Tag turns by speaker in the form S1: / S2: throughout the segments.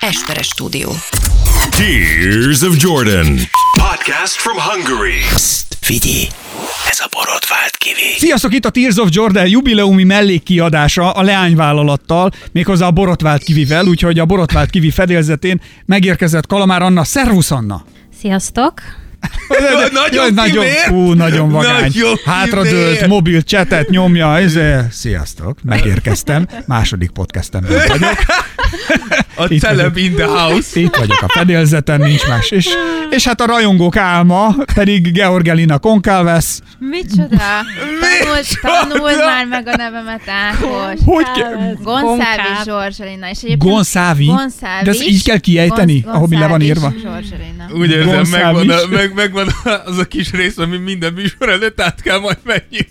S1: Esperes stúdió.
S2: Tears of Jordan.
S3: Podcast from Hungary.
S4: Figyelj, ez a borotvált kivé.
S5: Sziasztok, itt a Tears of Jordan jubileumi mellékkiadása a leányvállalattal, méghozzá a borotvált kivivel, úgyhogy a borotvált kivi fedélzetén megérkezett Kalamár Anna. Szervusz, Anna!
S6: Sziasztok!
S4: nagyon
S5: Jaj, nagyon,
S4: kimér!
S5: ú, nagyon vagány.
S4: Nagyon
S5: Hátradőlt,
S4: kimér!
S5: mobil csetet nyomja. Ez, sziasztok, megérkeztem. Második podcastemben vagyok.
S4: A
S5: Itt
S4: celeb in the house.
S5: Itt vagyok a fedélzeten, nincs más. És, és hát a rajongók álma pedig Georgelina Konkálvesz.
S7: Micsoda? Tanult, tanuld már meg a nevemet Ákos.
S5: Hogy ke-
S7: Gonszávi
S6: Gonkáv.
S7: Zsorzsalina. És egyébként
S5: Gonszávi?
S7: Gonszávi.
S5: De ezt így kell kiejteni, ahogy le van írva.
S7: Zsorzsalina.
S4: Úgy érzem,
S5: Gonszám
S4: megvan, a,
S5: is.
S4: meg, megvan az a kis rész, ami minden műsor előtt át kell majd menjünk.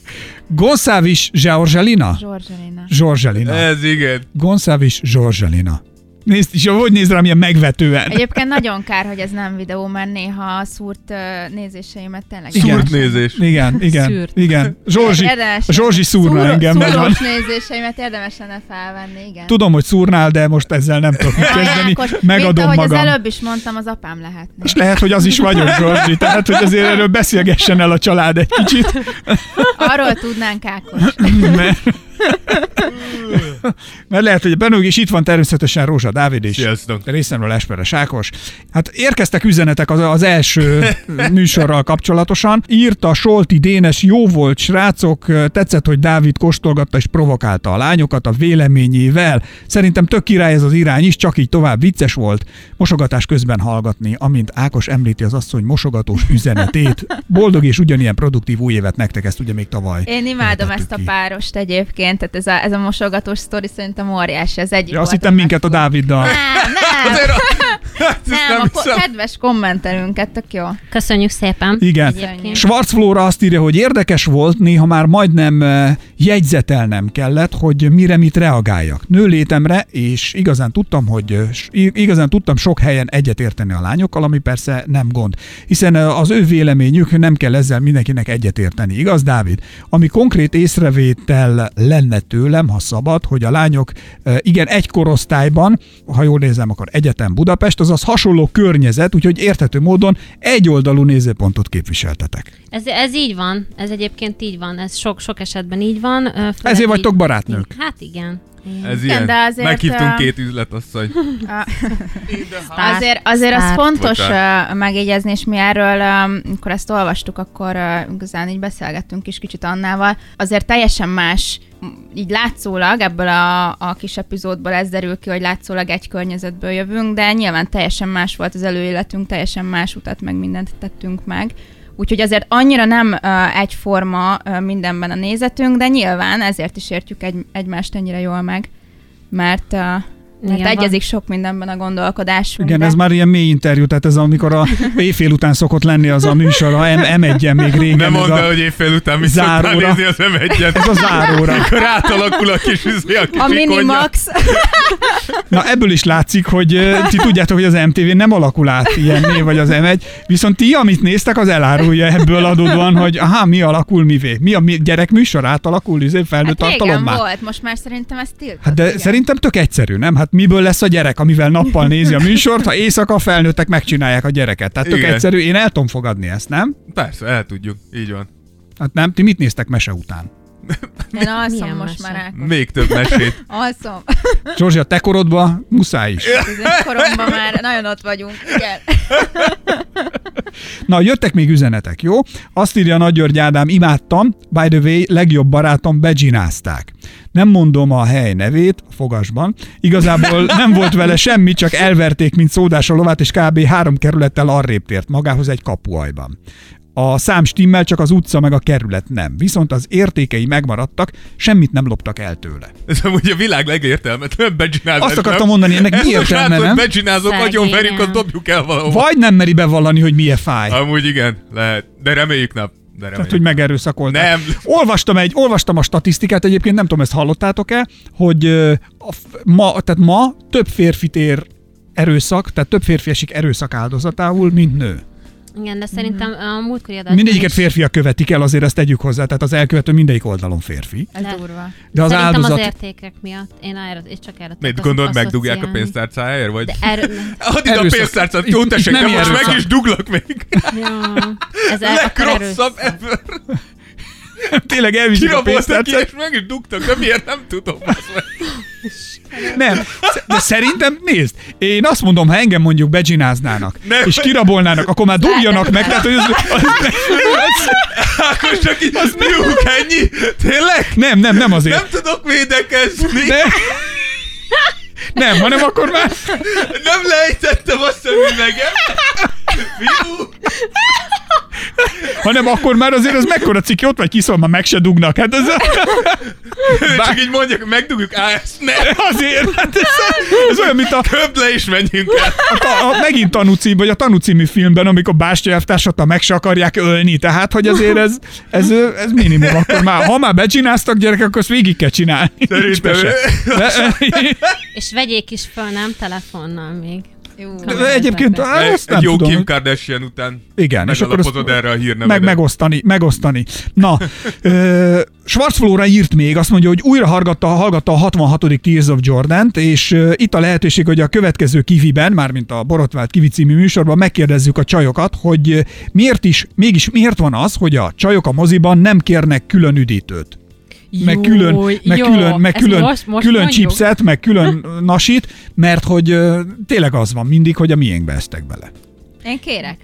S5: Gonszávis Georgelina?
S7: Zsorzsalina.
S5: Zsorzselina.
S4: Ez igen.
S5: Gonszávis Zsorzselina. Nézd, és hogy néz rám ilyen megvetően.
S7: Egyébként nagyon kár, hogy ez nem videó, mert néha a szúrt ö, nézéseimet tényleg...
S5: Igen.
S4: Szúrt nézés.
S5: Igen, igen,
S6: Szűrt.
S5: igen. Zsorzsi,
S7: Érdemes.
S5: Zsorzsi szúrna
S7: Szúró-
S5: engem. Nagyon.
S7: Szúrós nézéseimet érdemes lenne felvenni, igen.
S5: Tudom, hogy szúrnál, de most ezzel nem tudok mit
S7: Jaj,
S5: kezdeni.
S7: Ákos, mint
S5: Megadom
S7: ahogy
S5: magam.
S7: az előbb is mondtam, az apám lehetne.
S5: És lehet, hogy az is vagyok, Zsorzsi. Tehát, hogy azért erről beszélgessen el a család egy kicsit.
S7: Arról tudnánk Ákos.
S5: Mert, mert lehet, hogy Benőg, és itt van természetesen Rózsa Dávid is.
S4: Sziasztok.
S5: Részemről Esperes Ákos. Hát érkeztek üzenetek az, az első műsorral kapcsolatosan. Írta Solti Dénes, jó volt srácok, tetszett, hogy Dávid kóstolgatta és provokálta a lányokat a véleményével. Szerintem tök király ez az irány is, csak így tovább vicces volt. Mosogatás közben hallgatni, amint Ákos említi az asszony mosogatós üzenetét. Boldog és ugyanilyen produktív új évet nektek, ezt ugye még tavaly.
S7: Én imádom
S5: jelentettük
S7: ezt a
S5: ki.
S7: párost egyébként, tehát ez a, ez a mosogatós sztori szerintem óriási, ez egyik
S5: Ja,
S7: volt,
S5: azt hittem
S7: ami
S5: minket a
S7: megfogott.
S5: Dáviddal.
S7: Nem, nem,
S4: Azért a... Hát, ezt
S7: nem, a ko-
S4: hiszem.
S7: kedves kommentelőnket, tök jó.
S6: Köszönjük szépen.
S5: Igen.
S6: Egyébként.
S5: Schwarz Flóra azt írja, hogy érdekes volt, néha már majdnem eh, jegyzetelnem kellett, hogy mire mit reagáljak. Nőlétemre, és igazán tudtam, hogy eh, s- i- igazán tudtam sok helyen egyetérteni a lányokkal, ami persze nem gond. Hiszen eh, az ő véleményük nem kell ezzel mindenkinek egyetérteni. Igaz, Dávid? Ami konkrét észrevétel lenne tőlem, ha szabad, hogy a lányok eh, igen egy korosztályban, ha jól nézem, akkor egyetem Budapest, azaz hasonló környezet, úgyhogy érthető módon egyoldalú nézőpontot képviseltetek.
S6: Ez, ez így van, ez egyébként így van, ez sok, sok esetben így van. ö, főleg
S5: Ezért
S6: így-
S5: vagytok barátnők?
S6: Hát igen. igen.
S4: Ez
S7: Igen,
S4: ilyen.
S7: de azért,
S4: Meghívtunk
S7: ö,
S4: két üzletasszony.
S7: A- Azért, azért az
S6: sztár.
S7: fontos
S4: Bocsánat.
S7: uh, megjegyezni, és mi erről, um, amikor ezt olvastuk, akkor uh, igazán így beszélgettünk is kicsit Annával. Azért teljesen más, m, így látszólag ebből a, a kis epizódból ez derül ki, hogy látszólag egy környezetből jövünk, de nyilván teljesen más volt az előéletünk, teljesen más utat meg mindent tettünk meg. Úgyhogy azért annyira nem uh, egyforma uh, mindenben a nézetünk, de nyilván ezért is értjük egy, egymást ennyire jól meg, mert, uh, mert
S6: Igen, van.
S7: egyezik sok mindenben a gondolkodásunk.
S5: Igen,
S7: de-
S5: ez már ilyen mély interjú, tehát ez amikor a éjfél után szokott lenni az a műsor, a M- M1-en még régen.
S4: Nem
S5: ez
S4: mondd
S5: a-
S4: el, hogy éjfél után mi
S5: Záróra.
S4: szoktál nézni az m 1
S5: Ez a záróra.
S4: Akkor átalakul a kis üzé, a kis
S7: A
S4: ikonja.
S7: Minimax.
S5: Hát, Na ebből is látszik, hogy ö, ti tudjátok, hogy az MTV nem alakul át ilyenné, vagy az M1, viszont ti, amit néztek, az elárulja ebből adódóan, hogy aha, mi alakul mivé? Mi a mi gyerekműsor átalakul izé felnőtt
S7: Hát régen
S5: tartalommá?
S7: volt, most már szerintem ez tiltott.
S5: Hát de
S7: igen.
S5: szerintem tök egyszerű, nem? Hát miből lesz a gyerek, amivel nappal nézi a műsort, ha éjszaka a felnőttek megcsinálják a gyereket. Tehát tök
S4: Igen.
S5: egyszerű, én el tudom fogadni ezt, nem?
S4: Persze, el tudjuk. Így van.
S5: Hát nem? Ti mit néztek mese után?
S7: Én alszom
S6: Milyen
S7: most
S6: mese?
S7: már Ákos.
S4: Még több mesét.
S7: Alszom.
S5: Zsorzsi, a te korodban muszáj is.
S7: Ezen koromban már nagyon ott vagyunk. Igen.
S5: Na, jöttek még üzenetek, jó? Azt írja Nagy György Ádám, imádtam, by the way, legjobb barátom begyinázták. Nem mondom a hely nevét, a fogasban. Igazából nem volt vele semmi, csak elverték, mint szódás a lovát, és kb. három kerülettel arrébb tért magához egy kapuajban. A szám stimmel, csak az utca meg a kerület nem. Viszont az értékei megmaradtak, semmit nem loptak el tőle.
S4: Ez amúgy a világ legértelmetlenebb becsinálás.
S5: Azt
S4: nem?
S5: akartam mondani, ennek
S4: Ezt
S5: mi
S4: a
S5: értelme,
S4: srácot
S5: nem?
S4: becsinázok,
S6: Szegény,
S4: nagyon verjük,
S6: nem.
S4: azt dobjuk el valahol.
S5: Vagy nem meri bevallani, hogy milyen fáj.
S4: Amúgy igen, lehet. De reméljük nem. De reméljük.
S5: Tehát, hogy megerőszakolták.
S4: Nem.
S5: Olvastam, egy, olvastam a statisztikát, egyébként nem tudom, ezt hallottátok-e, hogy ö, a, f- ma, tehát ma több férfit ér erőszak, tehát több férfi esik erőszak áldozatául, mint nő.
S6: Igen, de szerintem
S4: Mhm.
S6: a múltkori adat.
S5: Mindegyiket férfiak követik el, azért ezt tegyük hozzá, tehát az elkövető mindegyik oldalon férfi.
S7: Ez
S6: Le-
S7: durva.
S5: De az
S6: Szerintem
S5: áldozat...
S6: az értékek miatt. Én, erre, én csak erre
S4: Mit
S6: tudok
S4: gondolod,
S6: Hát asszociálni.
S4: megdugják a pénztárcájáért, vagy?
S6: De erről...
S4: Add ide a
S5: Erőszak.
S4: pénztárcát,
S5: Itt-
S4: jó
S5: itt
S4: tessék,
S5: nem
S4: de most
S5: erőszak.
S4: meg is duglak még.
S6: ja, ez el, akkor erőszak.
S4: Legrosszabb ever.
S5: Tényleg elviszik a
S4: Kiraboltak ki,
S5: pénztárcát.
S4: és meg is dugtak, de miért nem tudom. bazd meg.
S5: Nem, de szerintem nézd, én azt mondom, ha engem mondjuk becsináznának,
S4: Nem.
S5: és kirabolnának, akkor már dugjanak meg, tehát hogy az, az, az,
S4: Akkor csak így, az nyújt, ennyi? Tényleg?
S5: nem, nem, nem
S4: Nem
S5: azért.
S4: tudok védekezni.
S5: Nem, nem hanem akkor már
S4: Nem lejtettem a szemüvegem. Fiú!
S5: hanem akkor már azért az mekkora cikk, ott vagy kiszol, ma meg se dugnak. Hát ez
S4: Csak így mondjuk, megdugjuk, á, ezt ne!
S5: azért, hát ez, ez olyan, mint a,
S4: Köbd le és menjünk el!
S5: a, ta- a megint tanú cím, vagy a tanú című filmben, amikor Bástya elvtársat a meg se akarják ölni, tehát hogy azért ez, ez, ö, ez minimum. Akkor már, ha már becsináztak gyerekek, akkor ezt végig kell csinálni. Nincs
S4: Szerintem
S5: mese. De,
S6: És vegyék is föl, nem telefonnal még.
S7: Jó.
S5: de egyébként á,
S4: Egy-
S5: ezt nem
S4: Egy jó
S5: tudom.
S4: Kim Kardashian után
S5: Igen, és akkor azt
S4: megalapozod erre a hírnevedet.
S5: meg, megosztani, megosztani. Na, ö, Schwarzflóra írt még, azt mondja, hogy újra hallgatta, hallgatta a 66. Tears of Jordan-t, és ö, itt a lehetőség, hogy a következő kiviben, mármint a Borotvált Kivi című műsorban megkérdezzük a csajokat, hogy ö, miért is, mégis miért van az, hogy a csajok a moziban nem kérnek külön üdítőt meg külön, meg külön, meg külön, külön chipset, meg külön ö, nasit, mert hogy ö, tényleg az van mindig, hogy a miénkbe esztek bele.
S7: Én kérek.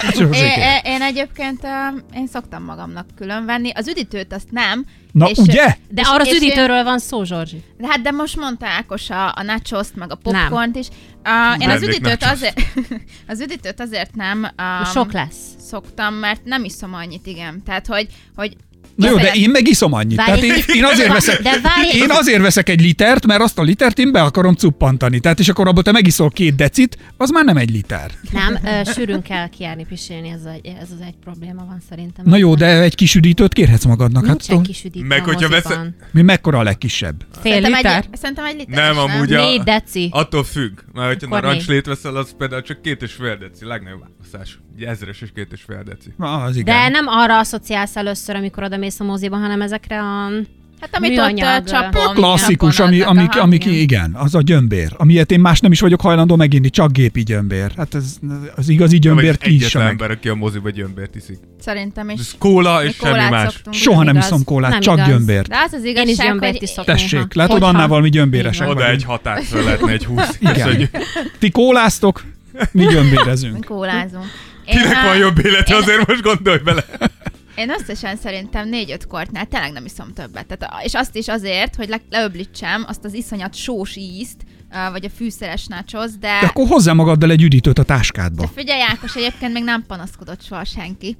S5: Hát csak azért
S7: Én,
S5: kérem.
S7: én- én egyébként öm, én szoktam magamnak külön venni. Az üdítőt azt nem.
S5: Na
S7: és-
S5: ugye?
S6: De arra az
S7: és én-
S6: üdítőről van szó, Zsorzsi.
S7: De hát de most mondta Ákos a, a nachoszt, meg a
S6: Nem.
S7: popcornt is. Uh, én az
S4: Vennék
S7: üdítőt,
S4: nachoszt.
S7: azért, az üdítőt azért nem um,
S6: Most Sok lesz.
S7: szoktam, mert nem iszom annyit, igen. Tehát, hogy, hogy
S5: Na jó, de
S7: kifeje-
S5: én meg iszom annyit.
S6: Várj,
S5: Tehát én, én, azért
S6: de-
S5: veszek,
S6: de várj,
S5: én azért veszek egy litert, mert azt a litert én be akarom cuppantani. Tehát és akkor abból te megiszol két decit, az már nem egy liter.
S6: Nem, ö, sűrűn kell kiárni pisilni, ez, a, ez az egy probléma van szerintem.
S5: Na jó, de egy kis üdítőt kérhetsz magadnak. Hát
S6: Nincsen
S5: tudom,
S6: kis üdítő
S4: Meg
S6: a
S4: hogyha
S6: moziban.
S5: mi mekkora a legkisebb?
S6: Fél liter?
S7: Egy, szerintem egy liter.
S4: Nem, amúgy a...
S6: Négy deci.
S4: Attól függ, mert ha
S6: Akkor
S4: narancslét veszel, az például csak két és fél deci, legnagyobb változás. Ugye ezres és két és fél deci.
S5: Na, az igen.
S6: De nem arra asszociálsz először, amikor oda mész a moziba, hanem ezekre a...
S7: Hát amit
S6: Műanyag,
S7: ott ö, csapom.
S5: A Hát klasszikus, ami,
S7: csapon
S5: ami,
S7: adnak, aha,
S5: ami,
S7: igen.
S5: ami igen, az a gyömbér. Amiért én más nem is vagyok hajlandó meginni, csak gépi gyömbér. Hát ez, az igazi
S4: Vagy
S5: gyömbér ki is
S4: egyetlen
S5: meg.
S4: ember, aki a moziba gyömbért iszik.
S7: Szerintem is.
S4: Ez kóla és
S7: Mi kólát
S4: semmi más.
S7: szoktunk,
S5: Soha nem
S7: igaz?
S5: iszom kólát,
S6: Nem
S5: csak
S6: igaz.
S5: gyömbér.
S7: De az az
S6: Én is
S7: igazság,
S6: gyömbért
S7: hogy
S6: iszok néha.
S5: Tessék, látod,
S6: Hogyha.
S5: annál valami gyömbéresek
S6: Így
S4: Oda
S5: vagyunk.
S4: egy hatás föl lehetne egy húsz.
S5: Igen. Ti kóláztok, mi
S7: mi
S5: gyömbérezünk.
S7: kólázunk. Én,
S4: Kinek
S7: a-
S4: van jobb élete,
S7: én-
S4: azért most gondolj bele.
S7: Én összesen szerintem négy-öt kortnál tényleg nem iszom többet. Tehát, a- és azt is azért, hogy le, leöblítsem azt az iszonyat sós ízt, ö, vagy a fűszeres nácsoz, de...
S5: De akkor hozzá magaddal egy üdítőt a
S7: de
S5: táskádba.
S7: figyelj, Ákos, egyébként még nem panaszkodott soha senki.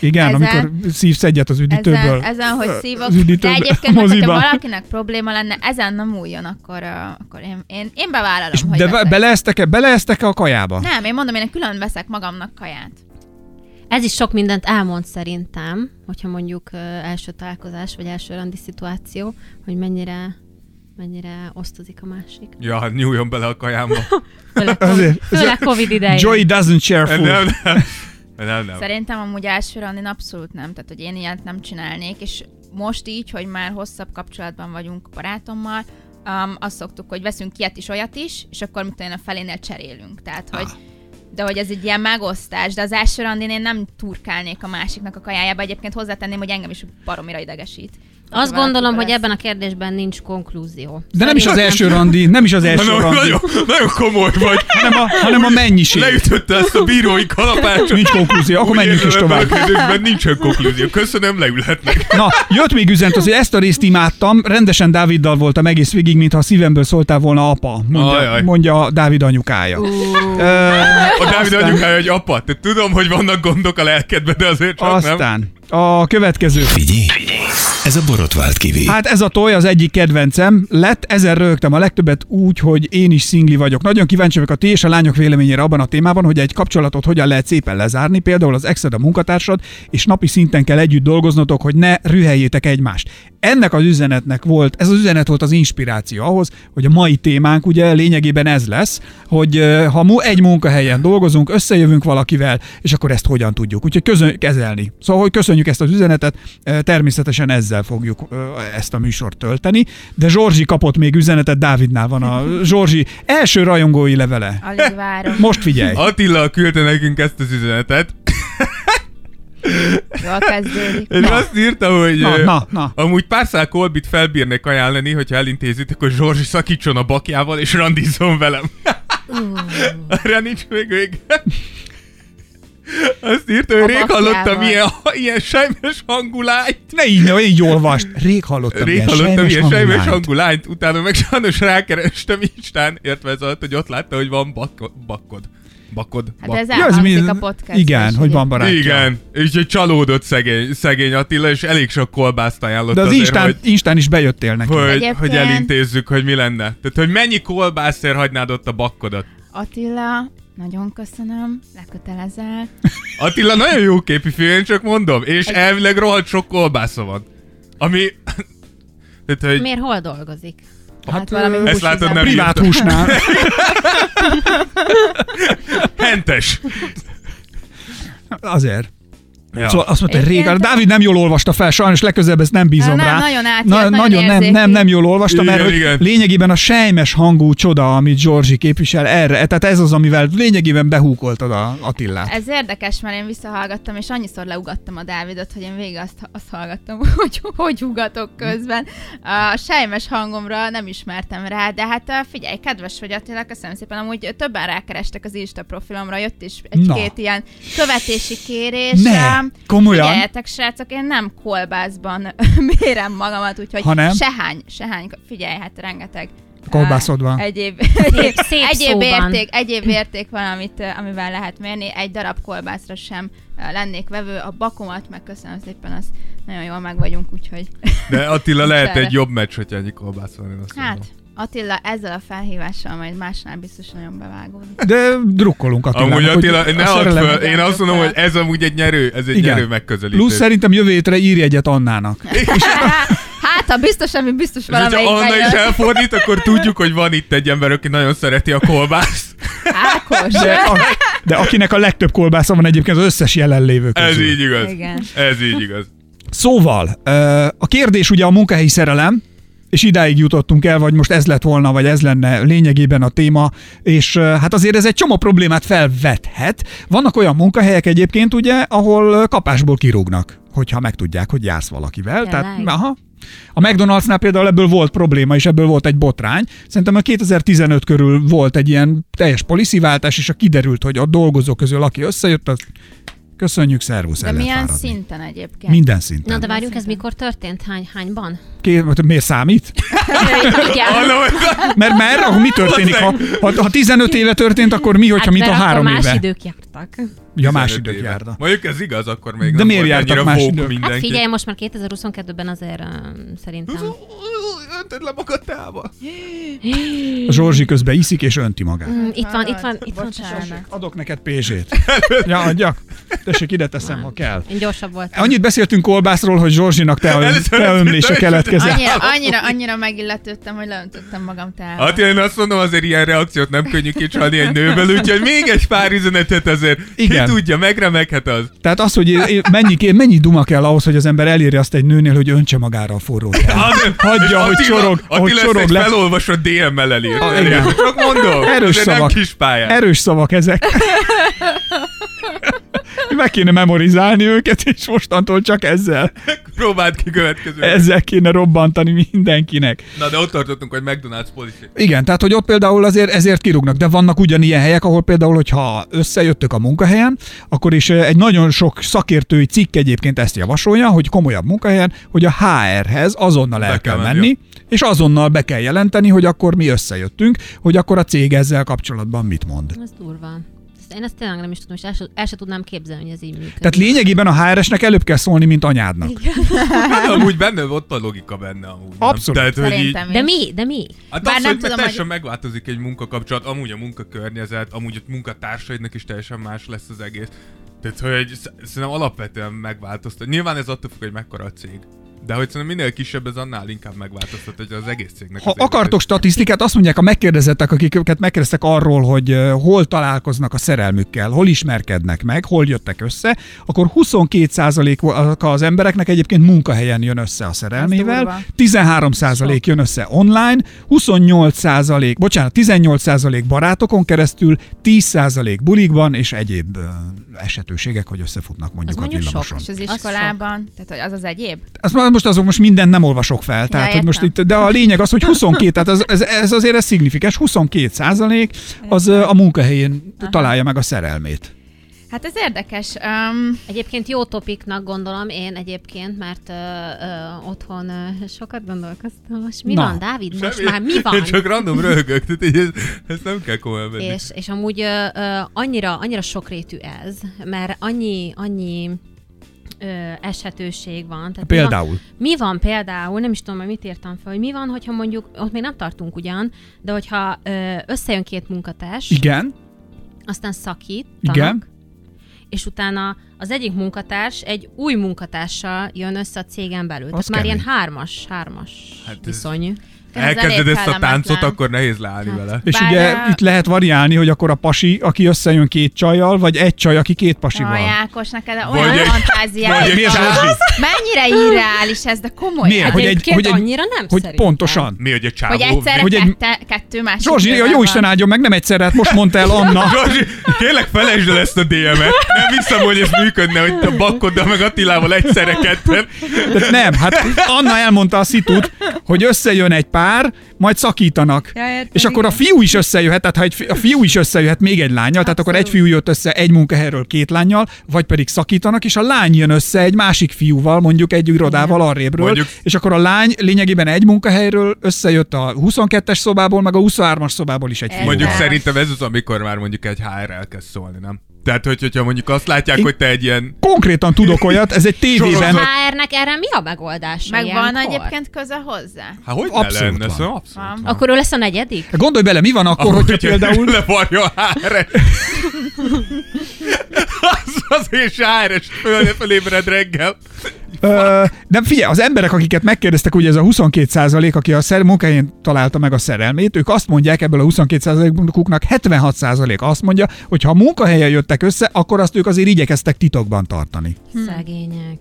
S5: Igen,
S7: ezen-
S5: amikor szívsz egyet az üdítőből.
S7: Ezen, ezen, hogy szívok.
S5: Az
S7: De
S5: üdítőből
S7: egyébként,
S5: a
S7: meg, hogyha
S5: moziban.
S7: valakinek probléma lenne, ezen nem újjon, akkor, ö, akkor én, én, én bevállalom,
S5: És
S7: hogy
S5: de
S7: veszek.
S5: be- beleeztek-e, beleeztek-e a kajába?
S7: Nem, én mondom, én külön veszek magamnak kaját.
S6: Ez is sok mindent elmond szerintem, hogyha mondjuk ö, első találkozás, vagy első randi szituáció, hogy mennyire mennyire osztozik a másik.
S4: Ja, hát nyúljon bele a kajámba.
S6: Főleg,
S5: Azért-
S6: főleg Covid idején.
S5: Joy doesn't share
S4: Nem, nem,
S5: food.
S4: nem. nem.
S7: Szerintem amúgy elsőre én abszolút nem, tehát hogy én ilyet nem csinálnék, és most így, hogy már hosszabb kapcsolatban vagyunk barátommal, um, azt szoktuk, hogy veszünk ilyet is, olyat is, és akkor mit tudom én, a felénél cserélünk. Tehát, hogy
S4: Ah.
S7: de hogy ez egy ilyen megosztás, de az első randin én nem turkálnék a másiknak a kajájába. Egyébként hozzátenném, hogy engem is baromira idegesít.
S6: Azt
S7: Hogyha valaki
S6: gondolom, hogy
S7: belesz-
S6: ebben a kérdésben nincs konklúzió.
S5: De nem is az
S6: Szerintem-
S5: első randi, nem is az első
S4: Nagyon,
S5: randi,
S4: nagyon, nagyon komoly vagy.
S5: hanem a, hanem a mennyiség.
S4: Leütötte ezt a bírói kalapácsot.
S5: Nincs konklúzió, akkor
S4: Úgy
S5: menjünk is
S4: érzem,
S5: tovább.
S4: ebben A kérdésben nincsen konklúzió. Köszönöm, leülhetnek.
S5: Na, jött még üzenet, az, hogy ezt a részt imádtam, rendesen Dáviddal voltam egész végig, mintha a szívemből szóltál volna apa,
S4: Ajaj.
S5: mondja, mondja Dávid anyukája. Ö,
S4: A Dávid anyukája, hogy apa, te tudom, hogy vannak gondok a lelkedben, de azért csak nem.
S5: Aztán a következő.
S2: Figyelj! Ez a borotvált kivé.
S5: Hát ez a toj az egyik kedvencem lett, ezen rögtem a legtöbbet úgy, hogy én is szingli vagyok. Nagyon kíváncsi vagyok a ti és a lányok véleményére abban a témában, hogy egy kapcsolatot hogyan lehet szépen lezárni, például az exed a munkatársad, és napi szinten kell együtt dolgoznotok, hogy ne rüheljétek egymást. ennek az üzenetnek volt, ez az üzenet volt az inspiráció ahhoz, hogy a mai témánk ugye lényegében ez lesz, hogy ö, ha mu egy munkahelyen dolgozunk, összejövünk valakivel, és akkor ezt hogyan tudjuk. Úgyhogy közön, kezelni. Szóval, hogy köszönjük ezt az üzenetet, ö, természetesen ezzel fogjuk ö, ezt a műsort tölteni, de Zsorzsi kapott még üzenetet, Dávidnál van a Zsorzsi első rajongói levele.
S7: Alig várom.
S5: Most figyelj!
S4: Attila küldte nekünk ezt az üzenetet,
S7: Jól kezdődik.
S4: és azt írta, hogy
S5: Na,
S4: ö,
S5: na, na.
S4: amúgy pár szál kolbit felbírnék ajánlani, hogyha elintézitek, akkor Zsorzsi szakítson a bakjával, és randizzon velem. Arra nincs még vége. Azt írta, hogy
S7: A
S4: rég hallottam
S7: bakjával.
S4: ilyen, ilyen sejmes hangulányt.
S5: Ne így, ne így olvast. Rég hallottam
S4: Rég
S5: ilyen
S4: hallottam
S5: sejmes
S4: ilyen sejmes
S5: hangulányt.
S4: hangulányt, utána meg sajnos rákerestem Instán, értve ez alatt, hogy ott látta, hogy van bak- bakkod. Bakod.
S7: Hát
S4: bak-
S7: ez
S5: Ja, ez mi-
S7: elhangzik a podcast.
S5: Igen, hogy van barátja.
S4: Igen, és egy csalódott szegény, szegény Attila, és elég sok kolbászt ajánlott
S5: De az
S4: azért,
S5: Instán,
S4: hogy,
S5: Instán is bejöttél neki.
S4: hogy,
S7: Egyébként-
S4: hogy elintézzük, hogy mi lenne. Tehát, hogy mennyi kolbászért hagynád ott a bakkodat.
S7: Attila, nagyon köszönöm, lekötelezel.
S4: Attila nagyon jó képi film, én csak mondom, és elvileg rohadt sok kolbásza van. Ami... Tehát, hogy...
S6: Miért hol dolgozik?
S7: Hát, hát valami
S5: ö,
S4: Ezt látod,
S7: húsüzem.
S4: nem
S5: Privát
S4: írta.
S5: húsnál.
S4: Hentes!
S5: Azért.
S4: Ja.
S5: Szóval azt mondta, hogy rég,
S7: Egyébként-
S5: Dávid nem jól olvasta fel, sajnos legközelebb ezt nem bízom
S7: Nem,
S5: rá.
S7: nagyon átjött, nagyon
S5: nem,
S7: érzékeny.
S5: nem, nem jól olvasta, mert
S4: Igen,
S5: hogy
S4: igen.
S5: lényegében a sejmes hangú csoda, amit Zsorzsi képvisel erre, tehát ez az, amivel lényegében behúkoltad a Attillát.
S7: Ez érdekes, mert én visszahallgattam, és annyiszor leugattam a Dávidot, hogy én végig azt, azt hallgattam, hogy hogy ugatok közben. A sejmes hangomra nem ismertem rá, de hát ah, figyelj, kedves vagy Attila, köszönöm szépen. Amúgy többen rákerestek az Insta profilomra, jött is egy-két
S5: Na.
S7: ilyen követési kérés.
S5: Ne,
S7: rám.
S5: komolyan?
S7: Figyeljetek, srácok, én nem kolbászban mérem magamat, úgyhogy
S5: Ha nem?
S7: sehány, sehány, figyelj, hát rengeteg
S5: Kolbászod van.
S7: ah, Egyéb, egyéb,
S6: szép
S7: egyéb,
S6: szóban.
S7: érték, egyéb érték van, amit, eh, amivel lehet mérni. Egy darab kolbászra sem eh, lennék vevő. A bakomat megköszönöm szépen, az nagyon jól meg vagyunk, úgyhogy...
S4: De Attila lehet
S7: Tisztelek.
S4: egy jobb meccs, hogyha ennyi kolbász van, én azt mondom.
S7: Hát, Attila, ezzel a felhívással majd másnál biztos nagyon bevágódik.
S5: De drukkolunk Attilának.
S4: Amúgy
S5: hogy
S4: Attila,
S5: a
S4: ne add
S5: szerelem-
S4: föl, én azt mondom, hogy ez amúgy egy nyerő, ez egy
S5: Igen.
S4: nyerő megközelítés.
S5: Plusz szerintem jövő hétre írj egyet Annának.
S7: Hát, ha biztos, ami biztos
S4: És hogyha
S7: valamelyik
S4: Anna is
S7: bejön.
S4: elfordít, akkor tudjuk, hogy van itt egy ember, aki nagyon szereti a kolbászt.
S7: Ákos.
S5: De, a, de akinek a legtöbb kolbásza van egyébként az összes jelenlévő közül.
S4: Ez így igaz.
S7: Igen.
S4: Ez így igaz.
S5: Szóval, ö, a kérdés ugye a munkahelyi szerelem, és idáig jutottunk el, vagy most ez lett volna, vagy ez lenne lényegében a téma, és ö, hát azért ez egy csomó problémát felvethet. Vannak olyan munkahelyek egyébként, ugye, ahol ö, kapásból kirúgnak, hogyha megtudják, hogy jársz valakivel.
S6: Tényleg?
S5: Tehát, aha. A McDonald'snál például ebből volt probléma, és ebből volt egy botrány. Szerintem a 2015 körül volt egy ilyen teljes polisziváltás, és a kiderült, hogy a dolgozók közül, aki összejött, az köszönjük, szervusz,
S7: De
S5: el lehet
S7: milyen
S5: fáradni.
S7: szinten egyébként?
S5: Minden szinten.
S6: Na de várjunk, ez mikor történt? Hány, hányban?
S5: Ké- vagy miért számít?
S6: Igen.
S4: Anna, hogy-
S5: Mert mert akkor mi történik? Ha, ha, ha 15 éve történt, akkor mi, hogyha mint a
S6: Hát mert akkor
S5: három
S6: más
S5: éve?
S6: idők jártak.
S5: Ja, más
S4: 15
S5: idők
S4: éve.
S5: járda.
S4: Mondjuk ez igaz, akkor még
S5: De
S4: nem
S5: miért
S4: volt
S5: jártak
S4: annyira
S5: más
S4: woke
S5: idők? Hát
S4: mindenki.
S6: Hát figyelj, most már 2022-ben azért um, szerintem.
S4: Öntöd le magad teába.
S5: A Zsorzsi közben iszik és önti magát.
S6: Mm, Itt van, itt van,
S7: Hallod?
S6: itt van.
S7: Bocsánat.
S5: Adok neked pézsét. Ja, adjak. Tessék, ide teszem, ha kell.
S6: Én gyorsabb voltam.
S5: Annyit beszéltünk kolbászról, hogy Zsorzsinak te,
S4: Először
S5: te ömlése keletkezett.
S7: Annyira, annyira, annyira megilletődtem, hogy leöntöttem magam tehát.
S4: Attila, én azt mondom, azért ilyen reakciót nem könnyű kicsalni egy nőből, úgyhogy még egy pár üzenetet azért.
S5: Igen.
S4: Ki tudja, megremeghet az.
S5: Tehát az, hogy é- é- mennyi, mennyi duma kell ahhoz, hogy az ember elérje azt egy nőnél, hogy öntse magára a forró teát. Hagyja, hogy csorog,
S4: Attila
S5: hogy
S4: ezt
S5: csorog
S4: egy
S5: le.
S4: felolvasott DM-mel elír.
S5: Ah, igen.
S4: Csak mondom,
S5: Erős
S4: azért nem
S5: szavak. Er-
S4: kis pályán.
S5: Erős szavak ezek. Meg kéne memorizálni őket, és mostantól csak ezzel,
S4: Próbáld ki következő.
S5: ezzel kéne robbantani mindenkinek.
S4: Na de ott tartottunk, hogy McDonald's policy.
S5: Igen, tehát hogy ott például azért ezért kirúgnak, de vannak ugyanilyen helyek, ahol például, hogyha összejöttök a munkahelyen, akkor is eh, egy nagyon sok szakértői cikk egyébként ezt javasolja, hogy komolyabb munkahelyen, hogy a HR-hez azonnal el
S4: Be
S5: kell
S4: kell
S5: menni,
S4: menni.
S5: és azonnal be kell jelenteni, hogy akkor mi összejöttünk, hogy akkor a cég ezzel kapcsolatban mit mond.
S6: Ez durva. Ezt- Én ezt tényleg nem is tudom, és el se, el se tudnám képzelni, hogy ez így működik.
S5: Tehát lényegében a HR-esnek előbb kell szólni, mint anyádnak.
S4: Hát amúgy benne, ott a logika benne amúgy. nem?
S5: Abszolút.
S4: Tehát, hogy így,
S7: Szerintem
S6: de
S7: is.
S6: mi? De mi?
S4: hát
S7: Bár
S4: az,
S7: nem
S4: hogy
S7: tudom,
S4: teljesen
S7: hogy-
S4: megváltozik egy munkakapcsolat, amúgy a munkakörnyezet, amúgy a munkatársaidnak is teljesen más lesz az egész. Tehát, hogy sz- szerintem alapvetően megváltoztat. Nyilván ez attól függ, hogy mekkora a cég. De hogy szerintem minél kisebb, ez annál inkább megváltoztat, hogy az egész cégnek.
S5: Ha
S4: az életét.
S5: akartok statisztikát, azt mondják a megkérdezettek, akiket megkérdeztek arról, hogy ö, hol találkoznak a szerelmükkel, hol ismerkednek meg, hol jöttek össze, akkor 22%-a az embereknek egyébként munkahelyen jön össze a
S7: durva.
S5: szerelmével, 13% jön össze online, 28%, bocsánat, 18% barátokon keresztül, 10% bulikban és egyéb ö, esetőségek, hogy összefutnak mondjuk a
S6: mondjuk sok,
S5: villamoson.
S7: És az
S6: Az
S7: iskolában, tehát hogy az az egyéb?
S5: Azt már most azok most mindent nem olvasok fel, tehát hogy most itt,
S7: értem.
S5: de a lényeg az, hogy 22, tehát ez, ez, ez azért ez szignifikáns, 22 százalék az ö, a munkahelyén találja meg a szerelmét.
S7: Hát ez érdekes. Um,
S6: Egyébként jó topiknak gondolom én egyébként, mert ö, ö, otthon ö, sokat gondolkoztam. Most mi
S5: Na.
S6: Na. van, Dávid? Most
S4: Semmi-
S6: már mi van?
S4: Én csak random röhögök, tehát így ezt, ezt nem kell komolyan venni.
S6: És, és amúgy ö, ö, annyira, annyira sokrétű ez, mert annyi, annyi ö, eshetőség van. Tehát mi van-
S5: Például.
S6: Mi van például, nem is tudom, hogy mit írtam fel, hogy mi van, hogyha mondjuk, ott még nem tartunk ugyan, de hogyha ö, összejön két munkatárs,
S5: Igen,
S6: aztán szakít,
S5: Igen.
S6: és utána az egyik munkatárs egy új munkatársal jön össze a cégen belül.
S5: Az
S6: Tehát már ilyen
S5: kemény.
S6: hármas, hármas
S4: Hát
S6: hát
S4: ez-
S6: viszony.
S7: ez elég
S4: Elkezded ezt a
S7: kellemetlen.
S4: táncot, akkor nehéz leállni vele.
S5: és
S7: Bár
S5: ugye
S7: a-
S5: itt lehet variálni, hogy akkor a pasi, aki összejön két csajjal, vagy egy csaj, aki két pasival.
S7: Jaj, Ákos, neked de
S4: Vagy
S7: olyan
S4: egy-
S7: fantáziáid
S4: vagy egy
S7: van.
S4: Zsuzsi.
S7: Mennyire irreális ez, de komolyan.
S5: Miért? Hogy egy,
S6: Hát Egyébként
S5: hogy egy,
S6: annyira nem
S5: hogy
S6: szerintem.
S5: pontosan.
S4: Mi, hogy a csávó?
S7: Hogy egyszerre
S5: Hogy
S7: hogy
S5: egy-
S7: kette, kettő másik
S5: Zsozsi, a
S7: nővel
S5: jó
S7: van.
S5: Isten áldjon meg, nem egyszerre, hát most mondta el Anna.
S4: Zsozsi, kérlek felejtsd el ezt a DM-et. Nem hiszem, hogy ez működne, hogy te bakkoddal meg Attilával egyszerre ketten.
S5: De nem, hát Anna elmondta a szitut, hogy összejön egy pár, majd szakítanak.
S7: Ja, értem,
S5: és akkor a fiú is összejöhet, tehát ha egy, fi- a fiú is összejöhet még egy lányjal, tehát akkor egy fiú jött össze egy munkahelyről két lányjal, vagy pedig szakítanak, és a lány jön össze egy másik fiúval, mondjuk egy irodával arrébről,
S4: Mondjuk-
S5: és akkor a lány lényegében egy munkahelyről összejött a 22-es szobából, meg a 23-as szobából is egy fiú.
S4: Mondjuk
S7: Igen.
S4: szerintem ez az, amikor már mondjuk egy HR elkezd szólni, nem? Tehát, hogy, hogyha mondjuk azt látják,
S5: Én-
S4: hogy te egy ilyen...
S5: Konkrétan tudok olyat, ez egy tévében,
S4: Sorozat.
S6: HR-nek erre mi a megoldás?
S7: Megvan egyébként köze hozzá?
S4: Hát hogy
S5: Abszolút
S4: ne lenne?
S5: van.
S4: Szóval abszolút van.
S6: Akkor ő lesz a negyedik?
S5: Gondolj bele, mi van akkor, hogyha például...
S4: Levarja a HR-et. az az és HR-es föl, fölébred reggel.
S5: Ö, nem figyelj, az emberek, akiket megkérdeztek, ugye ez a 22 százalék, aki a szer munkahelyén találta meg a szerelmét, ők azt mondják ebből a 22 százalékuknak 76 százalék azt mondja, hogy ha munkahelyen jöttek össze, akkor azt ők azért igyekeztek titokban tartani.
S7: Hm.
S6: Szegények.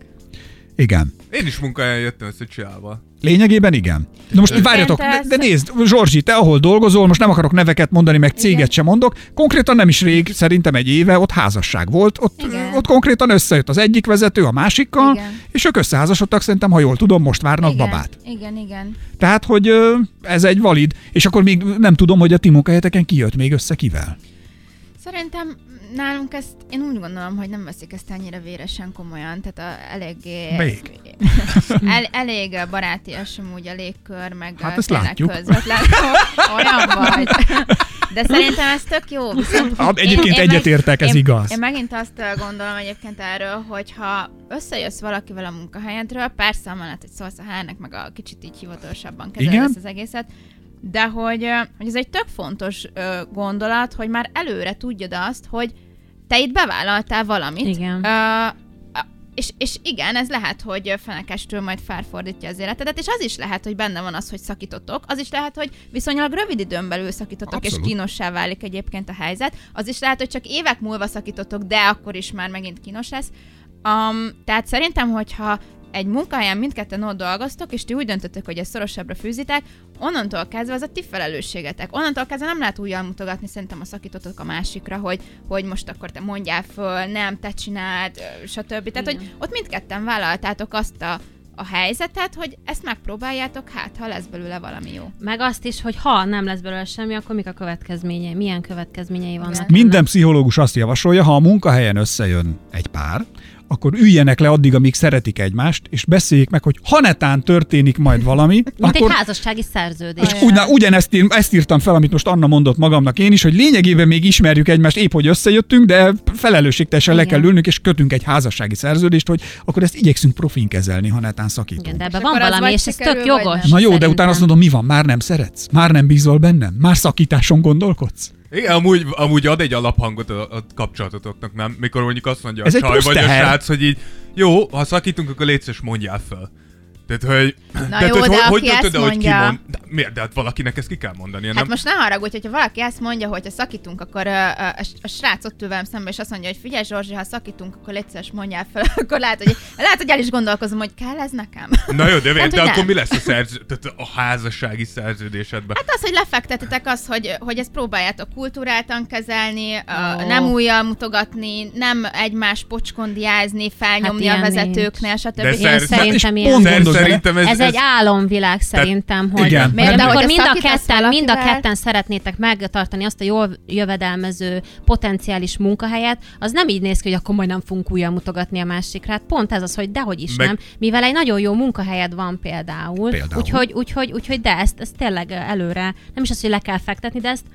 S5: Igen.
S4: Én is munkahelyen jöttem össze csinálva.
S5: Lényegében igen. Na most várjatok, de,
S7: ezt-
S5: de nézd, Zsorzsi, te ahol dolgozol, most nem akarok neveket mondani, meg céget igen. sem mondok, konkrétan nem is rég, szerintem egy éve ott házasság volt, ott,
S7: Igen.
S5: ott konkrétan összejött az egyik vezető a másikkal, igen.
S7: Igen.
S5: és ők összeházasodtak, szerintem, ha jól tudom, most várnak igen. babát.
S7: Igen, igen.
S5: Tehát, hogy ö, ez egy valid, és akkor még nem tudom, hogy a ti munkahelyeteken ki jött még össze kivel.
S7: Szerintem nálunk ezt, én úgy gondolom, hogy nem veszik ezt annyira véresen komolyan, tehát a, eléggé...
S5: Beég.
S7: El, elég ö, barátias amúgy a légkör, meg
S5: Hát
S7: ö,
S5: ezt
S7: tényleg
S5: látjuk.
S7: közvetlen. Olyan vagy. De szerintem ez tök jó. Viszont
S5: Hát egyébként
S7: meg-
S5: egyetértek, ez
S7: én,
S5: igaz.
S7: Én megint azt ö, gondolom egyébként erről, hogy ha összejössz valakivel a munkahelyedről, persze amellett, hogy szólsz a hárnak, meg a kicsit így hivatalosabban kezeled
S5: Igen.
S7: ezt az egészet, de hogy, ö, hogy ez egy tök fontos ö, gondolat, hogy már előre tudjad azt, hogy te itt bevállaltál valamit.
S6: Igen.
S7: Ö, a- és, és igen, ez lehet, hogy fenekestől majd felfordítja az életedet, és az is lehet, hogy benne van az, hogy szakítotok, az is lehet, hogy viszonylag rövid időn belül szakítotok,
S5: Abszolút.
S7: és kínossá válik egyébként a helyzet, az is lehet, hogy csak évek múlva szakítotok, de akkor is már megint kínos lesz. Um, tehát szerintem, hogyha egy munkahelyen mindketten ott dolgoztok, és ti úgy döntötök, hogy ezt szorosabbra fűzitek, onnantól kezdve az a ti felelősségetek. Onnantól kezdve nem lehet újjal mutogatni szerintem a szakítotok a másikra, hogy, hogy most akkor te mondjál föl, nem, te csináld, ö, stb. Tehát, hogy ott mindketten vállaltátok azt a, a helyzetet, hogy ezt megpróbáljátok, hát ha lesz belőle valami jó.
S6: Meg azt is, hogy ha nem lesz belőle semmi, akkor mik a következményei? Milyen következményei vannak?
S5: Minden pszichológus azt javasolja, ha a munkahelyen összejön egy pár, akkor üljenek le addig, amíg szeretik egymást, és beszéljék meg, hogy ha netán történik majd valami,
S6: Mint
S5: akkor
S6: egy házassági szerződés.
S5: És ugyan, ugyanezt ír, ezt írtam fel, amit most Anna mondott magamnak én is, hogy lényegében még ismerjük egymást, épp hogy összejöttünk, de felelősségteljesen le kell ülnünk, és kötünk egy házassági szerződést, hogy akkor ezt igyekszünk profin kezelni, ha netán szakítunk.
S6: Igen, de
S7: És
S6: ebben
S7: akkor
S6: van
S7: az
S6: valami,
S7: vagy
S6: és ez
S7: sikerül,
S6: tök
S7: vagy
S6: jogos.
S7: nem.
S5: Na jó, de
S6: szerintem.
S5: utána azt mondom, mi van, már nem szeretsz, már nem bízol bennem, már szakításon gondolkodsz.
S4: Igen, amúgy, amúgy ad egy alaphangot a, a kapcsolatotoknak, nem? Mikor mondjuk azt mondja
S5: Ez
S4: a
S5: egy
S4: csaj
S5: plusz
S4: vagy a
S5: teher.
S4: srác, hogy így, jó, ha szakítunk, akkor légy szíves, mondjál föl. Tehát, hogy, tehát,
S7: jó, de aki ezt mondja-
S4: De, miért? De hát valakinek ezt ki kell mondani.
S7: Hát
S4: nem?
S7: most ne haragudj, hogyha valaki azt mondja, hogy ha szakítunk, akkor ö, ö, a, a, a srác ott ül velem szembe, és azt mondja, hogy figyelj Zsorzsi, ha szakítunk, akkor egyszer mondjál fel, akkor lehet, hogy, lehet, hogy el is gondolkozom, hogy kell ez nekem.
S4: Na jó, de,
S7: Hát,
S4: hát, de
S7: hogy
S4: akkor
S7: nem.
S4: mi lesz a, szerző, tehát a házassági szerződésedben?
S7: Hát az, hogy lefektetitek az, hogy, hogy ezt próbáljátok kultúráltan kezelni, oh. nem újjal mutogatni, nem egymás pocskondiázni, felnyomni
S6: Hát
S7: a
S6: ilyen
S7: vezetőknél, stb.
S4: De
S6: Ilyen
S4: szer-
S6: szerintem
S5: és
S6: ilyen.
S5: pont
S4: Szer-
S5: Gondold bele,
S4: szerintem ez,
S6: Ez, ez egy álomvilág szerintem, hogy
S5: igen.
S6: mert
S7: Mert
S6: amikor
S7: amikor
S6: mind a,
S7: szakítasz
S6: ketten, mind a
S7: valakivel-
S6: ketten szeretnétek megtartani azt a jól jövedelmező potenciális munkahelyet, az nem így néz ki, hogy akkor majd nem fogunk újra mutogatni a másikra. Hát pont ez az, hogy dehogy is
S4: Meg-
S6: Meg... nem, mivel egy nagyon jó munkahelyed van például,
S5: Például.
S6: Úgyhogy, úgyhogy, úgyhogy de ezt, ezt tényleg előre, nem is az, hogy le kell fektetni, de ezt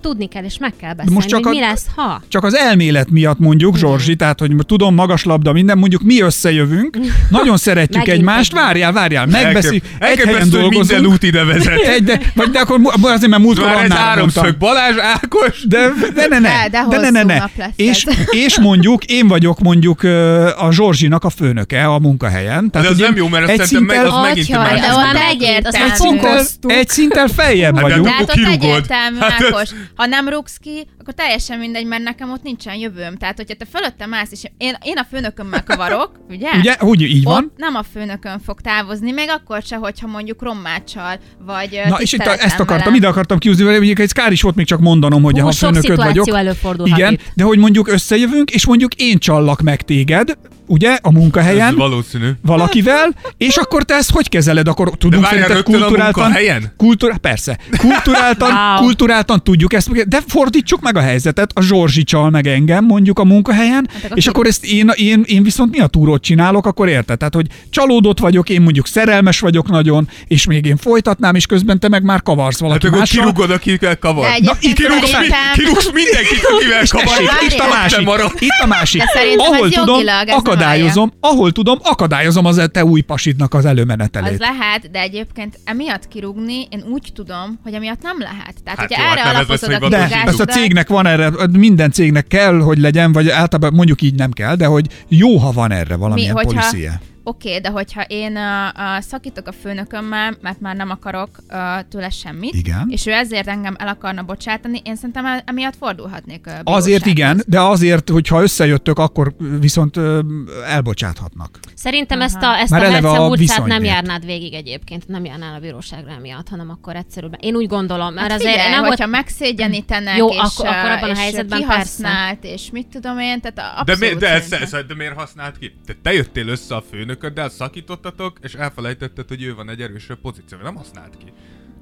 S6: tudni kell és meg kell beszélni,
S5: most csak
S6: hogy
S5: a-
S6: mi lesz, ha.
S5: Csak az elmélet miatt mondjuk, Zsorzsi, tehát, hogy tudom, magas labda, minden, mondjuk mi összejövünk, nagyon szeretjük
S6: Megint
S5: egymást,
S6: együtt.
S5: várjál, várjál, megbeszéljük,
S4: Elkép-
S5: Hát, egy
S4: elképesztő,
S5: helyen
S4: hogy
S5: dolgozunk.
S4: Minden út ide vezet.
S5: Egy, de, vagy de akkor mu- azért, mert múltkor
S4: Már ez
S5: Annára
S4: háromszög
S5: mondtam.
S4: Balázs, Ákos.
S5: De, de ne, ne,
S7: De- de
S5: de ne, ne,
S7: hosszú
S5: ne.
S7: nap lesz
S5: És,
S7: ez.
S5: és mondjuk én vagyok mondjuk ö, a Zsorzsinak a főnöke a munkahelyen. Tehát
S4: De az
S5: ugye
S4: nem jó, mert azt
S5: egy
S4: szerintem meg
S5: szinten-
S4: az megint
S6: Atya,
S4: más.
S7: de
S6: az
S7: ott
S6: már
S7: megértem.
S6: megért, azt
S7: Egy
S6: már
S5: egy szinten,
S6: fokoztuk.
S5: egy szinten feljebb
S4: Hát de
S5: vagyunk.
S7: De hát ott
S4: Akkor kirúgod.
S7: egyértelmű,
S4: Hát ez-
S7: Ákos. Ha nem rúgsz ki, akkor teljesen mindegy, mert nekem ott nincsen jövőm. Tehát, hogyha te fölöttem állsz, és én, én a főnökömmel kavarok, ugye?
S5: Ugye, úgy így van.
S7: Hát, Ott nem a főnökön fog távozni, még akkor se, hogyha mondjuk rommácsal, vagy ö,
S5: Na, és itt a, ezt
S7: tiszteletlen
S5: akartam,
S7: velem.
S5: ide akartam kiúzni, mert egyébként ez kár is volt még csak mondanom, hogy
S6: Hú,
S5: ha
S6: sok
S5: főnököd
S6: szituáció
S5: vagyok.
S6: előfordulhat
S5: igen,
S6: itt.
S5: de hogy mondjuk összejövünk, és mondjuk én csallak meg téged, ugye, a
S4: Ez
S5: munkahelyen,
S4: valószínű.
S5: valakivel, és akkor te ezt hogy kezeled? Akkor tudunk
S4: várjál,
S5: szerinted
S4: rögtön a
S5: kulturáltan...
S4: munkahelyen?
S5: Kultúra, persze. Kulturáltan,
S6: Wow.
S5: kulturáltan tudjuk ezt, de fordítsuk meg a helyzetet, a Zsorzsi csal meg engem mondjuk a munkahelyen,
S7: Hát akkor
S5: és
S7: ki-
S5: akkor ezt én, én, én viszont mi a túrót csinálok, akkor érted? Tehát, hogy csalódott vagyok, én mondjuk szerelmes vagyok nagyon, és még én folytatnám, és közben te meg már kavarsz
S4: Hát
S5: valaki
S4: akkor
S5: mással.
S4: kirúgod, akikkel kavar.
S7: De egyébként
S4: kirúgsz, mi,
S7: szerintem-
S4: kirúgsz mindenkit, akivel kavar.
S5: Tessék,
S7: Várjál.
S5: itt a másik,
S4: Marad.
S5: itt a másik.
S7: De szerintem
S5: Ahol
S7: ez
S5: tudom,
S7: jogilag, ez nem
S5: akadályozom, ahol tudom, akadályozom az te új pasidnak az előmenetelét.
S7: Az lehet, de egyébként emiatt kirúgni, én úgy tudom, hogy emiatt nem lehet.
S4: Hát
S7: Tehát, hát
S4: jó,
S7: hogyha
S4: hát
S7: erre
S4: nem ez
S7: alapozod
S4: lesz,
S7: a
S4: hogy
S5: De
S4: Tudás,
S5: ezt a
S7: kizásukat-
S5: cégnek van erre, minden cégnek kell, hogy legyen, vagy általában mondjuk így nem kell, de hogy jó, ha van erre valamilyen
S7: hogyha-
S5: policia.
S7: Oké, okay, de hogyha én uh, uh, szakítok a főnökömmel, mert már nem akarok uh, tőle semmit,
S5: Igen.
S7: és ő ezért engem el akarna bocsátani, én szerintem el, emiatt fordulhatnék uh,
S5: Azért igen, de azért, hogyha összejöttök, akkor viszont ö, elbocsáthatnak.
S6: Szerintem ezt a, ezt
S5: Már
S6: a
S5: eleve
S6: Herce
S5: a
S6: Murcát nem
S5: viszonybért.
S6: járnád végig egyébként, nem járnál a bíróságra emiatt, hanem akkor egyszerűbben. Én úgy gondolom, mert
S7: Hát
S6: azért
S7: azért figyelj,
S6: nem
S7: nem
S6: volt...
S7: hogyha megszégyenítenek,
S6: Jó,
S7: és,
S6: akkor-
S7: ö,
S6: akkor abban a
S7: és
S6: helyzetben
S7: kihasznált, és mit tudom én, tehát
S4: De,
S7: abszolút
S4: mi, de, ez,
S7: szerintem.
S4: ez, de miért használt ki? Te, te jöttél össze a főnököddel, szakítottatok, és elfelejtetted, hogy ő van egy erősebb pozícióban. Nem használt ki.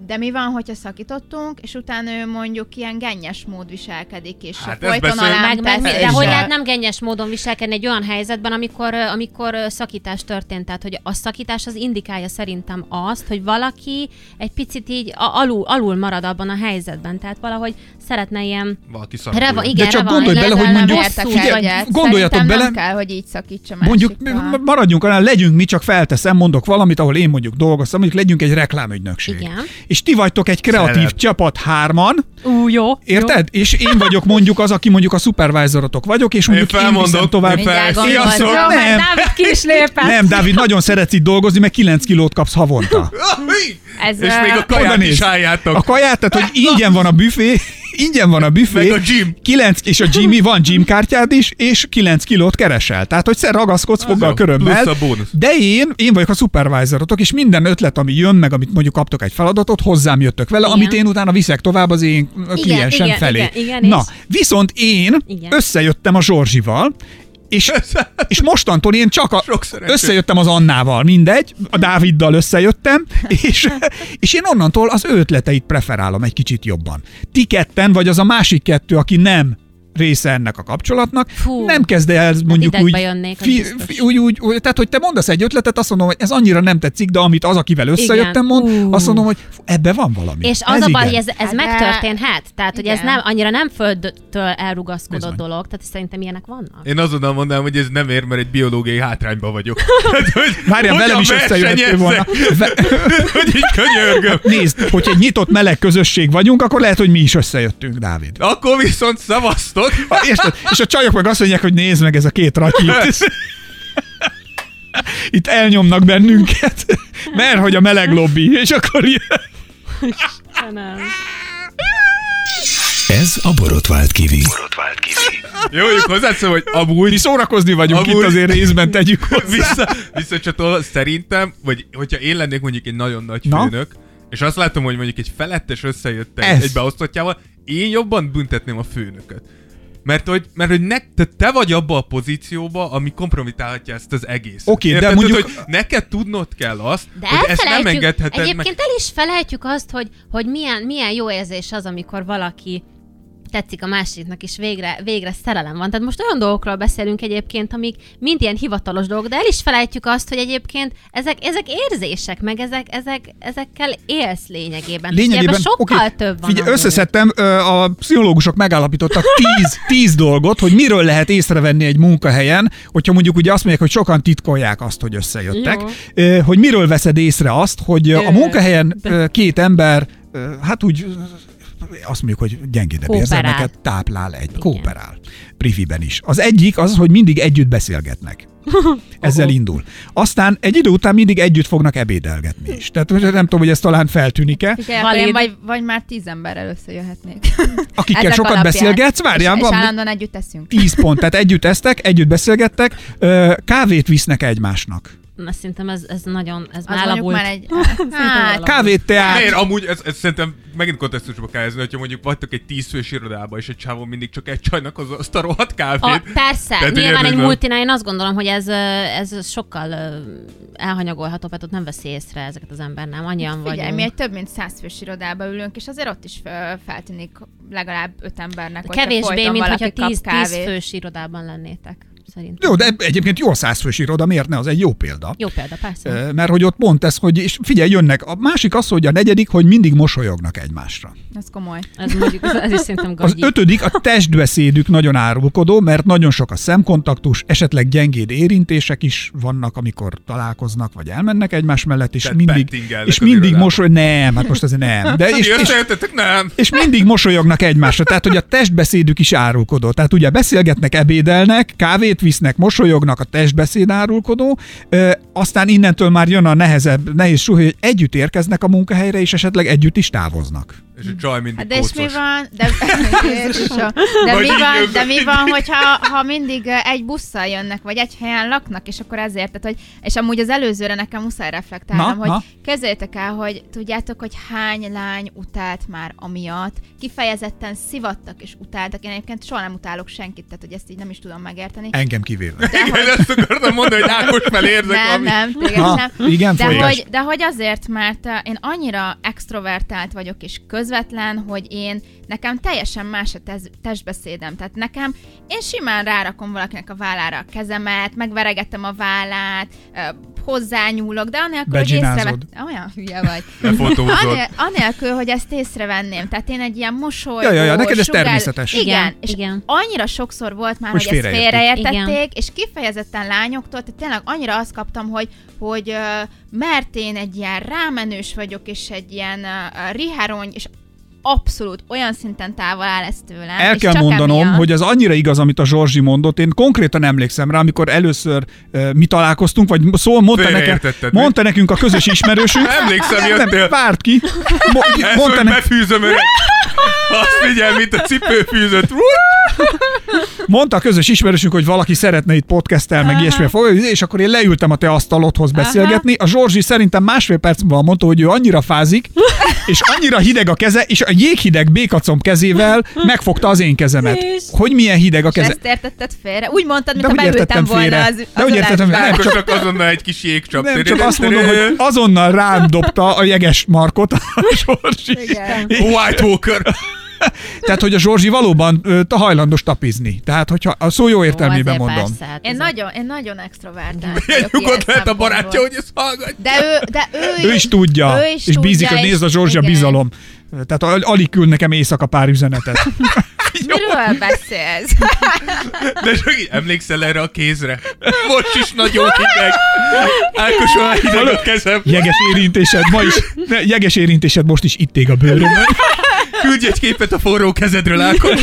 S7: De mi van, hogyha szakítottunk, és utána ő mondjuk ilyen gennyes mód viselkedik, és
S4: Hát
S7: hát
S4: ezt
S7: folyton
S4: beszél-
S7: alám
S6: Meg, meg,
S7: tesz,
S6: de
S7: és-
S6: hogy lehet nem gennyes módon viselkedni egy olyan helyzetben, amikor, ö, amikor ö, szakítás történt. Tehát, hogy a szakítás az indikálja szerintem azt, hogy valaki egy picit így a- alul, alul marad abban a helyzetben. Tehát valahogy szeretne ilyen...
S4: Valaki
S6: Reva,
S4: szakítja.
S6: igen,
S5: csak
S6: reva-
S5: gondolj
S7: Én
S5: bele,
S7: ezzel
S5: hogy
S7: nem
S5: mondjuk-
S7: értek
S5: Figyelj,
S7: el egyet.
S5: gondoljatok
S7: Szerintem
S5: bele-
S7: nem kell, hogy így szakítsa
S5: Mondjuk
S7: másikkal.
S5: m- maradjunk annál, legyünk mi csak felteszem, mondok valamit, ahol én mondjuk dolgoztam, mondjuk legyünk egy reklámügynökség.
S6: Igen.
S5: És ti vagytok egy kreatív
S4: Celeb.
S5: csapat hárman,
S6: Ú, jó.
S5: érted? És én vagyok mondjuk az, aki mondjuk a szupervájzorotok vagyok, és
S4: Én
S5: mondjuk én, én viszem
S4: felmondok,
S5: tovább.
S4: én fel.
S6: Mindjárt
S5: Sziasztok!
S6: gondolod.
S5: Nem.
S6: Dávid ki is lépett.
S5: Nem, Dávid, nagyon szeretsz itt dolgozni, mert 9 kilót kapsz havonta.
S7: Ez,
S4: és még a
S5: Oda
S4: kaját
S5: néz.
S4: is álljátok.
S5: A kaját, tehát hogy ingyen van a büfé, ingyen van a büfé.
S4: Meg a gym.
S5: 9, és a gym, van gym kártyád is, és 9 kilót keresel. Tehát, hogy szer ragaszkodsz foggal
S4: jó.
S5: a körömmel.
S4: Plusz a bónusz.
S5: De én, én vagyok a szupervájzorotok, és minden ötlet, ami jön meg, amit mondjuk kaptok egy feladatot, hozzám jöttök vele,
S6: Igen.
S5: amit én utána viszek tovább az én kliensem
S6: igen,
S5: felé.
S6: igen, igen,
S5: Na,
S6: és-
S5: viszont én
S6: Igen.
S5: összejöttem a Zsorzsival, és, és mostantól én csak a,
S4: Sok szerencsét.
S5: összejöttem az Annával, mindegy, a Dáviddal összejöttem, és, és én onnantól az ő ötleteit preferálom egy kicsit jobban. Ti ketten, vagy az a másik kettő, aki nem része ennek a kapcsolatnak,
S6: Fú,
S5: nem kezd el mondjuk
S6: idegbe
S5: úgy,
S6: jönnék, az biztos.
S5: úgy, úgy, úgy, tehát hogy te mondasz egy ötletet, azt mondom, hogy ez annyira nem tetszik, de amit az, akivel összejöttem, mond,
S6: Ú.
S5: azt mondom, hogy fú, ebbe van valami.
S6: És az
S5: ez
S6: a baj,
S5: igen.
S6: hogy ez, ez
S7: Hát de-
S6: megtörténhet. Tehát, hogy ez
S7: Igen.
S6: nem, annyira nem földtől elrugaszkodott
S5: Bizony.
S6: dolog. Tehát szerintem ilyenek vannak.
S4: Én azonnal mondanám, hogy ez nem ér, mert egy biológiai hátrányban vagyok.
S5: Várjál, velem is összejöttél volna. Ve-
S4: Hogy így könyörgöm.
S5: Nézd, hogy egy nyitott meleg közösség vagyunk, akkor lehet, hogy mi is összejöttünk, Dávid.
S4: Akkor viszont szavaztok.
S5: Érted? És a csajok meg azt mondják, hogy nézd meg ez a két ratyit. itt elnyomnak bennünket, mert hogy a meleg lobby, és akkor jön.
S6: Nem.
S2: Ez a borotvált kivi.
S4: Jó, ők hozzátszom, hogy amúgy
S5: Mi szórakozni vagyunk
S4: Amúgy-
S5: itt, azért részben tegyük hozzá.
S4: vissza, visszacsatolva, szerintem, vagy hogyha én lennék mondjuk egy nagyon nagy
S5: Na?
S4: főnök, és azt látom, hogy mondjuk egy felettes összejött egy,
S5: Ez.
S4: egy beosztottjával, én jobban büntetném a főnököt. Mert hogy, mert hogy ne, te, te vagy abba a pozícióba, ami kompromitálhatja ezt az egész.
S5: Oké, de mondjuk-
S4: hogy neked tudnod kell azt,
S6: De
S4: hogy ezt nem
S6: elfelejtjük,
S4: engedheted
S6: egyébként
S4: meg.
S6: el is felejtjük azt, hogy, hogy milyen, milyen jó érzés az, amikor valaki tetszik a másiknak, és végre, végre szerelem van. Tehát most olyan dolgokról beszélünk egyébként, amik mind ilyen hivatalos dolgok, de el is felejtjük azt, hogy egyébként ezek, ezek érzések, meg ezek, ezek, ezekkel élsz lényegében. És ebben sokkal
S5: oké,
S6: több van.
S5: Figyelj,
S6: amúgy.
S5: összeszedtem, ö, a pszichológusok megállapítottak 10, 10 dolgot, hogy miről lehet észrevenni egy munkahelyen, hogyha mondjuk ugye azt mondják, hogy sokan titkolják azt, hogy összejöttek, Jó. hogy miről veszed észre azt, hogy ö, a
S6: Ö,
S5: munkahelyen ö, két ember, ö, hát úgy ö, azt mondjuk, hogy gyengédebb
S6: Kooperál.
S5: érzelmeket táplál egy, kooperál. Prifiben is. Az egyik az, hogy mindig együtt beszélgetnek. Ezzel indul. Aztán egy idő után mindig együtt fognak ebédelgetni is. Tehát nem tudom, hogy ez talán feltűnik-e.
S7: Figyelj, akkor
S6: Valid.
S7: én vagy, vagy már tíz emberrel összejöhetnék.
S5: Akikkel
S7: Ezek
S5: sokat
S7: alapján.
S5: beszélgetsz, várjál,
S7: és,
S5: van-
S7: és állandóan együtt eszünk.
S5: 10 pont, tehát együtt eztek, együtt beszélgettek, ö, kávét visznek egymásnak.
S6: Na, szerintem ez, ez nagyon, ez
S7: Az
S6: már
S7: mondjuk
S6: elavult.
S7: már egy... Hát,
S5: Kávét,
S4: Miért?
S5: teát,
S4: Amúgy ez, ez szerintem megint kontextusba kell helyezni, hogyha mondjuk vagytok egy tízfős irodába, és egy csávon mindig csak egy csajnak hozza azt a rohadt kávét.
S6: A, persze,
S4: Tehát,
S6: Tehát
S4: hogy
S6: nyilván egy
S4: érdekel.
S6: multinál én azt gondolom, hogy ez, ö, ez sokkal ö, elhanyagolható, mert ott nem veszi észre ezeket az ember, nem? Annyian
S7: Figyelj,
S6: vagyunk.
S7: mi egy több mint százfős irodába ülünk, és azért ott is ö, feltűnik legalább öt embernek, hogyha
S6: Kevésbé,
S7: folyton
S6: mint
S7: valaki
S6: hogyha
S7: kap
S6: 10, 10
S7: kávét.
S6: fős irodában lennétek, szerintem.
S5: jó, de egyébként jó százfős iroda, miért ne? Az egy jó példa.
S6: Jó példa, persze.
S5: Ö, Mert hogy ott pont ez, hogy, és figyelj, jönnek. A másik az, hogy a negyedik, hogy mindig mosolyognak egymásra.
S7: Az komoly.
S6: Ez mondjuk, ez, ez is szerintem
S5: Az
S6: gagyi.
S5: ötödik, a testbeszédük nagyon árulkodó, mert nagyon sok a szemkontaktus, esetleg gyengéd érintések is vannak, amikor találkoznak, vagy elmennek egymás mellett, és
S4: Tehát
S5: mindig,
S4: pettingelnek
S5: és
S4: az
S5: mindig
S4: irodában.
S5: mosoly... Nem, hát most azért nem. De és,
S4: és,
S5: és,
S4: összejöttetek? Nem.
S5: és mindig mosolyognak egymásra, tehát hogy a testbeszédük is árulkodó. Tehát ugye beszélgetnek, ebédelnek, kávét visznek, mosolyognak, a testbeszéd árulkodó, ö, aztán innentől már jön a nehezebb, nehéz súly, hogy együtt érkeznek a munkahelyre, és esetleg együtt is távoznak.
S4: És a csaj mindig
S7: Hát de és mi
S4: kócos.
S7: van, de, Jézusom. de,
S4: Vagy
S7: mi
S4: így
S7: van,
S4: jövök
S7: de mi
S4: mindig.
S7: van, hogyha ha mindig ö, egy busszal jönnek, vagy egy helyen laknak, és akkor ezért, tehát, hogy, és amúgy az előzőre nekem muszáj reflektálnom,
S5: Na,
S7: hogy
S5: na.
S7: kezeljétek el, hogy tudjátok, hogy hány lány utált már amiatt, kifejezetten szivattak és utáltak, én egyébként soha nem utálok senkit, tehát hogy ezt így nem is tudom megérteni.
S5: Engem kivéve.
S4: Igen, ezt akartam mondani, hogy Ákos felé érzek
S7: Nem,
S4: valami.
S7: nem, téged
S5: Na,
S7: sem.
S5: igen,
S7: de
S5: folytasd.
S7: hogy, de hogy azért, mert uh, én annyira extrovertált vagyok és közvetlen, hogy én, nekem teljesen más a tez, testbeszédem. Tehát nekem, én simán rárakom valakinek a vállára a kezemet, megveregetem a vállát, uh, hozzányúlok, de anélkül, hogy észreve...
S5: Begynázod.
S7: Olyan hülye vagy.
S4: Lefotózod.
S7: Anél, anélkül, hogy ezt észrevenném. Tehát én egy ilyen mosolygó,
S5: Ja, ja, ja, neked ez
S7: sugár-
S5: természetes.
S7: Igen,
S6: Igen,
S7: igen, és
S6: igen.
S7: igen. annyira sokszor volt már,
S5: Hogy
S7: hogy, hogy ezt
S5: félreértik.
S7: félreértették,
S6: Igen.
S7: és kifejezetten lányoktól, tehát tényleg annyira azt kaptam, hogy, hogy ö, mert én egy ilyen rámenős vagyok, és egy ilyen uh, riharony, és abszolút olyan szinten távol áll ez tőlem.
S5: El
S7: és
S5: kell
S7: csak
S5: mondanom,
S7: emiatt.
S5: hogy az annyira igaz, amit a Zsorzsi mondott. Én konkrétan emlékszem rá, amikor először uh, mi találkoztunk, vagy szól, mondta, nekem,
S4: Félreértetted, mi?
S5: mondta nekünk a közös ismerősünk.
S4: Emlékszem,
S5: Nem,
S4: jöttél.
S5: várt ki. Mo-
S4: Ezt,
S5: mondta
S4: hogy
S5: ne-
S4: befűzöm öreg. Azt figyel, mint a cipőfűzött.
S5: mondta a közös ismerősünk, hogy valaki szeretne itt podcasttel, meg ilyesmi foglalkozni, és akkor én leültem a te asztalodhoz beszélgetni. A Zsorzsi szerintem másfél perc múlva mondta, hogy ő annyira fázik, és annyira hideg a keze, és a jéghideg békacom kezével megfogta az én kezemet. Hogy milyen hideg a
S7: És
S5: keze.
S7: ezt értetted félre? Úgy mondtad,
S5: De
S7: mintha
S5: hogy
S7: beültem
S5: értettem
S7: volna
S5: félre.
S7: az, az
S5: De hogy értettem
S7: adásba.
S5: félre. Nem,
S4: Ákos
S5: csak-
S4: csak azonnal egy kis jégcsap.
S5: Nem, csak azt mondom, hogy azonnal rám dobta a jeges markot a Zsorzsi.
S7: Igen.
S4: White Walker.
S5: Tehát, hogy a Zsorzsi valóban ö, ta- hajlandos tapizni. Tehát, hogyha a szó jó értelmében
S6: Azért
S5: mondom.
S6: persze, hát
S7: Én
S6: ez-
S7: nagyon, én nagyon extrovertált
S4: Ilyen
S7: vagyok ilyen
S4: nyugodt lehet a barátja,
S7: szempontból.
S4: hogy ezt hallgatja.
S7: De ő, de ő,
S5: Ő is tudja,
S7: ő is
S5: és bízik,
S7: tudja,
S5: hogy
S7: és-
S5: nézd a Zsorzsi a
S7: igen.
S5: bizalom. Tehát al- alig küld nekem éjszaka pár üzenetet.
S7: Miről beszélsz?
S4: De csak így emlékszel erre a kézre? Most is nagyon hideg. Ákos olyan hideg a kezem.
S5: Jeges érintésed ma is, ne, jeges érintésed most is itt ég a bőrömön.
S4: Küldj egy képet a forró kezedről, Ákos.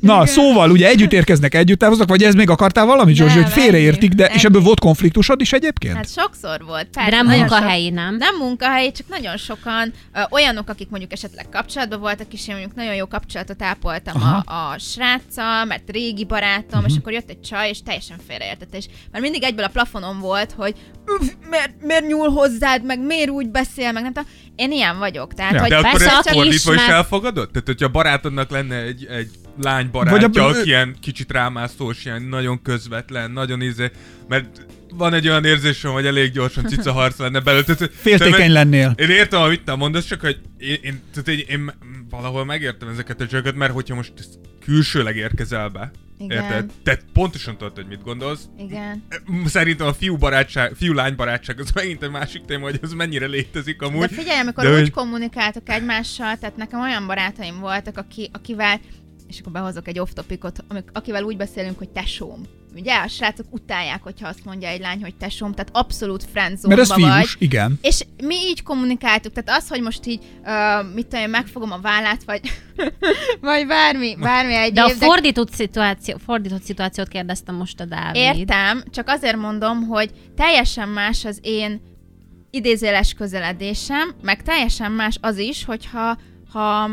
S5: Na, szóval ugye együtt érkeznek, együtt távoznak, vagy ez még akartál valamit, Zsuzsi,
S7: Nem,
S5: hogy félreértik, de
S7: ennyi.
S5: és ebből volt konfliktusod is egyébként?
S7: Hát sokszor volt,
S6: De
S7: persze.
S6: nem
S7: nagyon sok-
S6: munkahelyi, nem?
S7: Nem munkahelyi, csak nagyon sokan ö, olyanok, akik mondjuk esetleg kapcsolatban voltak, és én mondjuk nagyon jó kapcsolatot ápoltam a, a sráccal, mert régi barátom,
S5: Mhm.
S7: és akkor jött egy csaj, és teljesen félreértett, és mert mindig egyből a plafonon volt, hogy "Üff, miért, miért nyúl hozzád, meg miért úgy beszél, meg nem tudom. Én ilyen vagyok, tehát,
S5: Ja.
S7: hogy
S4: De akkor
S6: Persze,
S4: ezt
S6: aki
S4: fordítva is
S6: ismer.
S4: elfogadod? Tehát, hogyha barátodnak lenne egy, egy lány barátja,
S5: Vagy a-
S4: aki ilyen kicsit rámászós, ilyen nagyon közvetlen, nagyon izé, mert van egy olyan érzésem, hogy elég gyorsan cica harc lenne belőle. Tehát,
S5: Féltékeny
S4: tehát-
S5: lennél.
S4: Én értem, amit te mondasz, csak hogy én, én, tehát én, én valahol megértem ezeket a csöket, mert hogyha most ezt külsőleg érkezel be,
S7: Igen.
S4: érted? Te pontosan tudod, hogy mit gondolsz.
S7: Igen.
S4: Szerintem a fiú barátság, fiú lány barátság az megint egy másik téma, hogy ez mennyire létezik amúgy.
S7: De figyelj, amikor
S4: De
S7: úgy
S4: hogy-
S7: kommunikáltak egymással, tehát nekem olyan barátaim voltak, aki, akivel, és akkor behozok egy off-topicot, amik- akivel úgy beszélünk, hogy tesóm. Ugye a srácok utálják, hogyha azt mondja egy lány, hogy tesóm, tehát abszolút friendzone
S5: Mert ez
S7: szóval vagy.
S5: fiús, igen.
S7: És mi így kommunikáltuk, tehát az, hogy most így, uh, mit tudom én, megfogom a vállát, vagy, vagy bármi, bármi egy
S6: De a
S7: év,
S6: fordított, szituáció, fordított szituációt kérdeztem most a Dávid.
S7: Értem, csak azért mondom, hogy teljesen más az én idézéles közeledésem, meg teljesen más az is, hogyha ha,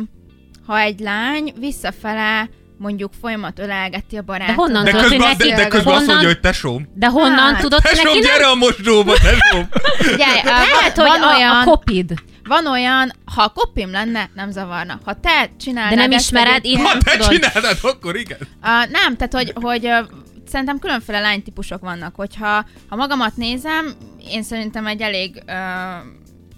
S7: ha egy lány visszafele mondjuk folyamat ölelgeti a
S6: De
S7: barátot.
S6: honnan
S4: De
S6: tudod, hogy
S4: közben,
S6: neki...
S4: de, de közben azt
S6: honnan,
S4: mondja, hogy tesóm.
S6: de honnan
S7: Hát,
S6: tudod, hogy
S4: Tesóm,
S6: neki
S4: gyere
S6: nem?
S4: a mosdóba, tesóm!
S7: Ugye,
S6: Lehet,
S7: van,
S6: hogy
S7: van,
S6: a,
S7: olyan,
S6: a kopid,
S7: van olyan, ha a kopim lenne, nem zavarna. Ha te csinálnád
S6: de nem
S7: ezt
S6: ismered, így
S7: egyébként-
S4: Ha
S6: nem
S4: te
S6: tudod.
S4: csinálnád, akkor igen.
S7: A, nem, tehát hogy, hogy ö, szerintem különféle lánytípusok vannak, hogyha ha magamat nézem, én szerintem egy elég, ö,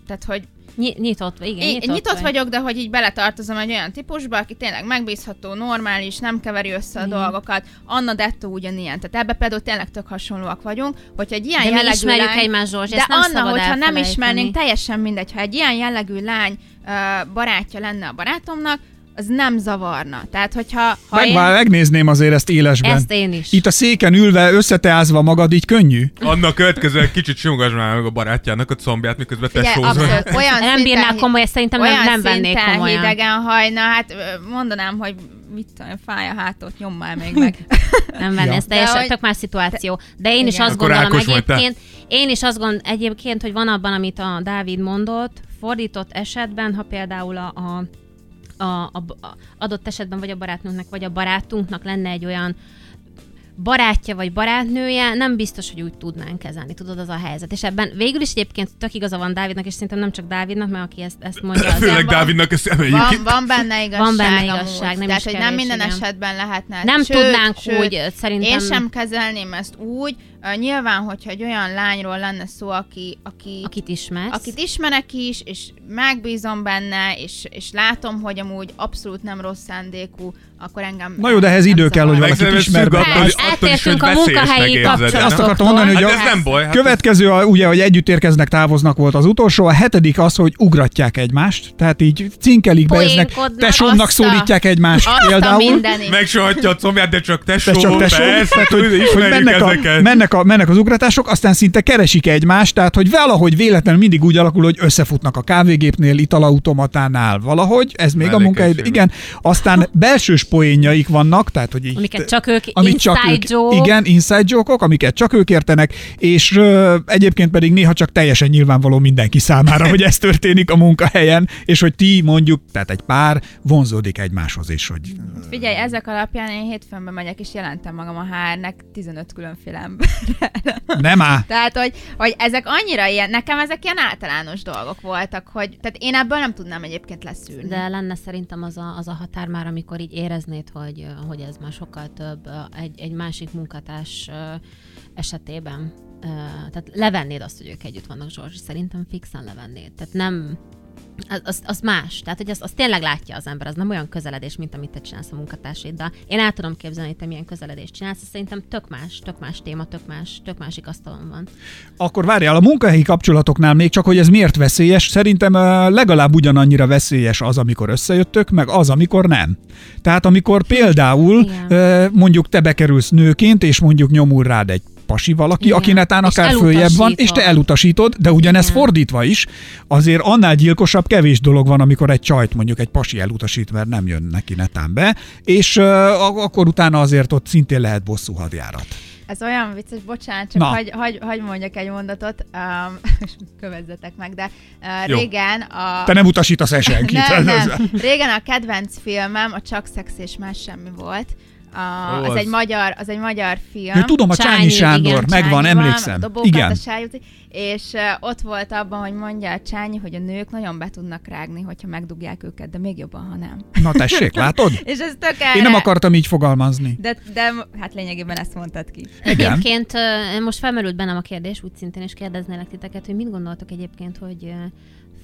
S7: tehát hogy
S6: Nyi- Nyitott, igen,
S7: Én
S6: nyitott,
S7: nyitott, nyitott vagyok, de hogy így beletartozom egy olyan típusba, aki tényleg megbízható, normális, nem keveri össze a dolgokat. Anna Detto ugyanilyen. Tehát ebbe például tényleg tök hasonlóak vagyunk. Hogyha egy ilyen
S6: De mi
S7: jellegű
S6: ismerjük
S7: lány,
S6: egymást, Zsorzs,
S7: de
S6: ezt nem
S7: Anna,
S6: szabad
S7: hogyha nem
S6: elfelejteni.
S7: ismernénk, teljesen mindegy. Ha egy ilyen jellegű lány ö, barátja lenne a barátomnak, az nem zavarna. Tehát, hogyha ha
S5: Meg,
S7: én...
S5: én... Megnézném azért ezt élesben.
S6: Ezt én is.
S5: Itt a széken ülve, összeteázva magad, így könnyű.
S4: Annak következően kicsit simogasd már meg a barátjának a combját, miközben
S7: Ugye,
S4: tesózol.
S7: abszolút, olyan
S6: Nem
S7: szinten
S6: bírnák
S7: hi-
S6: komolyan, szerintem nem-
S7: olyan
S6: nem vennék
S7: szinten
S6: komolyan.
S7: hidegen hajna, hát ö, mondanám, hogy mit tudom, én, fáj a hátot, nyom már még meg.
S6: Nem venni,
S5: Ja.
S6: ez
S7: De
S6: teljesen
S7: hogy-
S6: tök más szituáció. De én is
S7: Igen.
S6: azt
S4: Akkor
S6: gondolom
S4: Ákos vagy te.
S6: egyébként, én is azt gondolom egyébként, hogy van abban, amit a Dávid mondott, fordított esetben, ha például a, a a, a, a adott esetben vagy a barátnőnknek, vagy a barátunknak lenne egy olyan barátja vagy barátnője, nem biztos, hogy úgy tudnánk kezelni, tudod, az a helyzet. És ebben végül is egyébként tök igaza van Dávidnak, és szerintem nem csak Dávidnak, mert aki ezt, ezt mondja, az
S4: Főleg
S7: van-
S4: Dávidnak ezt emeljük
S7: Van,
S4: itt.
S7: van benne igazság.
S6: Van benne
S7: amúgy.
S6: igazság, nem
S7: Tehát,
S6: is
S7: hogy
S6: kevés,
S7: nem minden
S6: igen.
S7: esetben lehetne.
S6: Nem
S7: sőt,
S6: tudnánk
S7: sőt,
S6: úgy, ö, szerintem-
S7: Én sem kezelném ezt úgy. Ö, Nyilván, hogyha egy olyan lányról lenne szó, aki, aki,
S6: akit ismersz.
S7: akit ismerek is, és megbízom benne, és, és látom, hogy amúgy abszolút nem rossz szándékú, akkor engem...
S5: Na jó, de ehhez
S7: nem
S5: idő kell,
S7: zavar.
S5: hogy
S4: Meg
S5: valakit
S4: szerintem
S5: ismer
S4: függ
S5: be.
S4: attól is-
S6: Hát,
S4: attól is, hogy
S6: eltértünk a
S4: veszélyesnek
S6: munkahelyi
S4: érzed, nem?
S6: kapcsolatoktól.
S5: Azt akartam mondani, hogy
S4: Hát
S5: a
S4: ez nem baj. Hát
S5: következő, a, ugye, hogy együtt érkeznek, távoznak volt az utolsó, a hetedik az, hogy ugratják egymást, tehát így cinkelik, beeznek,
S6: Poénkodnak,
S5: tesómnak
S7: azt a-
S5: szólítják egymást
S7: Azt a
S5: például.
S7: mindenit.
S4: Megsohatja a combját, de csak tesó,
S5: De csak tesó,
S4: persze,
S5: tehát,
S4: hogy
S5: hogy, hogy
S4: ismerjük
S5: mennek, a,
S4: ezeket.
S5: mennek, a, mennek az ugratások, aztán szinte keresik egymást, tehát hogy valahogy véletlenül mindig úgy alakul, hogy összefutnak a kávégépnél, italautomatánál, valahogy, ez még a munkaid,
S4: Mellékességben.
S5: igen, aztán belsős poénjaik vannak, tehát hogy így,
S6: Amiket csak ők, inside
S5: ők,
S6: joke.
S5: igen, inside joke amiket csak ők értenek, és ö, egyébként pedig néha csak teljesen nyilvánvaló mindenki számára, hogy ez történik a munkahelyen, és hogy ti mondjuk, tehát egy pár vonzódik egymáshoz is, hogy
S7: Figyelj, ezek alapján én hétfőn bemegyek, és jelentem magam a HR-nek 15 különféle emberre.
S5: nem á,
S7: Tehát, hogy, hogy ezek annyira ilyen, nekem ezek ilyen általános dolgok voltak, hogy tehát én ebből nem tudnám egyébként leszűrni.
S6: De lenne szerintem az a, az a határ már, amikor így éreznéd, hogy, ö, hogy ez már sokkal több ö, egy, egy másik munkatárs ö, esetében. Ö, Tehát levennéd azt, hogy ők együtt vannak, Zsorzs, szerintem fixen levennéd. Tehát nem, az, az, az más. Tehát, hogy azt, azt tényleg látja az ember, az nem olyan közeledés, mint amit te csinálsz a munkatársaiddal. Én el tudom képzelni, hogy te milyen közeledést csinálsz, ez szerintem tök más, tök más téma, tök más, tök másik asztalon van.
S5: Akkor várjál, a munkahelyi kapcsolatoknál még csak, hogy ez miért veszélyes, szerintem ö, legalább ugyanannyira veszélyes az, amikor összejöttök, meg az, amikor nem. Tehát amikor például
S6: Hm. Igen.
S5: ö, mondjuk te bekerülsz nőként, és mondjuk nyomul rád egy pasi valaki,
S6: Igen.
S5: Igen. aki netán
S6: És
S5: akár följebb van, és
S6: elutasítod.
S5: te elutasítod, de ugyanez
S6: Igen.
S5: fordítva is, azért annál gyilkosabb kevés dolog van, amikor egy csajt mondjuk egy pasi elutasít, mert nem jön neki netán be, és uh, akkor utána azért ott szintén lehet bosszú hadjárat.
S7: Ez olyan vicces, bocsánat, csak
S5: Na.
S7: hagy, hagy, hagy, mondjak egy mondatot, um, és kövezzetek meg, de uh,
S4: Jó.
S7: régen a...
S5: Te nem utasítasz el senkit.
S7: nem,
S5: Ez-
S7: nem. Régen a kedvenc filmem a Csak szex és más semmi volt. A,
S4: Ó,
S7: az,
S4: az-
S7: egy magyar, az egy magyar film.
S5: Ja, tudom, a Csányi,
S6: Csányi,
S5: Sándor,
S6: igen,
S5: megvan,
S7: Csányi van,
S5: emlékszem.
S7: A dobókat,
S5: igen.
S7: a sájút, és eh, ott volt abban, hogy mondja a Csányi, hogy a nők nagyon be tudnak rágni, hogyha megdugják őket, de még jobban, ha nem.
S5: Na tessék, látod?
S7: És ez tök erre.
S5: Én nem akartam így fogalmazni.
S7: De, de hát lényegében ezt mondtad ki.
S5: Igen.
S6: Egyébként ö, most felmerült bennem a kérdés, úgy szintén is kérdeznélek titeket, hogy mit gondoltok egyébként, hogy ö,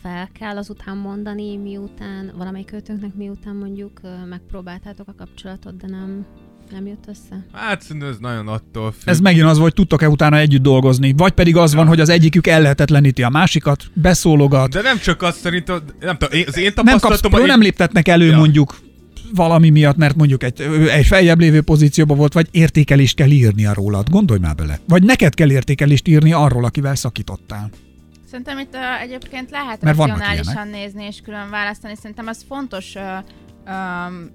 S6: fel kell azután mondani, miután, valamelyik kötőnknek miután mondjuk ö, megpróbáltátok a kapcsolatot, de nem, nem jött össze?
S4: Hát szerintem ez nagyon attól függ.
S5: Ez megint az volt, tudtok-e utána együtt dolgozni. Vagy pedig az van, hogy az egyikük ellehetetleníti a másikat, beszólogat,
S4: De nem csak azt szerintem, nem tudom, én- az én
S5: nem, kapsz,
S4: tapasztalatom...
S5: ő nem léptetnek elő ja.
S4: Ja.
S5: mondjuk valami miatt, mert mondjuk egy, ő egy feljebb lévő pozícióban volt, vagy értékelést kell írnia rólad. Gondolj már bele. Vagy neked kell értékelést írni arról, akivel szakítottál.
S7: Szerintem itt uh, egyébként lehet
S5: Mert
S7: Mert
S5: vannak
S7: racionálisan nézni és külön választani. Szerintem az fontos uh, um,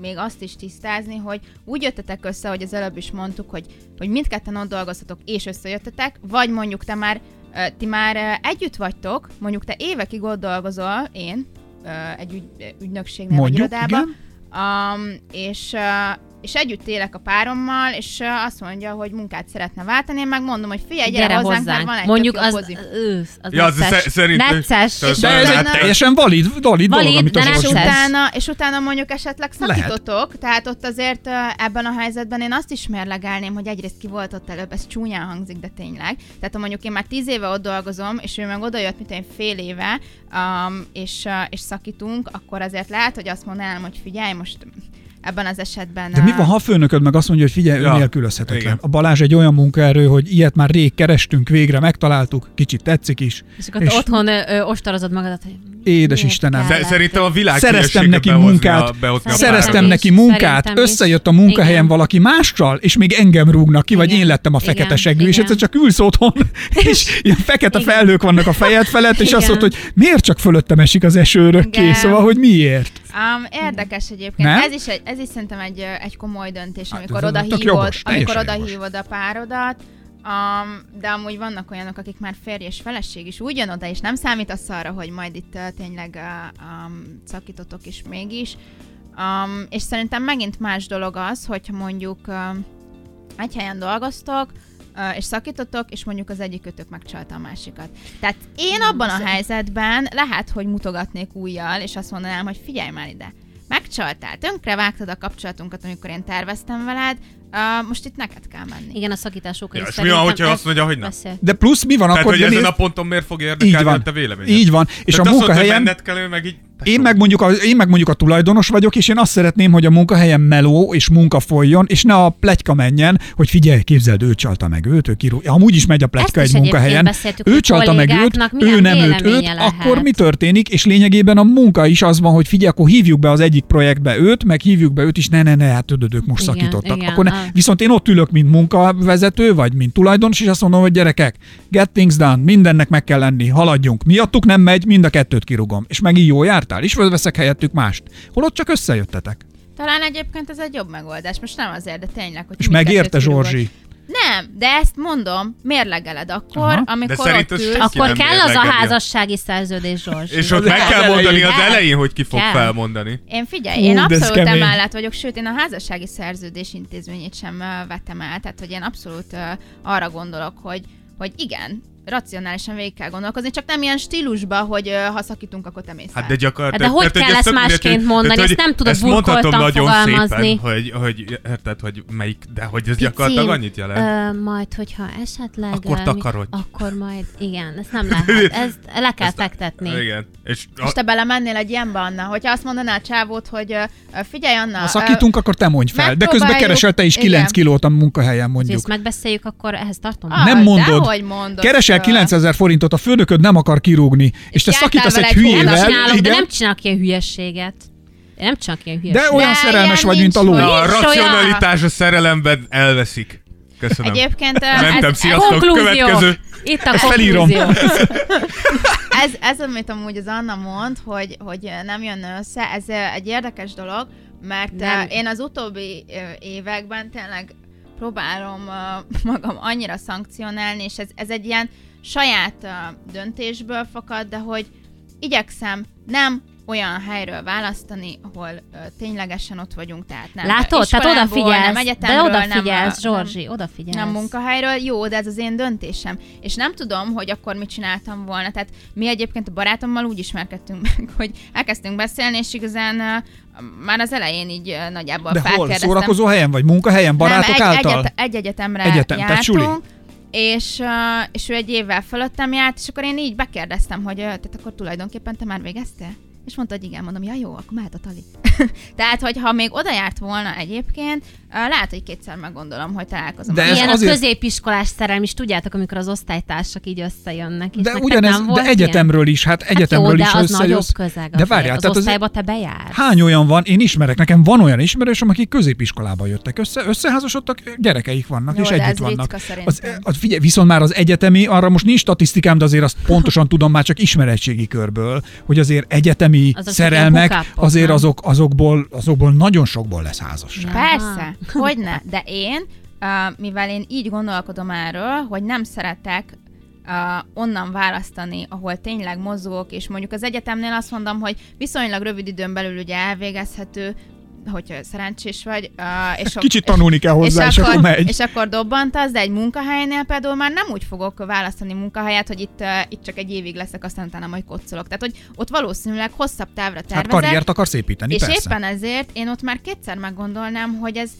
S7: még azt is tisztázni, hogy úgy jöttetek össze, hogy az előbb is mondtuk, hogy, hogy mindketten ott dolgoztatok és összejöttetek, vagy mondjuk te már, uh, ti már uh, együtt vagytok, mondjuk te évekig ott dolgozol, én, uh, egy ügy, ügynökségnél
S5: Mondjuk,
S7: vagy irodában,
S5: igen.
S7: Um, és, uh, és együtt élek a párommal, és uh, azt mondja, hogy munkát szeretne váltani, én meg mondom, hogy figyelj, gyere, hozzánk, mert van egy
S6: Mondjuk
S7: tök jó
S6: az,
S7: pozíció.
S6: ő, az
S4: Ja, az
S6: necces.
S4: sze- szerintem-
S6: necces.
S4: És
S5: De ez egy
S7: utána-
S5: teljesen valid, valid, dolog,
S6: Valid,
S5: amit
S6: de
S5: az
S6: nem
S7: és
S5: Orsi
S6: Persze.
S5: mond.
S7: utána, és utána mondjuk esetleg
S5: Lehet.
S7: szakítotok, tehát ott azért ö, ebben a helyzetben én azt is mérlegelném, hogy egyrészt ki volt ott előbb, ez csúnyán hangzik, de tényleg. Tehát ha mondjuk én már tíz éve ott dolgozom, és ő meg oda jött, mint én fél éve, um, és, uh, és szakítunk, akkor azért lehet, hogy azt mondanám, hogy figyelj, most ebben az esetben...
S5: De mi
S7: ö,
S5: van, ha a főnököd meg azt mondja, hogy figyelj, ja.
S4: Ja.
S5: nélkülözhetetlen.
S4: Igen.
S5: A Balázs egy olyan munkaerő, hogy ilyet már rég kerestünk, végre megtaláltuk, kicsit tetszik is.
S6: És akkor te otthon ö, ö, ostorozod magadat, hogy
S5: Édes
S6: miért
S5: Istenem.
S6: kell
S4: Sze- szerintem a világ
S5: Szereztem
S4: hülyesége
S5: neki
S4: behozni
S5: munkát,
S4: a- behozni a
S6: Szerintem
S5: Szereztem
S4: páromot.
S6: is,
S5: neki munkát,
S6: szerintem is.
S5: összejött a munkahelyen
S6: Igen.
S5: valaki mással, és még engem rúgnak ki, vagy
S6: Igen.
S5: én lettem a
S6: Igen.
S5: fekete segű, és
S6: Igen.
S5: egyszer csak ülsz otthon, és ilyen fekete
S6: Igen.
S5: felhők vannak a fejed felett, és
S6: Igen.
S5: azt mondod, hogy miért csak fölöttem esik az eső örökké,
S7: Igen.
S5: szóval, hogy miért?
S7: Um, érdekes egyébként.
S5: Nem?
S7: Nem? Ez is, egy, ez is szerintem egy, ö, egy komoly döntés,
S5: Hát,
S7: amikor
S5: ez- ez
S7: oda
S5: tök
S7: hívod,
S5: jogos,
S7: amikor
S5: teljesen
S7: oda
S5: jogos.
S7: hívod a párodat, um, de amúgy vannak olyanok, akik már férj és feleség is úgy jön oda, és nem számítasz arra, hogy majd itt ö, tényleg uh, um, szakítotok is mégis. Um, és szerintem megint más dolog az, hogyha mondjuk um, egy helyen dolgoztok, ö, és szakítotok, és mondjuk az egyik kötök megcsalta a másikat. Tehát én abban a helyzetben lehet, hogy mutogatnék újjal, és azt mondanám, hogy figyelj már ide, megcsaltál, tönkrevágtad a kapcsolatunkat, amikor én terveztem veled, uh, most itt neked kell menni.
S6: Igen, a szakításokkal
S4: Ja,
S6: is
S4: és mi van,
S6: szerintem
S4: hogyha
S6: ez-
S4: azt mondja, hogy nem?
S6: beszél.
S5: De plusz mi van
S4: Tehát,
S5: akkor,
S4: hogy
S5: de
S4: ezen
S5: nézd-
S4: a ponton miért fog
S5: így
S4: érdekelni a
S5: van,
S4: te véleményed?
S5: így van, és
S4: Tehát
S5: a
S4: azt mondod, hogy
S5: munkahelyen...
S4: menned kell, ő meg így...
S5: Én meg, mondjuk a, én meg mondjuk a tulajdonos vagyok, és én azt szeretném, hogy a munkahelyen meló és munka folyjon, és ne a plegyka menjen, hogy figyelj, képzeld, ő csalta meg őt, ő kirú... Amúgy is megy a plegyka
S6: Ezt is
S5: egy munkahelyen.
S6: egyébként beszéltük,
S5: Ő
S6: hogy
S5: csalta meg őt,
S6: kollégáknak milyen
S5: ő nem őt, őt,
S6: véleménye lehet.
S5: akkor mi történik? És lényegében a munka is az van, hogy figyelj, akkor hívjuk be az egyik projektbe őt, meg hívjuk be őt is, ne, ne, ne, hát tudod, ők most
S6: Igen,
S5: szakítottak.
S6: igen,
S5: akkor ne.
S6: ah.
S5: Viszont én ott ülök, mint munkavezető, vagy mint tulajdonos, és azt mondom, hogy gyerekek, get things done, mindennek meg kell lenni, haladjunk. Miattuk nem megy, mind a kettőt kirúgom. És megint jól jártál, és veszek helyettük mást. Holott csak összejöttetek.
S7: Talán egyébként ez egy jobb megoldás, most nem azért, de tényleg, hogy
S5: És
S7: mindkettőt
S5: megérte
S7: kirúgod.
S5: Zsorzsi.
S7: Nem, de ezt mondom, mérlegeled akkor,
S5: Aha.
S7: Aha.
S5: De
S7: amikor ott
S4: szerinted
S7: ülsz.
S4: senki
S6: Akkor
S4: nem
S6: kell az a
S4: mérlegelje.
S6: házassági szerződés, Zsors.
S4: És ott meg kell mondani az elején, hogy ki fog
S6: Kell.
S4: felmondani.
S7: Én figyelj,
S5: Fú,
S7: én
S5: de ez
S7: abszolút
S5: kemény.
S7: emellett vagyok, sőt, én a házassági szerződés intézményét sem ö, vettem el, tehát hogy én abszolút ö, arra gondolok, hogy, hogy igen, racionálisan végig kell gondolkozni, csak nem ilyen stílusba, hogy ö, ha szakítunk, akkor te mész
S4: Hát
S7: el.
S4: de gyakorlatilag...
S6: Hát de hogy
S4: tehát,
S6: kell
S4: ez
S6: ezt
S4: tök mindegy,
S6: másként
S4: hogy-
S6: mondani?
S4: tehát,
S6: Ezt
S4: hogy
S6: nem tudod
S4: ezt mondhatom
S6: burkoltan
S4: nagyon
S6: fogalmazni.
S4: szépen, hogy, hogy, érted, hogy melyik, de hogy ez gyakorlatilag annyit jelent. Hát
S6: Ö, majd, hogyha esetleg...
S4: Akkor
S6: ö,
S4: takarodj.
S6: Akkor majd, igen, ezt nem lehet. Hát Ezt le kell
S4: Ezt-
S6: fektetni.
S4: Igen. És a-
S7: És te belemennél egy ilyenbe, Anna, hogyha azt mondaná a csávót, hogy ö, ö, figyelj, Anna,
S5: Ha
S7: ö,
S5: szakítunk, akkor te mondj fel. De közben
S7: megpróbáljuk-
S5: keresel te is 9
S7: igen.
S5: kilót a munkahelyen,
S6: Ha
S5: mondjuk.
S6: ezt megbeszéljük, akkor ehhez tartom.
S7: Ah,
S5: nem mondod.
S7: dehogy mondod.
S5: Keresel
S7: Ö,
S5: 9000 forintot, a főnököd nem akar kirúgni, és te
S7: jártál
S5: szakítasz
S7: vele
S5: egy
S7: egy hónapot.
S5: hülyével.
S6: csinálok, de
S5: igen.
S6: nem csinálok ilyen hülyességet. Én nem csinálok ilyen
S5: De
S6: hülyességet.
S5: olyan
S7: De
S5: szerelmes
S7: ilyen
S5: vagy, mint a
S7: nincs,
S5: ló.
S7: hogy-
S4: a
S7: Nincs
S4: racionalitás a szerelemben elveszik. Köszönöm.
S7: Egyébként ö,
S4: Mentem,
S7: ez,
S4: sziasztok, következő.
S6: Itt a
S5: Ezt
S6: konklúzió.
S5: felírom.
S7: ez, ez, amit amúgy az Anna mond, hogy, hogy nem jön össze, ez ö, egy érdekes dolog, mert
S6: Nem.
S7: nem. én az utóbbi ö, években tényleg próbálom ö, magam annyira szankcionálni, és ez, ez egy ilyen saját ö, döntésből fakad, de hogy igyekszem nem olyan helyről választani, ahol ö, ténylegesen ott vagyunk, tehát nem
S6: Látod? Tehát
S7: iskolából, nem
S6: odafigyelsz. De
S7: egyetemről, nem,
S6: odafigyelsz,
S7: ö, nem-
S6: Zsorzsi, odafigyelsz.
S7: nem munkahelyről, jó, de ez az én döntésem. És nem tudom, hogy akkor mit csináltam volna. Tehát mi egyébként a barátommal úgy ismerkedtünk meg, hogy elkezdtünk beszélni, és igazán uh, már az elején így uh, nagyjából
S5: De hol?
S7: felkérdeztem.
S5: Szórakozó helyen vagy munkahelyen, barátok
S7: nem, egy,
S5: által?
S7: Egyet, egy egyetemre
S5: Egyetem, tehát suli.
S7: jártunk, és, uh, és ő egy évvel fölöttem járt, és akkor én így bekérdeztem, hogy uh, tehát akkor tulajdonképpen te már végeztél? És mondta, hogy igen, mondom, ja jó, akkor mehet a tali. tehát, hogy ha még oda járt volna egyébként, uh, lehet, hogy kétszer meggondolom, hogy találkozom.
S5: De
S7: a
S5: ez
S6: Ilyen
S5: azért-
S6: a középiskolás szerelem is, tudjátok, amikor az osztálytársak így összejönnek. És
S5: De
S6: nektek
S5: ugyanez,
S6: nem
S5: de
S6: volt
S5: egyetemről is, hát
S6: ilyen?
S5: egyetemről
S6: hát jó,
S5: is
S6: de az
S5: összejössz.
S6: nagyobb közeg.
S5: De
S6: azért.
S5: várjál,
S6: az
S5: tehát az,
S6: osztályba te bejársz.
S5: hány olyan van, én ismerek, nekem van olyan ismerősöm, akik középiskolában jöttek össze, összeházasodtak, gyerekeik vannak,
S7: Jó,
S5: és
S7: de
S5: együtt
S7: ez
S5: vannak.
S7: ritka szerintem.
S5: Az, az, figyelj, viszont már az egyetemi, arra most nincs statisztikám, de azért azt pontosan tudom már csak ismeretségi körből, hogy azért egyetemi
S6: Azok csak ilyen
S5: szerelmek,
S6: hookup-ok,
S5: azért
S6: nem?
S5: azok, azokból, azokból nagyon sokból lesz házasság.
S7: Persze, hogyne, de én, uh, mivel én így gondolkodom erről, hogy nem szeretek uh, onnan választani, ahol tényleg mozgok, és mondjuk az egyetemnél azt mondom, hogy viszonylag rövid időn belül ugye elvégezhető, hogyha szerencsés vagy. Uh, és
S5: Hát Kicsit tanulni kell hozzá, és akkor megy.
S7: És akkor dobbantasz, de egy munkahelynél például már nem úgy fogok választani munkahelyet, hogy itt, uh, itt csak egy évig leszek, aztán utána majd kocolok. Tehát, hogy ott valószínűleg hosszabb távra
S5: Hát
S7: tervezek.
S5: karriert akarsz építeni,
S7: És
S5: persze.
S7: éppen ezért én ott már kétszer meggondolnám, hogy ez,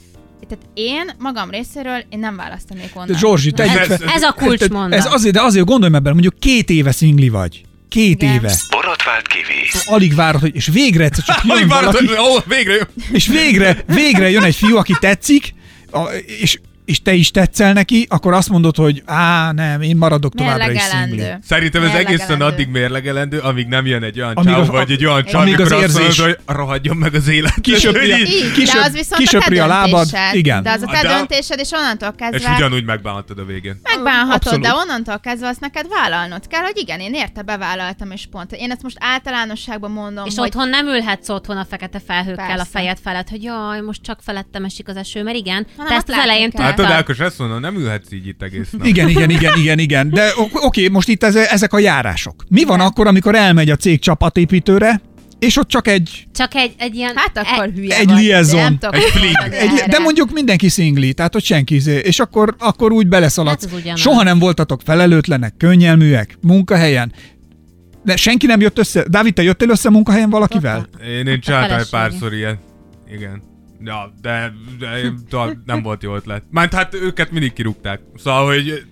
S7: tehát én magam részéről én nem választanék onnan.
S5: De Zsorzsi, te
S4: Ez-
S5: egyet-
S6: ez a kulcsmondat.
S5: Ez azért, de azért gondolj ebben, mondjuk két éve szingli vagy. Két
S7: Igen.
S5: éve.
S2: Borotvált Kivi.
S5: Alig várod, hogy, és végre egyszer csak jön
S4: Alig várat,
S5: valaki,
S4: hogy ó, végre jó.
S5: és végre, végre jön egy fiú, aki tetszik, a, és, és te is tetszel neki, akkor azt mondod, hogy á, nem, én maradok továbbra is szingli.
S7: Mérlegelendő.
S4: Szerintem ez
S7: Mérlegelendő.
S4: egészen addig mérlegelendő, amíg nem jön egy olyan
S5: Amíg
S4: csáó,
S5: az-
S4: vagy egy olyan csaj,
S5: amíg az
S4: amikor azt mondod,
S5: érzés-
S4: hogy rohadjon meg az élet.
S5: Kisöpri a-
S4: Így. Ah,
S7: Így,
S5: Kisöp-
S7: de az viszont
S5: kisöpri
S7: a,
S5: a
S7: te
S5: lábad,
S7: döntésed.
S5: igen.
S7: De az a te
S4: De-
S7: döntésed, és onnantól
S4: És
S7: kezdve...
S4: ugyanúgy megbántad a végén.
S7: Megbánhatod,
S5: Abszolút.
S7: de onnantól kezdve azt neked vállalnod kell, hogy igen, én érte bevállaltam, és pont. Én ezt most általánosságban mondom,
S6: És
S7: hogy
S6: otthon nem ülhetsz otthon a fekete felhőkkel
S7: Persze.
S6: a fejed felett, hogy jaj, most csak felettem esik az eső, mert igen,
S7: Hanem
S6: te ezt
S7: azt
S6: az
S7: látni
S6: elején
S7: kell.
S4: Hát
S6: tudtad.
S4: tudod, Ákos, ezt mondom, nem ülhetsz így itt egész nap.
S5: Igen, igen, igen, igen, igen. De o- oké, most itt ez, ezek a járások. Mi van akkor, amikor elmegy a cég csapatépítőre, és ott csak egy,
S6: Csak egy, egy ilyen...
S7: hát akkor
S6: e-
S7: hülye
S5: egy
S7: vagy. de
S5: liaison.
S7: nem tudok
S4: Egy
S7: mit
S4: fling.
S7: mondani
S5: egy
S7: erre.
S5: de mondjuk mindenki szingli, tehát hogy senki, izé- és akkor, akkor úgy beleszaladsz.
S6: Hát ez ugyanaz.
S5: Soha nem voltatok felelőtlenek, könnyelműek, munkahelyen. De senki nem jött össze. Dávid, te jöttél össze munkahelyen valakivel?
S4: Én, én
S6: A
S4: csináltam egy
S6: felesége.
S4: párszor ilyen. Igen. Ja, de, de, de nem volt jó ötlet. Mert hát őket mindig kirúgták. Szóval, hogy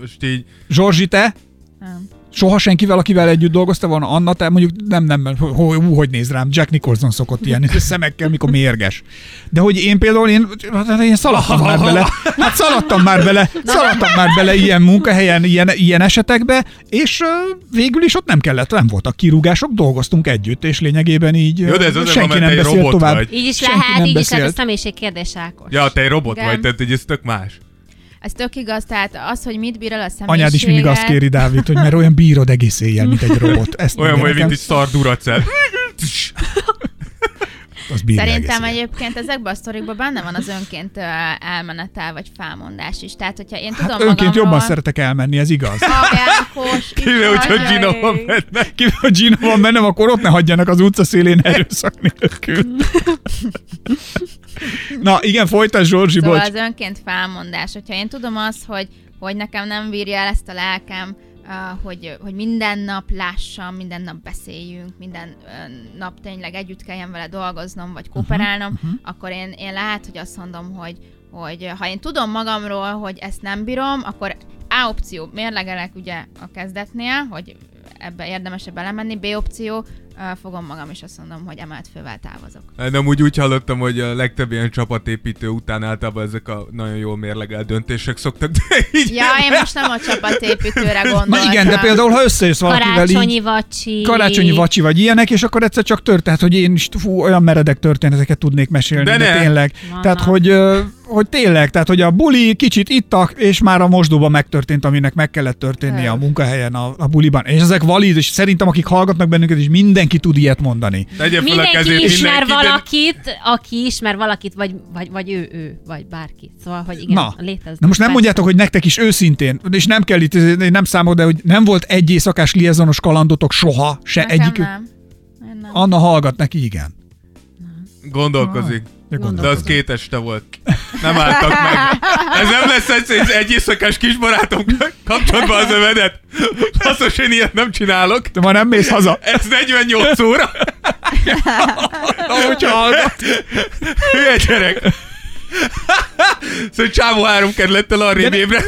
S4: most így...
S5: Zsorzsi, te?
S7: Nem.
S5: Soha senkivel, akivel együtt dolgoztál volna, Anna, te mondjuk nem, nem, nem, hú, hú, hogy néz rám, Jack Nicholson szokott ilyen szemekkel, mikor mérges. De hogy én például, én, hát én szaladtam már bele, hát szaladtam már bele, szaladtam már bele ilyen munkahelyen, ilyen, ilyen esetekbe, és ö, végül is ott nem kellett, nem voltak kirúgások, dolgoztunk együtt, és lényegében így ö,
S4: Jó, de ez azért van,
S5: senki
S4: mert
S5: nem
S4: te egy
S5: beszélt
S4: robot
S5: tovább.
S4: vagy.
S6: Így is
S5: Senki
S6: lehet,
S5: nem
S6: így is lehet, ez
S5: beszélt.
S6: személyiség kérdés, Ákos.
S4: Ja, te egy robot
S7: Igen.
S4: vagy, tehát hogy ez tök más.
S7: Ez tök igaz, tehát az, hogy mit bír el a személyiséged.
S5: Anyád is mindig azt kéri, Dávid, hogy mert olyan bírod egész éjjel, mint egy robot. Ezt
S4: Olyan,
S5: mondja
S4: hogy mint
S5: nekem,
S4: egy szar duracell.
S5: azt bírja egész
S7: Szerintem
S5: éjjel.
S7: egyébként ezekben a sztorikban benne van az önként ö, elmenetel vagy felmondás is. Tehát, hogyha én tudom
S5: Hát önként
S7: magamról,
S5: jobban szeretek elmenni, ez igaz.
S7: Magánkos,
S4: Kivéve, hogyha
S7: iskola-
S4: Gina van benne.
S5: Kivel a Gina van bennem, akkor ott ne hagyjanak az utca szélén erőszak nélkül. Na igen, folytasd Zsorzsi,
S7: Szóval
S5: bocs.
S7: az önként felmondás. Hogyha én tudom azt, hogy, hogy nekem nem bírja el ezt a lelkem, ah, hogy, hogy minden nap lássam, minden nap beszéljünk, minden ö, nap tényleg együtt kelljen vele dolgoznom, vagy kooperálnom, uh-huh, uh-huh. akkor én, én lehet, hogy azt mondom, hogy, hogy ha én tudom magamról, hogy ezt nem bírom, akkor A opció, mérlegelek ugye a kezdetnél, hogy ebbe érdemesebb belemenni, B opció, ö, fogom magam és azt mondom, hogy emelt fővel távozok.
S4: Nem úgy, úgy hallottam, hogy a legtöbb ilyen csapatépítő után általában ezek a nagyon jól mérlegelt döntések szoktak, de így...
S7: Ja, én most nem a csapatépítőre gondoltam.
S5: Na igen, de például ha összejössz valakivel
S6: Karácsonyi
S5: így,
S6: vacsi.
S5: karácsonyi vacsi vagy ilyenek, és akkor egyszer csak történt, hogy én is fú, olyan meredek történeteket tudnék mesélni, de,
S4: De
S5: de
S4: ne.
S5: tényleg.
S6: Vannak.
S5: Tehát, hogy ö, hogy tényleg, tehát hogy a buli kicsit ittak, és már a mosdóban megtörtént, aminek meg kellett történnie a munkahelyen, a, a buliban. És ezek valid, és szerintem akik hallgatnak bennünket is, mindenki tud ilyet mondani.
S4: Tegye fel a kezét
S6: Mindenki ismer
S4: mindenki, de-
S6: valakit, aki ismer valakit, vagy, vagy, vagy ő, ő, vagy bárki. Szóval, hogy igen,
S5: Na,
S6: léteznek.
S5: na most nem
S6: persze.
S5: mondjátok, hogy nektek is őszintén, és nem kell itt, én nem számol, de hogy nem volt egy éjszakás liaisonos kalandotok soha, se
S7: Nekem
S5: egyik.
S7: nem. Én nem.
S5: Anna hallgat neki, igen.
S4: Gondolkozik.
S5: De
S4: De az két este volt. Nem álltak meg. Ez nem lesz egyszer egy egy éjszakás kisbarátom kapcsolatban az övedet. Hasznos, én ilyet nem csinálok.
S5: De ma nem mész haza.
S4: Ez 48 óra.
S5: Ahogy hallgat.
S4: Hülye gyerek. Szóval csávó három kerülettel arrébb
S5: De-
S4: ébre.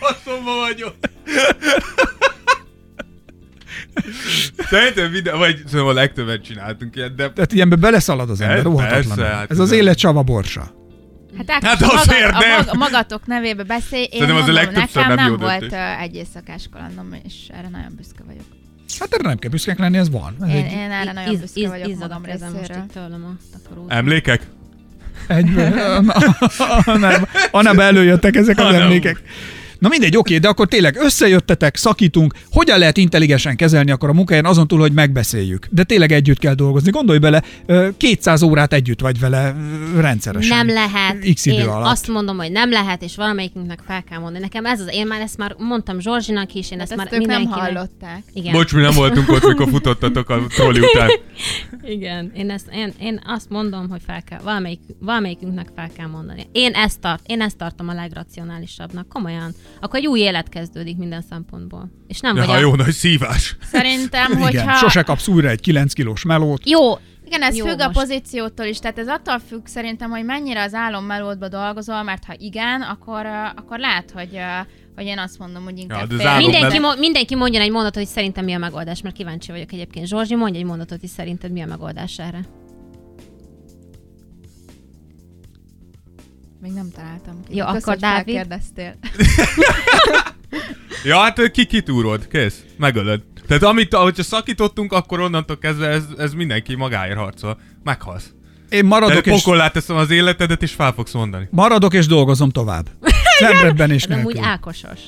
S4: Faszomba vagyok. Szerintem minden, vagy szóval a legtöbbet csináltunk ilyet, de
S5: Tehát ilyenbe beleszalad az ember,
S4: Ez
S5: óhatatlan.
S4: persze, hát
S5: Ez az
S4: ez-
S5: élet csava borsa.
S7: Hát, Ákos,
S4: Hát
S7: a maga-
S4: azért
S7: a
S4: nem.
S7: mag- A magatok nevébe beszélj. Én
S4: Szerintem az a
S7: mondom,
S4: legtöbbször
S7: nekem
S4: nem
S7: nem
S4: jó
S7: volt
S4: döntés.
S7: ö, egy éjszakás kalandom, és erre nagyon büszke vagyok.
S5: Hát erre nem kell büszkének lenni, ez van. Ez
S7: Én,
S5: egy,
S7: én erre nagyon
S6: Iz-
S7: büszke
S6: iz-
S7: vagyok
S6: izzadok
S7: magam
S6: ezen most
S7: részéről. Hát
S6: itt tőlem a takarót.
S4: emlékek?
S5: egy nem, Annába előjöttek ezek az
S4: Anna.
S5: emlékek. Na mindegy, oké, de akkor tényleg összejöttetek, szakítunk, hogyan lehet intelligensen kezelni akkor a munkahelyen azon túl, hogy megbeszéljük. De tényleg együtt kell dolgozni. Gondolj bele, ö, 200 órát együtt vagy vele ö, rendszeresen.
S6: Nem lehet.
S5: X idő
S6: én
S5: alatt.
S6: azt mondom, hogy nem lehet, és valamelyikünknek fel kell mondani. Nekem ez az, én már ezt már mondtam Zsorzsinak is, én
S7: Ezt,
S6: ezt,
S7: Hát ezt
S6: már
S7: ők nem
S6: mindenkinek...
S7: hallották.
S6: Igen.
S4: Igen. Bocs, mi nem voltunk ott, mikor futottatok a trolli után.
S6: Igen, én, ezt, én, én azt mondom, hogy fel kell, valamelyik, valamelyikünknek fel kell mondani. Én ezt, tart, én ezt tartom a legracionálisabbnak, komolyan. Akkor egy új élet kezdődik minden szempontból. És nem
S4: Ja,
S6: vagy a-
S4: jó nagy szívás.
S7: Szerintem,
S5: Igen,
S7: hogyha...
S5: sose kapsz újra egy 9 kilós melót.
S6: Jó,
S7: Igen, ez
S6: Jó,
S7: függ a
S6: most.
S7: pozíciótól is, tehát ez attól függ szerintem, hogy mennyire az álommelódba dolgozol, mert ha igen, akkor, ö, akkor lehet, hogy, ö, hogy én azt mondom, hogy inkább
S4: de az
S7: fél-
S4: hát álom-
S6: Mindenki,
S4: mert-
S6: mo- mindenki mondjon egy mondatot, hogy szerintem mi a megoldás, mert kíváncsi vagyok egyébként. Zsorzsi, mondj egy mondatot, hogy szerinted mi a megoldás erre.
S7: Még nem találtam ki.
S6: Jó,
S7: Kösz,
S6: akkor
S7: hogy
S6: Dávid.
S7: felkérdeztél.
S4: Ja, hát ki kitúrod, kész, megölöd. Tehát amit, ahogyha szakítottunk, akkor onnantól kezdve ez, ez mindenki magáért harcol. Meghalsz.
S5: Én maradok
S4: Tehát
S5: és,
S4: pokollá teszem az életedet, és fel fogsz mondani.
S5: maradok és dolgozom tovább. Szemrebben és
S6: Ez Hát amúgy
S5: nélkül.
S6: ákosos.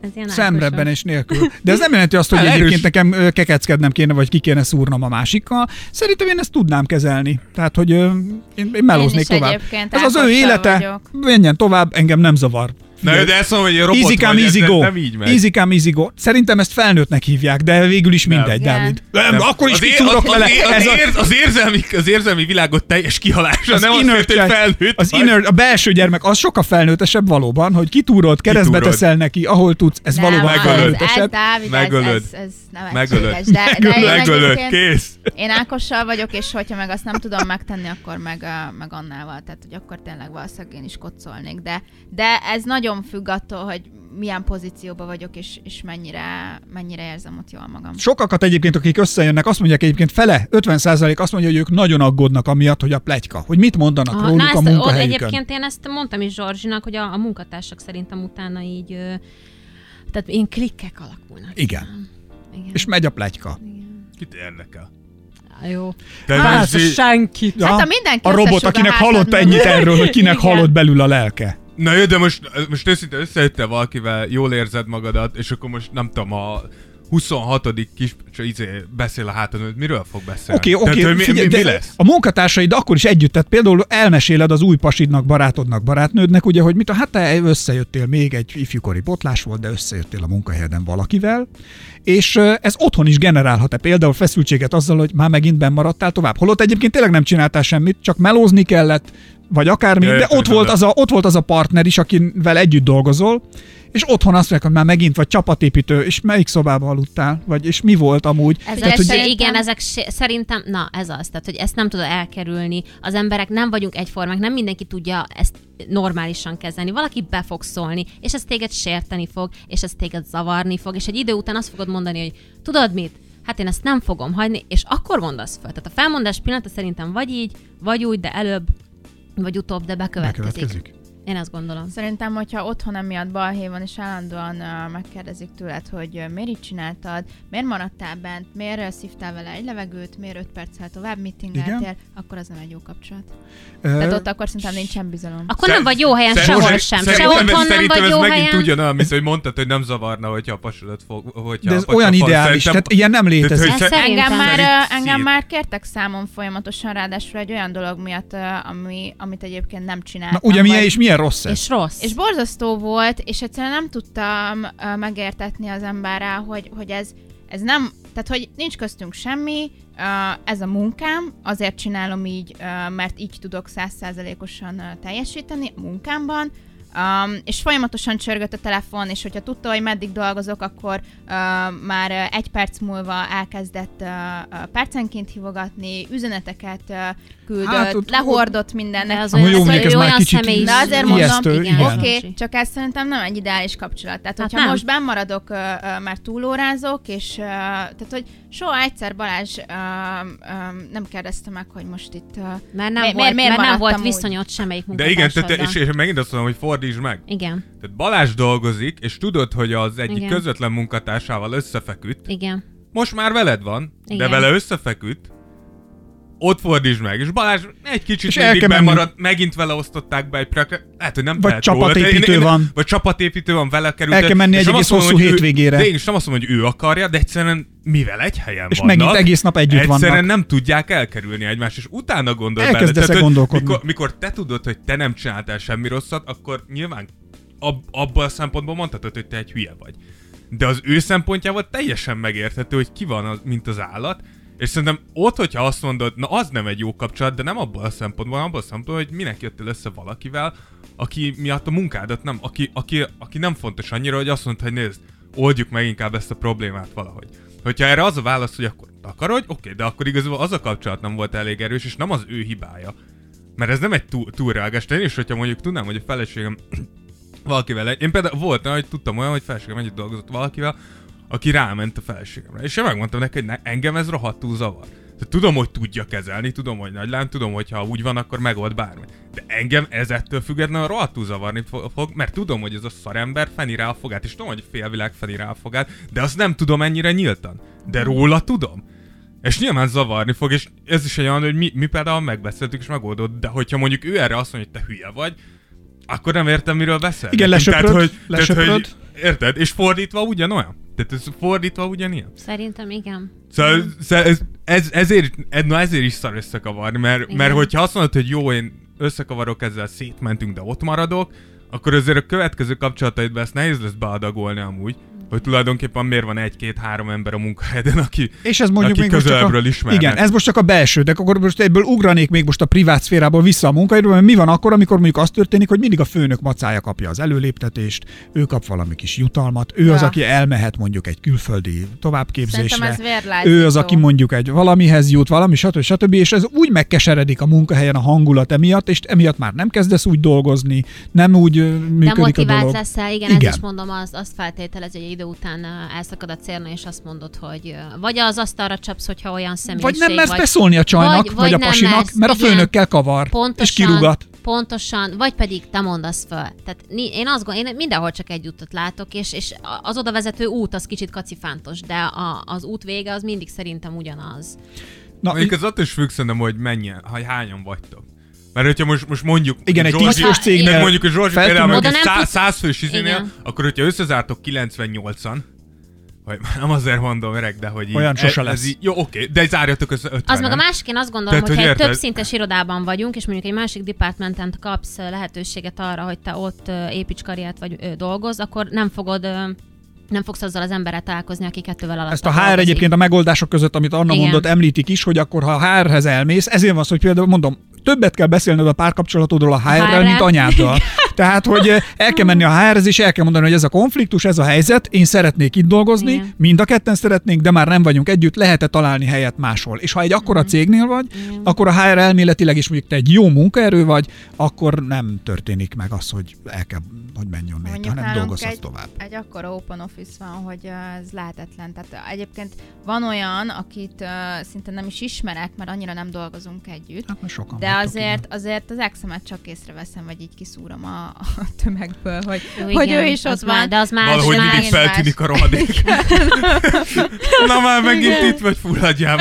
S6: Ez ilyen
S5: Szemrebben
S6: ákosos.
S5: és nélkül. De ez nem jelenti azt, hogy
S4: Hát, erős.
S5: egyébként nekem ö, kekeckednem kéne, vagy ki kéne szúrnom a másikkal. Szerintem én ezt tudnám kezelni. Tehát, hogy ö, én, én melóznék
S7: is
S5: tovább.
S7: egyébként
S5: Ez az ő
S7: Ákossal
S5: élete,
S7: vagyok.
S5: menjen tovább, engem nem zavar.
S4: Na jó, de ezt mondom, hogy robot
S5: Easy come,
S4: vagy, ez
S5: easy
S4: nem-
S5: go.
S4: nem így megy.
S5: Easy come, easy go. Szerintem ezt felnőttnek hívják, de végül is mindegy,
S7: Igen.
S5: Dávid. Nem, akkor is
S4: az, ér,
S5: kiszúrok
S4: az, az,
S5: vele.
S4: ér, az,
S5: Ez a-
S4: ér, az, érzelmi, az érzelmi világot teljes kihalása,
S5: az
S4: nem azt
S5: inner
S4: jelenti, hogy
S5: child-
S4: felnőtt
S5: az
S4: vagy.
S5: inner, a belső gyermek, az sokkal felnőttesebb valóban, hogy kitúrod, keresztbe
S4: Kitúrod.
S5: teszel neki, ahol tudsz, ez
S7: Nem,
S5: valóban
S7: az-
S4: megölöd.
S7: ez-
S5: felnőttesebb.
S7: Dávid,
S4: Megölöd.
S7: megölöd. Ez, ez, ez
S4: Megölöd.
S7: nevetséges. De, de én
S4: Megölöd,
S7: egyébként-
S4: kész.
S7: Én Ákossal vagyok, és hogyha meg azt nem tudom megtenni, akkor meg, ö, meg Annával, tehát hogy akkor tényleg valószínűleg én is kocolnék, de, de ez nagyon függ attól, hogy milyen pozícióban vagyok, és, és mennyire, mennyire érzem ott jól magam.
S5: Sokakat egyébként, akik összejönnek, azt mondják egyébként fele, 50% azt mondja, hogy ők nagyon aggódnak amiatt, hogy a pletyka, hogy mit mondanak
S6: Aha,
S5: róluk a
S6: Ah, ezt, ott
S5: munkahelyükön.
S6: egyébként én ezt mondtam is Zsorzsinak, hogy a, a munkatársak szerintem utána így, ö, tehát én klikkek alakulnak.
S5: Igen.
S6: Igen.
S5: És megy a pletyka.
S4: Kit érdekel?
S6: Á, Jó.
S4: Te
S6: Hát,
S4: Zsi-
S6: senki.
S5: Ja,
S7: ha mindenki
S5: a robot,
S7: összesúg a
S5: akinek
S7: házad
S5: hallott
S7: mögött.
S5: ennyit erről, hogy kinek
S6: Igen.
S5: hallott belül a lelke.
S4: Na jó, de most, most őszinte összejöttél valakivel, jól érzed magadat, és akkor most nem tudom, a 26. kis csak izé, beszél a hátad, hogy miről fog beszélni?
S5: Oké, oké,
S4: Tehát, hogy mi,
S5: figyelj,
S4: mi, mi
S5: de
S4: lesz?
S5: A munkatársaid akkor is együtt, tehát például elmeséled az új pasidnak, barátodnak, barátnődnek, ugye, hogy mit a hát te összejöttél, még egy ifjúkori botlás volt, de összejöttél a munkahelyeden valakivel, és ö, ez otthon is generálhat-e például feszültséget azzal, hogy már megint benn maradtál tovább. Holott egyébként tényleg nem csináltál semmit, csak melózni kellett, vagy akármi,
S4: Ja,
S5: de
S4: értem,
S5: ott volt,
S4: de-
S5: az a, ott volt az a partner is, akivel együtt dolgozol, és otthon azt mondják, hogy már megint vagy csapatépítő, és melyik szobában aludtál, vagy és mi volt amúgy.
S6: Ezek,
S7: hogy-
S6: se, igen, ezek se, szerintem, na ez az, tehát hogy ezt nem tudod elkerülni. Az emberek nem vagyunk egyformák, nem mindenki tudja ezt normálisan kezelni. Valaki be fog szólni, és ez téged sérteni fog, és ez téged zavarni fog, és egy idő után azt fogod mondani, hogy tudod mit, hát én ezt nem fogom hagyni, és akkor mondasz föl. Tehát a felmondás pillanata szerintem vagy így, vagy úgy, de előbb, vagy utóbb, de bekövetkezik.
S5: Bekövetkezik.
S6: Én azt gondolom.
S7: Szerintem, hogyha otthon emiatt balhé van, és állandóan uh, megkérdezik tőled, hogy uh, miért így csináltad, miért maradtál bent, miért uh, szívtál vele egy levegőt, miért öt perccel tovább meetingeltél,
S5: Igen.
S7: akkor az nem egy jó kapcsolat. Tehát
S5: Ö,
S7: ott akkor szerintem nincsen bizalom.
S6: Akkor nem vagy jó helyen, sehol sem. Se
S4: Szerintem ez-
S6: otthon nem
S4: szerintem
S6: vagy
S4: ez
S6: jó
S4: megint
S6: helyen.
S4: ugyanolyan, mint hogy mondtad, hogy nem zavarna, hogyha a pasodat fog... Hogyha
S5: de
S4: a
S5: ez
S4: pasi-
S5: olyan
S4: a-
S5: ideális,
S4: szerintem-
S5: tehát ilyen nem
S4: Tehát,
S5: létezik.
S4: hogy
S6: Ez
S4: szer-
S6: szerintem-
S7: Engem már,
S4: Szerintem.
S7: ö, engem
S4: Szív.
S7: már kértek számon folyamatosan, ráadásul egy olyan dolog miatt, ö, ami, amit egyébként nem
S5: Na,
S7: csináltam.
S5: ugye milyen
S7: vagy-
S5: és milyen rossz ez?
S6: És rossz.
S7: És borzasztó volt, és egyszerűen nem tudtam ö, megértetni az emberrel, hogy, hogy ez, ez nem, tehát hogy nincs köztünk semmi, ö, ez a munkám, azért csinálom így, ö, mert így tudok százszázalékosan ö, teljesíteni a munkámban, Um, és folyamatosan csörgött a telefon, és hogyha tudta, hogy meddig dolgozok, akkor uh, már uh, egy perc múlva elkezdett uh, uh, percenként hívogatni, üzeneteket uh, küldött,
S5: Hát
S7: hát,
S5: ott-
S7: lehordott mindennek.
S6: De az
S5: Hát, Amúgy
S6: olyan,
S5: jó,
S6: az
S5: mondjuk ez
S6: olyan
S5: már kicsit
S6: személyiség.
S7: De azért mondom,
S5: ijesztő,
S6: igen.
S5: igen.
S7: Oké,
S6: Kocsi.
S7: okay, csak ez szerintem nem egy ideális kapcsolat.
S6: Hát
S7: Tehát, hogyha
S6: nem.
S7: most bemaradok, ö, ö, mert túlórázok, és ö, tehát, hogy soha egyszer Balázs ö, ö, nem kérdezte meg, hogy most itt... Ö,
S6: Mert nem
S7: mi-
S6: volt, mert nem
S7: maradtam
S6: volt
S7: úgy?
S6: viszonyod semmelyik
S4: De igen, tehát,
S6: munkatársaddal.
S4: és, és megint azt mondom, hogy fordítsd meg.
S6: Igen,
S4: Tehát Balázs dolgozik, és tudod, hogy az egyik
S6: Igen.
S4: közvetlen munkatársával összefeküdt.
S6: igen.
S4: Most már veled van,
S6: Igen.
S4: de vele összefeküdt. Ott fordítsd meg, és Balázs egy kicsit és
S5: És el kell
S4: mindig
S5: menni.
S4: bemaradt, megint vele osztották be egy prakra, lehet, hogy nem
S5: Vagy
S4: tehet róla, de én-
S5: csapatépítő
S4: én-
S5: van.
S4: Vagy csapatépítő van, vele került.
S5: El kell menni
S4: és
S5: egy
S4: nem
S5: egész
S4: azt mondom,
S5: hosszú
S4: hogy ő-
S5: hétvégére.
S4: De én is nem azt mondom, hogy ő akarja, de egyszerűen mivel egy helyen
S5: És
S4: vannak,
S5: megint egész nap együtt
S4: egyszerűen
S5: vannak.
S4: nem tudják elkerülni egymást, és utána gondolj
S5: Elkezdesz-e
S4: bele. hogy
S5: gondolkodni?
S4: Mikor, mikor te tudod, hogy te nem csináltál semmi rosszat, akkor nyilván ab, abban a szempontból mondhatod, hogy te egy hülye vagy. De az ő szempontjából teljesen megérthető, hogy ki van, az, mint az állat, és szerintem ott, hogyha azt mondod, na az nem egy jó kapcsolat, de nem abban a szempontból, hanem abban a szempontból, hogy minek jöttél össze valakivel, aki miatt a munkádat nem, aki, aki, aki nem fontos annyira, hogy azt mondta, hogy nézd, oldjuk meg inkább ezt a problémát valahogy. Hogyha erre az a válasz, hogy akkor takarodj, oké, de akkor igazából az a kapcsolat nem volt elég erős, és nem az ő hibája. Mert ez nem egy tú- túlreagás. Én is, hogyha mondjuk tudnám, hogy a feleségem valakivel egy... Én például volt, hogy tudtam olyan, hogy feleségem együtt dolgozott valakivel, aki ráment a feleségemre. És én megmondtam neki, hogy ne, engem ez rohadtul zavar. Tehát tudom, hogy tudja kezelni, tudom, hogy nagy lány, tudom, hogy ha úgy van, akkor megold bármi. De engem ez ettől függetlenül rohadtul zavarni fo- fog, mert tudom, hogy ez a szarember feni rá a fogát, és tudom, hogy a félvilág feni rá a fogát, de azt nem tudom ennyire nyíltan. De róla tudom. És nyilván zavarni fog, és ez is egy olyan, hogy mi, mi például megbeszéltük és megoldott, de hogyha mondjuk ő erre azt mondja, hogy te hülye vagy, akkor nem értem, miről beszél.
S5: Igen, lesöpröd,
S4: tehát, hogy, Tehát,
S5: lesöpröd.
S4: hogy, érted? És fordítva ugyanolyan. Tehát ez fordítva ugyanilyen.
S6: Szerintem igen.
S4: Szóval, szóval ez, ez, ezért, ez, na ezért is szar összekavarni, mert,
S6: Igen.
S4: mert hogyha azt mondod, hogy jó, én összekavarok ezzel, szétmentünk, de ott maradok, akkor azért a következő kapcsolataidban ezt nehéz lesz beadagolni amúgy, hogy tulajdonképpen miért van egy-két-három ember a munkahelyeden, aki,
S5: És ez mondjuk
S4: aki
S5: még most csak a,
S4: közelebbről ismernek.
S5: Igen, ez most csak a belső, de akkor most egyből ugranék még most a privát szférából vissza a munkaidőbe, mert mi van akkor, amikor mondjuk az történik, hogy mindig a főnök macája kapja az előléptetést, ő kap valami kis jutalmat, ő ja. az,
S7: Ja.
S5: aki elmehet mondjuk egy külföldi
S7: Szerintem
S5: továbbképzésre,
S7: ez vérlázító.
S5: ő az, aki mondjuk egy valamihez jut, valami, stb. stb. És ez úgy megkeseredik a munkahelyen a hangulat emiatt, és emiatt már nem kezdesz úgy dolgozni, nem úgy ö,
S6: De
S5: működik a
S6: motivált
S5: dolog.
S6: leszel, igen,
S5: Igen.
S6: ez is mondom, az, azt feltételez, hogy egy idő után ö, elszakad a célna, és azt mondod, hogy ö, vagy az asztalra csapsz, hogyha olyan
S5: Vagy
S6: személyiség
S5: nem mersz beszólni a csajnak, vagy,
S6: vagy
S5: a
S6: nem
S5: pasinak,
S6: mersz,
S5: mert a
S6: igen.
S5: főnökkel kavar,
S6: Pontosan,
S5: és kirúgat.
S6: Pontosan, vagy pedig te mondasz föl. Tehát ni- én azt gondolom, én mindenhol csak egy útot látok, és, és a- az oda vezető út az kicsit kacifántos, de a, az út vége az mindig szerintem ugyanaz.
S5: Na,
S4: Mondjuk ez attól is függ szerintem, hogy mennyien, hogy hányan vagytok. Mert hogyha most, most mondjuk...
S5: Igen, egy
S4: Zsolzsi-
S5: tízfős
S6: Hogyha- cégnél
S4: meg mondjuk, hogy Zsolzsi
S5: fel
S4: például
S5: tudod-
S4: mondjuk
S6: Oda nem
S4: szá-
S6: tudsz-
S4: százfős izénél,
S6: Igen.
S4: akkor hogyha összezártok 98-an, vagy nem azért mondom, öreg, de hogy így, e-
S5: Olyan sose
S4: ez,
S5: lesz.
S4: így, jó, oké, de zárjatok össze 50
S6: Az meg a másik, én azt gondolom,
S4: Tehát,
S6: hogy
S4: hogy
S6: egy
S4: érted?
S6: több szintes irodában vagyunk, és mondjuk egy másik departmenten kapsz ö, lehetőséget arra, hogy te ott ö, építs karriert, vagy ö, dolgozz, akkor nem fogod ö, nem fogsz azzal az emberrel találkozni, aki kettővel alatt
S5: Ezt a HR egyébként a megoldások között, amit Anna Igen.
S6: Igen.
S5: mondott, említik is, hogy akkor ha a HR-hez elmész, ezért van szó, hogy például mondom, többet kell beszélned a párkapcsolatodról a HR-rel,
S6: HR-rel.
S5: mint anyáddal. Tehát, hogy eh, el kell menni a HR-hez, és el kell mondani, hogy ez a konfliktus, ez a helyzet, én szeretnék itt dolgozni, Igen.
S6: Igen.
S5: mind a ketten szeretnénk, de már nem vagyunk együtt, lehet-e találni helyet máshol. És ha egy akkora cégnél vagy, Igen. akkor a HR elméletileg is mondjuk te egy jó munkaerő vagy, akkor nem történik meg az, hogy el kell, hogy menjon négy,
S7: Mondjuk
S5: hanem
S7: nálunk
S5: dolgozhatsz
S7: egy,
S5: tovább.
S7: Egy akkora open office van, hogy ö, ez lehetetlen. Tehát ö, egyébként van olyan, akit ö, szinte nem is ismerek, mert annyira nem dolgozunk együtt.
S5: Hát, mert sokan
S7: De
S5: vagytok,
S7: azért, azért az exemet csak észreveszem, vagy így kiszúrom a, a, a tömegből, hogy,
S6: Jó,
S7: hogy
S6: igen,
S7: ő is
S6: az
S7: ott
S6: már-
S7: van.
S6: De az más.
S4: Valahogy
S6: más.
S4: mindig feltűnik a rohadék. Na már megint itt vagy fulladjál.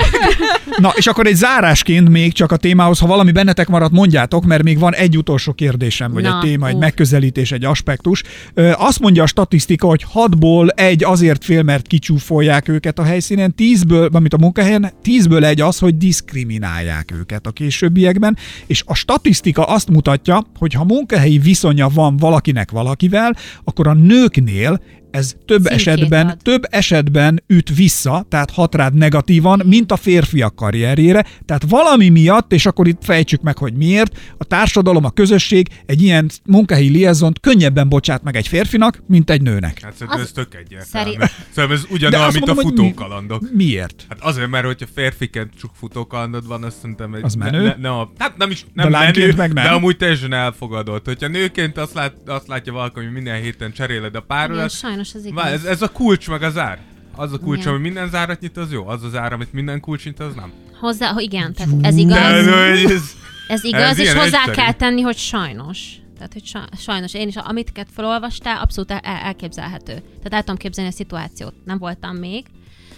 S5: Na, és akkor egy zárásként még csak a témához, ha valami bennetek maradt, mondjátok, mert még van egy utolsó kérdésem, vagy
S6: Na,
S5: egy téma, egy
S6: ú.
S5: megközelítés, egy aspektus. Ö, Azt mondja a statisztika, hogy 6-ból egy azért fél, mert kicsúfolják őket a helyszínen, 10-ből, amit a munkahelyen, 10-ből egy az, hogy diszkriminálják őket a későbbiekben, és a statisztika azt mutatja, hogy ha munkahelyi viszonya van valakinek valakivel, akkor a nőknél ez több
S6: Címkét
S5: esetben
S6: ad.
S5: több esetben üt vissza, tehát hat rád negatívan, mint a férfiak karrierjére. Tehát valami miatt, és akkor itt fejtsük meg, hogy miért, a társadalom, a közösség egy ilyen munkahelyi liaisont könnyebben bocsát meg egy férfinak, mint egy nőnek.
S4: Hát szerintem
S6: Az-
S4: ez tök egyértelmű.
S6: Szerint-
S4: Szerintem ez ugyanolyan, mint a
S5: hogy mi-
S4: futókalandok.
S5: Miért?
S4: Hát azért, mert hogyha férfiként csak futókalandod van, azt szerintem... Egy,
S5: Az menő?
S4: Ne, ne, ne, a- hát nem is nem
S5: De lányként
S4: menő,
S5: meg nem.
S4: de amúgy teljesen elfogadott. Hogyha nőként azt, lát, azt látja valaki, hogy minden héten cseréled a
S6: Igen,
S4: párodat,
S6: sajnos az
S4: Vá,
S6: igaz.
S4: ez, ez a kulcs meg az ár. Az a kulcs,
S6: Igen.
S4: ami minden zárat nyit, az jó. Az az ár, amit minden kulcs nyit, az nem.
S6: Hozzá, hogy igen, tehát ez
S4: De,
S6: igaz.
S4: de, ez,
S6: Ez igaz,
S4: Ez
S6: és
S4: ilyen
S6: hozzá
S4: egyszerű.
S6: kell tenni, hogy sajnos. Tehát, hogy sa- sajnos én is, amit felolvastál, abszolút el- elképzelhető. Tehát el tudom képzelni a szituációt. Nem voltam még,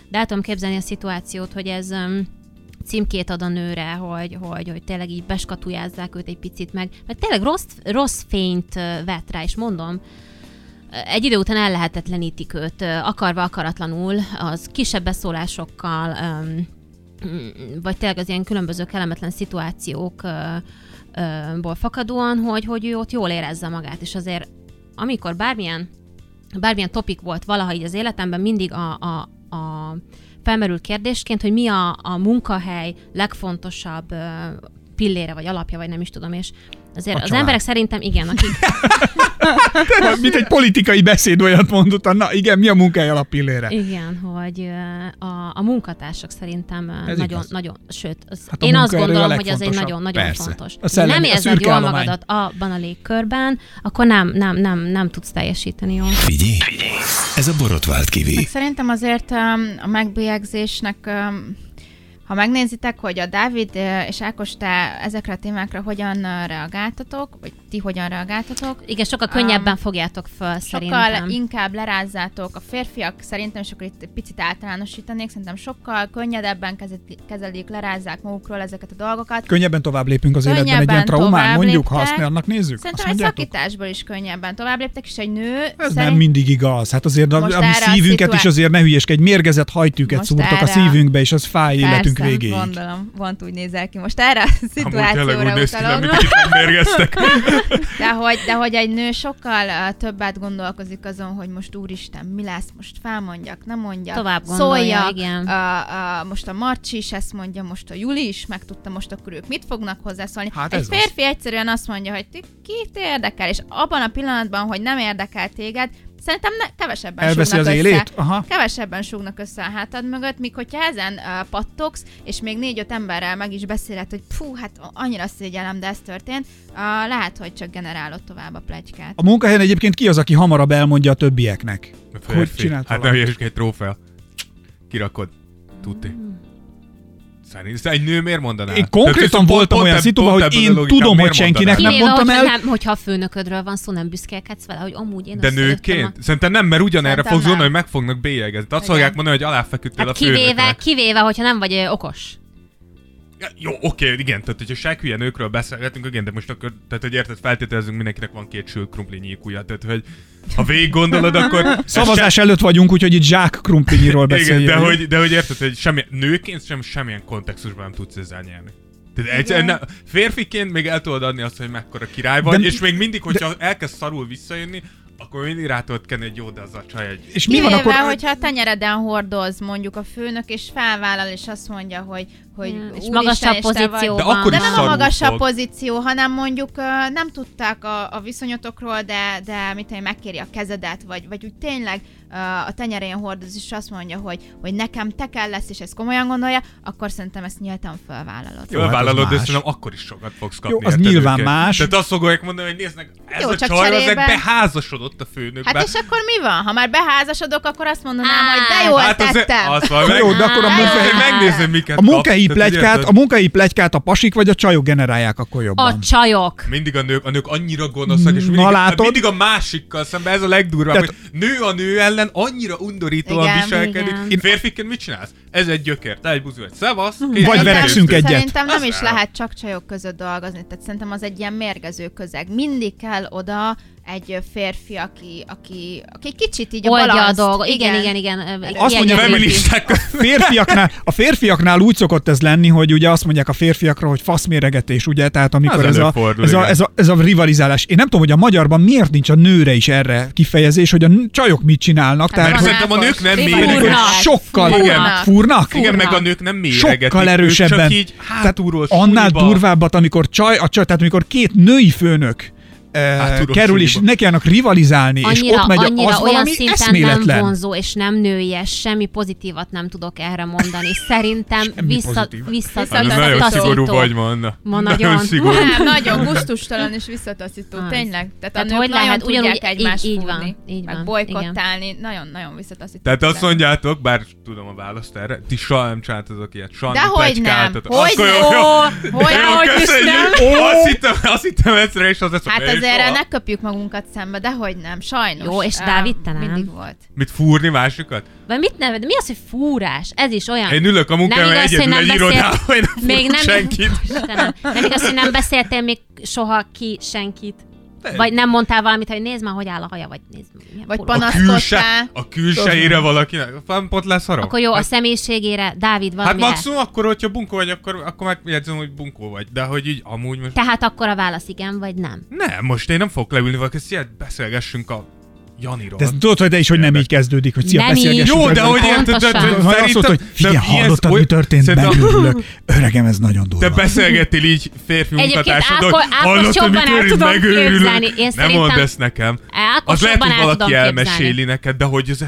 S6: de el tudom képzelni a szituációt, hogy ez um, címkét ad a nőre, hogy, hogy, hogy tényleg így beskatujázzák őt egy picit meg. Mert tényleg rossz, rossz fényt ö, vet rá, és mondom, egy idő után ellehetetlenítik őt, ö, akarva, akaratlanul, az kisebb beszólásokkal, öm, mm, vagy tényleg az ilyen különböző kellemetlen szituációk ö, ö, ból fakadóan, hogy, hogy ő ott jól érezze magát, és azért amikor bármilyen, bármilyen topik volt valaha így az életemben, mindig a, a, a felmerül kérdésként, hogy mi a, a munkahely legfontosabb ö, pillére, vagy alapja, vagy nem is tudom, és azért
S5: A
S6: az
S5: család.
S6: emberek szerintem igen, akik
S5: Mint egy politikai beszéd olyat mondott, na igen, mi a munkája alapillére?
S6: Igen, hogy ö, a, a munkatársak szerintem
S5: Ez
S6: ez nagyon,
S5: igaz.
S6: nagyon, sőt, az,
S5: Hát
S6: hát
S5: a
S6: én azt
S5: munkaerő a
S6: gondolom, hogy ez egy
S5: legfontosabb.
S6: nagyon-nagyon
S5: Persze.
S6: fontos.
S5: A szellemi-
S6: nem
S5: a
S6: érzed
S5: szürke
S6: jól
S5: állomány.
S6: magadat abban a légkörben, akkor nem, nem, nem, nem tudsz teljesíteni jól.
S2: Figyelj! Ez a borotvált
S7: Meg
S2: kivi.
S7: Hát szerintem azért um, a megbélyegzésnek, um, ha megnézitek, hogy a Dávid uh, és Ákos, te ezekre a témákra hogyan uh, reagáltatok, vagy ti hogyan reagáltatok,
S6: Igen, sokkal
S7: Ám,
S6: könnyebben fogjátok föl
S7: sokkal
S6: szerintem.
S7: inkább lerázzátok a férfiak, szerintem, és akkor itt egy picit általánosítanék, szerintem sokkal könnyedebben kezelik, kezelik lerázzák magukról ezeket a dolgokat.
S5: Könnyebben tovább lépünk az életben egy
S7: Könnyebben
S5: ilyen traumán,
S7: tovább
S5: mondjuk, ha
S7: léptek.
S5: azt annak nézzük.
S7: Szerintem
S5: azt
S7: egy
S5: mondjátok?
S7: szakításból is könnyebben tovább léptek, és egy nő
S5: Ez nem mindig igaz. Hát azért a,
S7: Most
S5: a mi
S7: erre a
S5: szívünket is
S7: szituá-
S5: azért ne hülyeskedj, mérgezett hajtűket
S7: Most
S5: szúrtak a
S7: erre a-
S5: szívünkbe, és az fáj életünk
S7: Persze,
S5: végéig.
S7: gondolom, pont úgy nézel ki. Most erre a
S4: amúgy tényleg úgy
S7: szituációra
S4: néz ki, nem,
S7: utalok.
S4: mint akit nem mérgeztek.
S7: De hogy, de hogy egy nő sokkal uh, többet gondolkozik azon, hogy most úristen, mi lesz, most felmondjak, nem mondjak,
S6: Tovább gondolja,
S7: szóljak.
S6: igen.
S7: Uh, uh, most a Marcsi is ezt mondja, most a Juli is megtudta, most akkor ők mit fognak hozzászólni.
S5: Hát
S7: egy
S5: ez
S7: férfi egyszerűen azt mondja, hogy ti- kit érdekel, és abban a pillanatban, hogy nem érdekel téged, szerintem ne, kevesebben
S5: Elveszi az
S7: súgnak össze.
S5: élét? Aha.
S7: Kevesebben súgnak össze a hátad mögött, míg hogyha ezen uh, pattogsz, és még négy-öt emberrel meg is beszéled, hogy fú, hát annyira szégyellem, de ez történt, uh, lehet, hogy csak generálod tovább a plegykát.
S5: A munkahelyen egyébként ki az, aki hamarabb elmondja a többieknek? Hogy
S4: Férfi.
S5: csinált
S4: Hát
S5: hát,
S4: nem hülyeskedj, trófea. Kirakod. Tuti. Szerintem egy nő miért mondaná?
S5: Én
S4: Tehát,
S5: konkrétan
S4: pont-
S5: voltam
S4: pont
S5: olyan
S4: eb-
S5: szituban,
S4: pont
S5: hogy
S4: ebben
S5: én
S4: a logikán
S5: tudom,
S4: miért
S5: hogy senkinek
S4: mondaná?
S5: Hát nem
S6: Kivéve,
S5: mondtam
S6: hogyha,
S5: el.
S6: nem, hogyha a főnöködről van szó, nem büszkélkedsz vele, hogy amúgy én
S4: De
S6: összejöttem
S4: nőként? Szerintem nem, mert ugyanerre
S7: Szerintem
S4: fogsz gondolni,
S7: nem.
S4: hogy meg fognak bélyegezni. Tehát azt
S7: Igen.
S4: fogják mondani, hogy aláfeküdtél
S6: A...
S4: a
S6: Hát kivéve,
S4: főnöknek.
S6: kivéve, hogyha nem vagy ö, okos.
S4: Ja, Jó, oké, igen, tehát hogyha sekhülye nőkről beszélgetünk, igen, de most akkor, tehát hogy érted, feltételezünk mindenkinek van két sült krumpliny ikúja, tehát hogy ha végig gondolod, akkor... ez
S5: Szavazás előtt vagyunk, úgyhogy itt zsák krumplinyiról
S4: se- Igen,
S5: beszéljünk.
S4: de hogy, de hogy érted, hogy semmi, nőként sem semmilyen kontextusban nem tudsz ezzel nyerni. Tehát egy, nem, férfiként még el tudod adni azt, hogy mekkora király vagy,
S5: De-
S4: és még mindig, hogyha elkezd szarul visszajönni, akkor mindig rá tudod kenni, hogy jó, de az a csaj egy
S5: És mi
S7: Kivéve,
S5: van akkor?
S7: hogyha a tenyereden hordoz mondjuk a főnök, és felvállal, és azt mondja, hogy, hogy
S6: Ja, és
S7: úristen,
S6: magasabb
S7: és te vagy-
S6: pozícióban.
S4: De akkor
S7: De
S4: is
S7: nem a
S4: szarul
S7: magasabb
S4: fog.
S7: pozíció, hanem mondjuk ö, nem tudták a, a viszonyotokról, de, de mit tudom, én, megkéri a kezedet, vagy, vagy úgy tényleg ö, a tenyerén hordoz, és azt mondja, hogy, hogy nekem te kell lesz, és ezt komolyan gondolja, akkor szerintem ezt nyíltan felvállalod.
S4: Jó,
S5: hát az
S4: vállalod, de
S5: más.
S4: szerintem akkor is sokat fogsz kapni.
S5: Jó, az
S4: érted
S5: nyilván
S4: őket.
S5: más.
S4: Tehát azt fogják mondani, hogy néznek, ez
S7: Jó,
S4: a
S7: csak
S4: csaj, ezek
S7: cserében-
S4: beházasodott a főnökbe.
S7: Hát és akkor mi van? Ha már beházasodok, akkor azt mondanám,
S6: Á,
S7: hogy de jó,
S4: hát
S7: ezt
S4: azért,
S7: tettem.
S4: azt van, meg,
S5: Jó, de akkor a
S4: Hát
S5: munkahely-
S4: azért megnézem, miket
S5: A munkahelyi munkai
S4: Tehát ugye,
S5: plegykát,
S4: tehát-
S5: a munkai plegykát a pasik vagy a csajok generálják akkor jobban.
S6: A csajok.
S4: Mindig a nők, a nők annyira gonoszak, és mindig,
S5: Na, látod?
S4: mindig a másikkal szemben, ez a legdurvább,
S5: Tehát-
S4: hogy nő a nő ellen annyira undorítóan
S7: Igen,
S4: viselkedik.
S6: igen.
S4: Én... Férfiként mit csinálsz? Ez egy gyökér, te egy buzú, egy szevasz.
S5: Mhm. Vagy
S7: Szerintem-
S5: verekszünk egyet.
S7: Szerintem nem
S4: Azt
S7: is
S4: nem.
S7: lehet csak csajok között dolgozni, tehát szerintem az egy ilyen mérgező közeg. Mindig kell oda egy férfi, aki, aki, aki egy kicsit így a
S6: Oldja a
S7: balanszt-
S6: dolgot. Igen, igen, igen.
S5: Azt mondja,
S6: kiegyenlíti.
S4: Feministák.
S5: férfiaknál, a férfiaknál úgy szokott ez lenni, hogy ugye azt mondják a férfiakra, hogy faszméregetés, ugye? Tehát amikor
S4: Az
S5: ez a,
S4: előfordul,
S5: ez, a,
S4: igen.
S5: ez, a, ez a rivalizálás. Én nem tudom, hogy a magyarban miért nincs a nőre is erre kifejezés, hogy a n- csajok mit csinálnak.
S6: Hát
S5: tehát,
S4: Mert
S5: hogy
S4: szerintem a nők nem
S6: Furnak.
S4: mélyek.
S5: hogy
S6: Furnak.
S5: sokkal
S4: Fúrnak.
S5: fúrnak.
S4: Igen, meg a nők nem méregetik.
S5: Sokkal
S4: ők
S5: erősebben.
S4: Csak így hátulról,
S5: tehát annál
S4: súlyba.
S5: durvábbat, amikor csaj, a csaj, tehát amikor két női főnök eh,
S4: Hátulról
S5: kerül, és
S4: súlyba.
S5: neki annak rivalizálni, és
S6: Annyira,
S5: ott megy a-
S6: annyira
S5: az
S6: olyan
S5: valami
S6: szinten nem
S5: eszméletlen.
S6: vonzó és nem nőies, semmi pozitívat nem tudok erre mondani. Szerintem vissza,
S5: pozitív.
S6: vissza,
S4: Hát, Nagyon
S7: Visszataszító.
S4: szigorú vagy, Manna.
S6: Ma
S4: Nagyon
S6: nagyon.
S4: szigorú.
S7: Nem, nagyon gusztustalan és visszataszító,
S6: Az.
S7: tényleg. Tehát,
S6: Tehát
S7: a nők
S6: hogy
S7: nagyon
S6: lehet
S7: tudják
S6: ugyanúgy- így-
S7: egymást
S6: így van,
S7: fúrni,
S6: így
S7: meg
S6: van,
S7: bolykottálni, nagyon-nagyon visszataszító.
S4: Tehát azt
S7: tényleg.
S4: mondjátok, bár tudom a választ erre, ti soha nem csináltatok ilyet, soha nem
S7: Dehogy nem!
S4: plegykáltatok.
S7: Hogy
S4: Akkor jó,
S7: ó,
S4: jó.
S7: hogy
S4: Jó,
S7: hogy is
S4: köszönjük.
S7: nem!
S4: Azt hittem, azt hittem egyszerre, és az lesz a
S7: Hát
S4: bej,
S7: azért
S4: soha.
S7: ne köpjük magunkat szembe, dehogy nem, sajnos.
S6: Jó, és
S7: Em,
S6: Dávid, te nem.
S7: Mindig volt.
S4: Mit fúrni másikat?
S6: Vagy mit neved? Mi az, hogy fúrás? Ez is olyan.
S4: Én ülök a munkámban
S6: Nem igaz, hogy
S4: egyedül
S6: nem
S4: egy
S6: beszélt-
S4: irodában, hogy nem fúrok
S6: még nem,
S4: senkit.
S6: Istenem, nem igaz, hogy nem beszéltél még soha ki senkit. Vagy nem mondtál valamit, hogy nézd már, hogy áll a haja, vagy nézd már, milyen
S7: Vagy
S6: puló.
S7: panasz- Azt
S4: Külse,
S7: mondtál.
S4: a külsejére valakinek. Fan pot lesz harag.
S6: Akkor jó, a személyiségére, Dávid,
S4: Hát
S6: valami hát
S4: maximum akkor, hogyha bunkó vagy, akkor, akkor megjegyzem, hogy bunkó vagy. De hogy így amúgy most...
S6: Tehát akkor a válasz igen, vagy nem.
S4: Nem, most én nem fogok leülni valaki, szia, beszélgessünk a Janiról.
S5: De ezt tudod, hogy de is, hogy nem így kezdődik, hogy szia,
S6: Nem így.
S5: beszélgessünk.
S4: Jó, de
S5: ezzel.
S4: hogy érted,
S6: Pontosan.
S4: de- de-
S5: Vagy azt mondta, hogy
S4: szerintem-
S5: figyelj,
S4: de ilyen-
S5: hallottad, mi
S4: oly-
S5: történt,
S4: szerintem-
S5: megőrülök. Öregem, ez nagyon durva.
S4: Te beszélgettél így férfi
S6: Egyébként
S4: munkatársadon,
S6: Ákos- Ákost
S4: hallottad, mi
S6: jobban el
S4: történt,
S6: tudom
S4: megőrülök.
S6: képzelni. Én
S4: Nem
S6: szerintem-
S4: mondd ezt nekem.
S6: Ákos
S4: Az lehet,
S6: jobban
S4: hogy
S6: el
S4: valaki
S6: tudom képzelni.
S4: elmeséli neked, de hogy ez...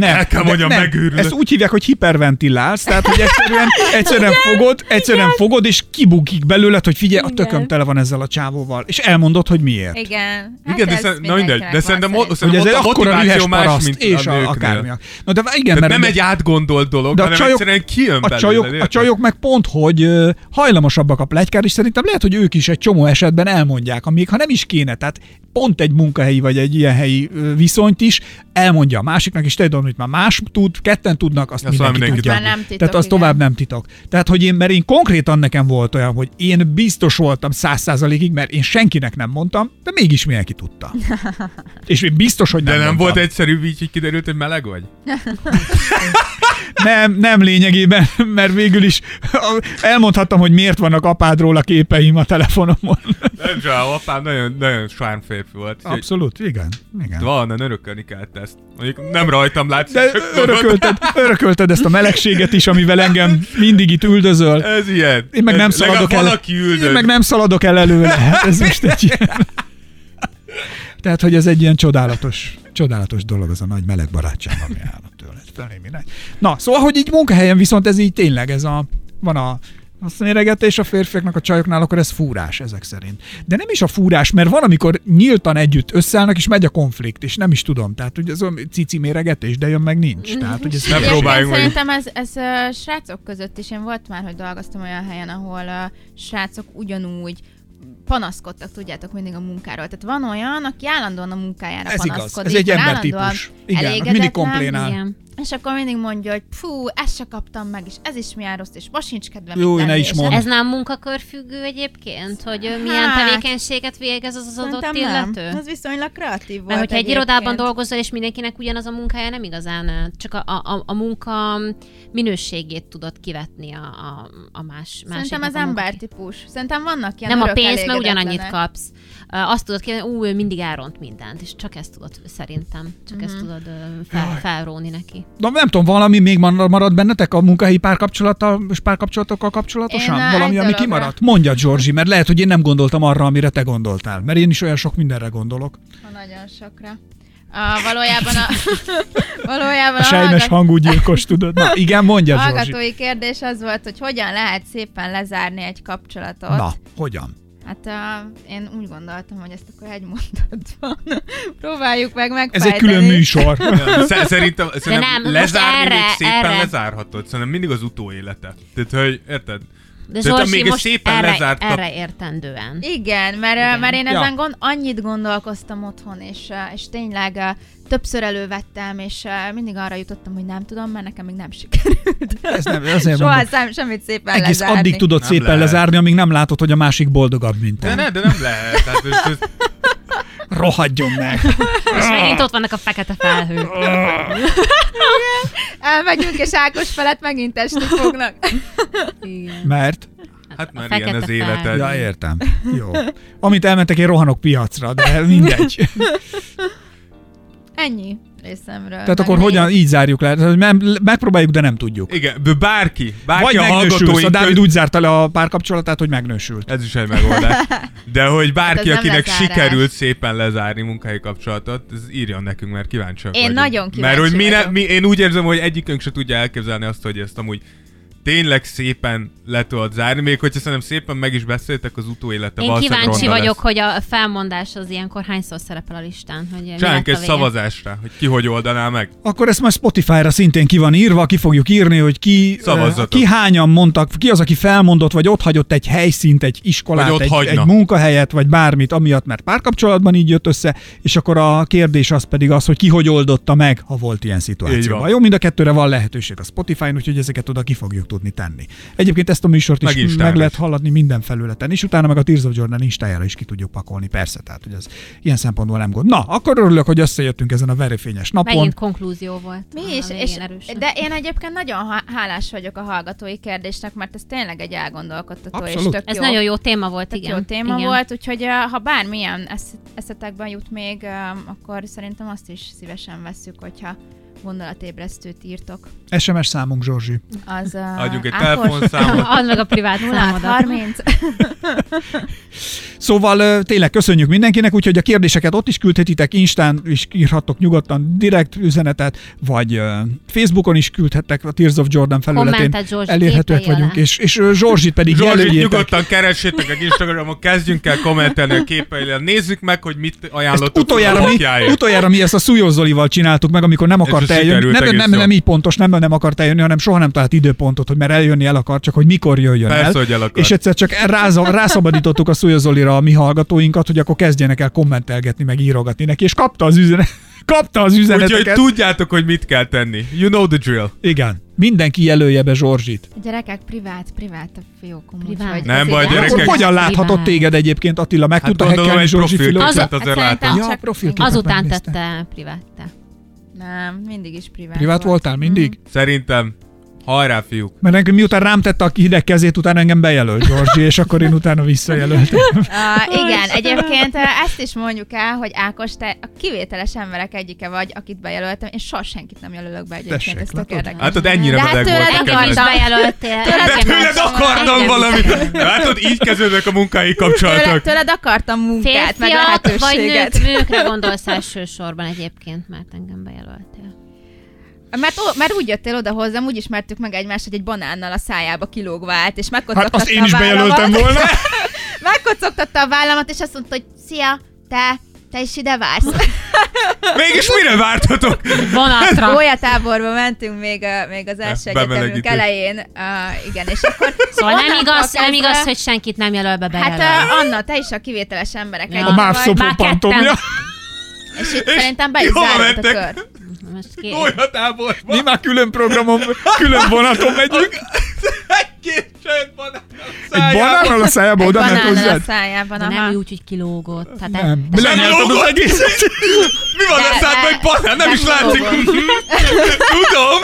S4: El kell
S5: de
S4: mondjam,
S5: nem.
S4: megőrülök.
S5: Ezt úgy hívják, hogy hiperventilálsz, tehát hogy egyszerűen, egyszerűen fogod, egyszerűen fogod, és kibukik belőled, hogy figyelj, a tököm tele van ezzel a csávóval, és elmondod, hogy miért.
S7: Igen. Hát
S4: Igen, de,
S7: ez
S4: szerint, na
S7: mindenkinek
S4: mindegy, de
S7: van
S4: szerintem,
S7: szerintem.
S4: ott,
S5: Hogy
S4: szerintem
S5: ez egy
S4: ott a
S5: akkora
S4: motiváció
S5: ühes
S4: más,
S5: paraszt,
S4: mint
S5: és
S4: a
S5: a,
S4: nőknél.
S5: akármilyen. Na de igen,
S4: Tehát
S5: mert
S4: nem
S5: ugye-
S4: egy átgondolt dolog,
S5: de a
S4: hanem egyszerűen
S5: csajok,
S4: kijön
S5: a,
S4: belőle,
S5: csajok, a
S4: érted?
S5: csajok meg pont, hogy ö, hajlamosabbak a plegykára, és szerintem lehet, hogy ők is egy csomó esetben elmondják, amíg ha nem is kéne, tehát pont egy munkahelyi vagy egy ilyen helyi ö, viszonyt is elmondja a másiknak, és te hogy már más tud, ketten tudnak, azt,
S4: Azt
S5: mindenki,
S4: már mindenki
S5: tudja.
S7: tudja. Már nem titok,
S5: tehát az
S7: igen.
S5: tovább nem titok. Tehát, hogy én, mert én konkrétan nekem volt olyan, hogy én biztos voltam száz százalékig, mert én senkinek nem mondtam, de mégis mindenki tudta. És én biztos, hogy nem
S4: De nem
S5: mondtam.
S4: volt egyszerűbb így, hogy kiderült, hogy meleg vagy?
S5: Nem, nem lényegében, mert végül is elmondhattam, hogy miért vannak apádról a képeim a telefonomon.
S4: Nem csinálom, apám nagyon, nagyon sárm férfi volt. úgyhogy
S5: Abszolút, igen. igen.
S4: Valahonnan örökölni kellett ezt. Mondjuk nem rajtam látszik,
S5: De
S4: csak magad.
S5: örökölted, örökölted ezt a melegséget is, amivel engem mindig itt üldözöl.
S4: Ez ilyen.
S5: Én meg
S4: Ez-
S5: nem
S4: legalább
S5: szaladok el.
S4: Valaki
S5: Én
S4: üldöz.
S5: meg nem szaladok el előle. Hát Ez most egy ilyen... Tehát, hogy ez egy ilyen csodálatos, csodálatos dolog, az a nagy meleg barátság, ami állnak tőled felé. mi nem. Na, szóval, hogy így munkahelyen viszont ez így tényleg, ez a, van a azt méregetés a férfiaknak, a csajoknál, akkor ez fúrás ezek szerint. De nem is a fúrás, mert van, amikor nyíltan együtt összeállnak, és megy a konflikt, és nem is tudom. Tehát, hogy ez olyan cici méregetés, de jön meg nincs. Tehát, hogy ez
S4: Nem
S7: Egyébként
S4: próbáljunk meg.
S7: Szerintem ez, ez ö, srácok között is, én volt már, hogy dolgoztam olyan helyen, ahol uh, srácok ugyanúgy panaszkodtak, tudjátok, mindig a munkáról. Tehát van olyan, aki állandóan a munkájára
S5: Ez igaz.
S7: panaszkodik.
S5: Ez egy
S7: akkor
S5: embertípus.
S7: állandóan
S5: Igen,
S7: elégedetlen,
S5: mindig komplénál.
S6: Igen.
S7: És akkor mindig mondja, hogy fú, ezt se kaptam meg, és ez is milyen rossz, és ma sincs kedvem.
S5: Jó,
S7: itt
S5: ne
S7: lenni,
S5: is
S7: és
S5: mondd.
S6: Ez nem munkakörfüggő egyébként, hogy ő milyen
S7: Hát,
S6: tevékenységet végez az az adott
S7: Szerintem nem.
S6: illető?
S7: Ez viszonylag kreatív volt
S6: Mert hogyha egy
S7: egyébként.
S6: irodában dolgozol, és mindenkinek ugyanaz a munkája, nem igazán ö, csak a, a, a- a munka minőségét tudod kivetni a, a, a más
S7: Szerintem
S6: másiknak
S7: ez
S6: a munka-
S7: embertípus. Szerintem vannak ilyen
S6: Nem a
S7: örök
S6: pénzt, mert ugyanannyit
S7: elégedetlenek.
S6: kapsz. Ö, Azt tudod kérni, ú, ő mindig elront mindent, és csak ezt tudod szerintem, csak ezt
S7: Mhm.
S6: tudod ö, fel, felróni neki.
S5: Na nem tudom, valami még mar- marad bennetek a munkahelyi párkapcsolattal és párkapcsolatokkal kapcsolatosan?
S7: Én,
S5: Én
S7: eh, egy
S5: valami, ami
S7: dologra.
S5: kimaradt? Mondja, Georgi, mert lehet, hogy én nem gondoltam arra, amire te gondoltál. Mert én is olyan sok mindenre gondolok.
S7: Ha Nagyon sokra. A, valójában a, valójában
S5: A sejmes
S7: hallgat-
S5: hangú gyilkos, tudod? Na igen, mondja, Georgi.
S7: hallgatói kérdés az volt, hogy hogyan lehet szépen lezárni egy kapcsolatot.
S5: Na, hogyan?
S7: Hát uh, én úgy gondoltam, hogy ezt akkor egy mondatban próbáljuk meg
S5: Ez
S7: megfejteni.
S5: egy külön műsor.
S4: Sze- Szerintem, szerintem
S6: nem, most
S4: lezárni
S6: erre,
S4: még szépen
S6: erre.
S4: lezárhatod. Szerintem mindig az utóélete. Tehát, hogy érted?
S6: De
S4: Tehát
S6: Zsolsi
S4: amíg ez
S6: most
S4: szépen
S6: erre,
S4: lezárt kap-
S6: erre értendően.
S7: Igen, mert, Igen. mert én
S5: Ja.
S7: ezen gond, annyit gondolkoztam otthon, és, uh, és tényleg uh, többször elővettem, és uh, mindig arra jutottam, hogy nem tudom, mert nekem még nem sikerült.
S5: Ez nem, azért
S7: Soha
S5: mondom,
S7: szám, semmit szépen
S5: egész
S7: lezárni.
S5: addig tudod
S4: Nem
S5: szépen
S4: lehet.
S5: lezárni, amíg nem látod, hogy a másik boldogabb, mint
S4: De
S5: te.
S4: ne, de nem lehet. Tehát, ez, ez,
S5: Rohadjon meg.
S6: És megint ott vannak a fekete felhők.
S7: Elmegyünk, és Ákos felett megint testi fognak.
S5: Mert?
S4: hát már
S6: A
S4: ilyen az
S6: fekete
S4: életed.
S6: fel.
S5: Ja, értem. Jó. Amit elmentek, én rohanok piacra, de mindegy.
S7: Ennyi részemről.
S5: Tehát akkor hogyan, így zárjuk le. Tehát, hogy nem- Megpróbáljuk, de nem tudjuk.
S4: Igen, b- bárki, bárki
S5: Vagy
S4: a
S5: megnősülsz. A
S4: hallgatóink
S5: Dávid
S4: köz...
S5: úgy zárta le a párkapcsolatát, hogy megnősült.
S4: Ez is egy megoldás. De hogy bárki,
S7: ez nem
S4: akinek
S7: lezárás.
S4: sikerült szépen lezárni munkahelyi kapcsolatot, ez írjon nekünk, mert kíváncsiak
S7: Én
S4: vagyunk.
S7: nagyon kíváncsi
S4: Mert hogy mi, ne,
S7: vagyok.
S4: mi, én úgy érzem, hogy egyikünk se tudja elképzelni azt, hogy ezt amúgy tényleg szépen le tudod zárni, még hogyha szerintem szépen meg is beszéltek, az utóélete
S6: Én
S4: valószínűleg
S6: kíváncsi
S4: ronda
S6: vagyok,
S4: lesz.
S6: hogy a felmondás az ilyenkor hányszor szerepel a listán. Hogy mi
S4: Csináljunk
S6: lett
S4: egy
S6: a vége.
S4: szavazásra, hogy ki hogy oldaná meg.
S5: Akkor ezt majd Spotify-ra szintén ki van írva, ki fogjuk írni, hogy ki, eh,
S4: Szavazzatok.
S5: ki hányan mondtak, ki az, aki felmondott, vagy ott hagyott egy helyszínt, egy iskolát,
S4: Vagy ott
S5: egy,
S4: hagyna.
S5: egy munkahelyet, vagy bármit, amiatt, mert párkapcsolatban így jött össze, és akkor a kérdés az pedig az, hogy ki hogy oldotta meg, ha volt ilyen
S4: Így
S5: szituáció.
S4: van.
S5: Jó, mind a kettőre van lehetőség a Spotify-n, úgyhogy ezeket oda ki fogjuk tudni tenni. Egyébként ezt a műsort
S4: Meg
S5: is meg,
S4: Instán
S5: meg
S4: is.
S5: lehet hallani minden felületen, és utána meg a Tears of Jordan Instájára is ki tudjuk pakolni, persze, tehát hogy ez ilyen szempontból nem gond. Na, akkor örülök, hogy összejöttünk ezen a verőfényes napon.
S6: Megint konklúzió volt.
S7: Mi
S6: Ah,
S7: is,
S6: na,
S7: és,
S6: igen, erősen.
S7: de én egyébként nagyon há- hálás vagyok a hallgatói kérdésnek, mert ez tényleg egy elgondolkodtató
S5: Abszolút.
S7: és tök
S6: Ez
S7: jó.
S6: nagyon jó téma volt,
S7: tök
S6: igen.
S7: jó téma
S6: igen.
S7: volt, úgyhogy ö, ha bármilyen esz- eszetekben jut még, ö, akkor szerintem azt is szívesen vesszük, hogyha gondolatébresztőt írtok.
S5: SMS számunk, Zsorzsi.
S7: Az, ö,
S4: Adjunk egy
S7: Ákos-
S4: telefonszámot.
S6: Add meg a privát számodat.
S7: 30.
S5: Szóval ö, tényleg köszönjük mindenkinek, úgyhogy a kérdéseket ott is küldhetitek, Instán is írhattok nyugodtan direkt üzenetet, vagy ö, Facebookon is küldhettek a Tears of Jordan felületén.
S6: Kommentet Zsorzsi
S5: Elérhetőek
S6: képei
S5: vagyunk,
S6: alá.
S5: és, és ö, Zsorzsit pedig
S4: Zsorzsit
S5: jelöljétek.
S4: nyugodtan keressétek egy Instagramon, kezdjünk el kommentelni a képeire. Nézzük meg, hogy mit
S5: Ezt
S4: ajánlottuk.
S5: utoljára mi,
S4: alapjáért.
S5: utoljára mi ezt a Szújó Zolival csináltuk meg, amikor nem akart
S4: se
S5: eljönni.
S4: sikerült
S5: Nem,
S4: egész
S5: nem,
S4: jól.
S5: nem, így pontos, nem, nem akart eljönni, hanem soha nem talált időpontot, hogy mert eljönni el akar, csak hogy mikor jöjjön
S4: Persze,
S5: el.
S4: hogy el akar.
S5: És egyszer csak ráza, rászabadítottuk a Szújó Zolira a mi hallgatóinkat, hogy akkor kezdjenek el kommentelgetni, meg írogatni neki, és kapta az üzenet. Kapta az üzeneteket.
S4: Úgyhogy tudjátok, hogy mit kell tenni. You know the drill.
S5: Igen. Mindenki jelölje be Zsorzsit.
S7: Gyerekek, privát, privát a fiókom.
S6: Privát.
S7: úgyhogy
S4: Nem
S7: azért
S4: baj,
S7: el-
S4: gyerekek.
S5: Akkor hogyan láthatott
S6: Privát.
S5: téged egyébként, Attila? Meg
S4: Hát
S5: tudta
S4: gondolom,
S5: hekkelni
S4: egy
S5: Zsorzsi
S4: profilképet
S5: filót?
S6: filózót?
S4: azért
S7: Azok-
S4: látom.
S7: szerintem
S5: Ja,
S7: csak-
S5: profilképet.
S6: Azután
S5: megnézte.
S6: tette priváttá.
S7: Nem, mindig is privát
S5: Privát
S7: volt.
S5: voltál
S6: Mm.
S5: mindig?
S4: Szerintem, hajrá fiúk.
S5: Mert engem miután rám tette a hideg kezét, utána engem bejelölt Zsorzsi, és akkor én utána visszajelöltem.
S7: Uh, igen, egyébként ö, ezt is mondjuk el, hogy Ákos, te a kivételes emberek egyike vagy, akit bejelöltem. Én soha senkit nem jelölök be egyébként,
S5: Tessék,
S7: ez tök
S5: látod?
S7: érdekes.
S4: Hát ott ennyire
S7: De hát
S4: meleg
S7: tőled
S4: volt. a
S7: engem
S6: Engem
S4: kedves.
S6: is
S7: Kedvenc.
S6: bejelöltél.
S7: Tőled-
S6: engem
S4: De tőled
S6: is. Engem
S4: akartam
S6: is.
S4: valamit. Látod, így kezdődnek a munkai kapcsolatok.
S7: Tőled, tőled akartam munkát, meg
S6: Férfiak vagy
S7: lehetőséget.
S6: nők, nőkre gondolsz elsősorban egyébként, mert engem bejelöltél.
S7: Mert, ó, mert úgy jöttél oda hozzám, úgy ismertük meg egymást, hogy egy banánnal a szájába kilógva állt, és
S4: Hát
S7: megkocogtatta a vállamat.
S5: volna.
S7: Megkocogtatta a vállamat, és azt mondta, hogy szia, te, te is ide vársz.
S4: Mégis mire vártatok?
S6: Vonatra.
S7: Gólyatáborba mentünk még, a, még az első egyetemünk
S4: bemelegítő.
S7: elején. Uh, igen, és akkor...
S6: Szóval nem
S7: onnantól
S6: igaz, nem
S7: kezdve-
S6: igaz, hogy senkit nem jelöl be
S7: Hát
S6: bejelöl.
S7: uh, Anna, te is a kivételes emberek
S6: Ja.
S7: egyik
S5: A MÁV
S7: vagy,
S5: szopó
S6: Már ketten.
S5: pantomja.
S7: és itt szerintem be is
S4: Hova
S7: zárult a
S4: mentek?
S7: kör.
S6: Most ki...
S4: Golyatáborban.
S5: Mi már külön programon, külön vonaton megyünk.
S4: Egy két csönd van a
S5: Egy
S4: szájában.
S5: banánnal a szájába oda ment
S7: Banánnal a
S5: hozzád.
S7: szájában,
S6: De
S7: aha.
S6: nem úgy, hogy kilógott. Tehát
S5: Nem.
S6: De,
S4: Nem
S5: Lenyelted az
S4: lógott?
S5: egészet.
S4: Mi van
S7: De-
S4: a szádban? Egy
S7: de-
S4: banán? Nem
S7: de
S4: is látszik.
S7: fogom.
S4: Tudom.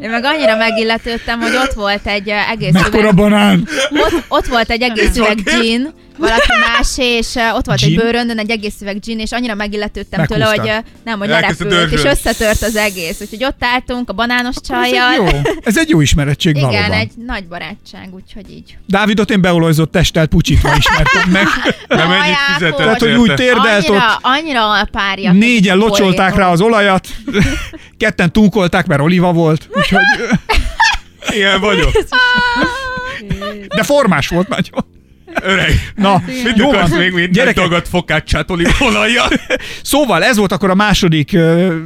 S7: Én meg annyira megilletődtem, hogy ott volt egy uh, egész
S5: Mekkora
S7: üveg,
S5: banán.
S7: ott, ott volt egy egész
S4: Itt van
S7: üveg
S4: kész.
S7: gin, valaki más, és uh, ott volt egy
S5: Gin?
S7: bőröndön egy egész üveg gin, és annyira megilletődtem tőle, hogy
S5: Meghúztad.
S7: uh, nem, hogy
S4: Elkezdte
S7: lerepült, és
S4: dörzsölni.
S7: összetört az egész. Úgyhogy ott álltunk a banános
S5: Ez egy jó.
S7: csajjal.
S5: Ez egy jó ismerettség
S7: Igen,
S5: valóban.
S7: egy nagy barátság, úgyhogy így.
S5: Dávidot én beolajzott testtel pucsítva ismertem meg.
S4: Nem
S7: Ajá,
S4: ennyit fizetett.
S7: fú.
S5: Tehát, hogy úgy
S4: érte?
S5: térdelt ott.
S7: Annyira, annyira alpárja.
S5: Négyen locsolták rá az olajat, ketten túlkolták, mert oliva volt, úgyhogy,
S4: Ilyen vagyok.
S5: de formás volt nagyon.
S4: Öreg.
S5: Na,
S4: Mit
S5: jó
S4: akarsz
S5: van.
S4: még, mint
S5: Gyerekek.
S4: Gyerekek. dagadt fokácsától itt olajjal?
S5: Szóval ez volt akkor a második ö,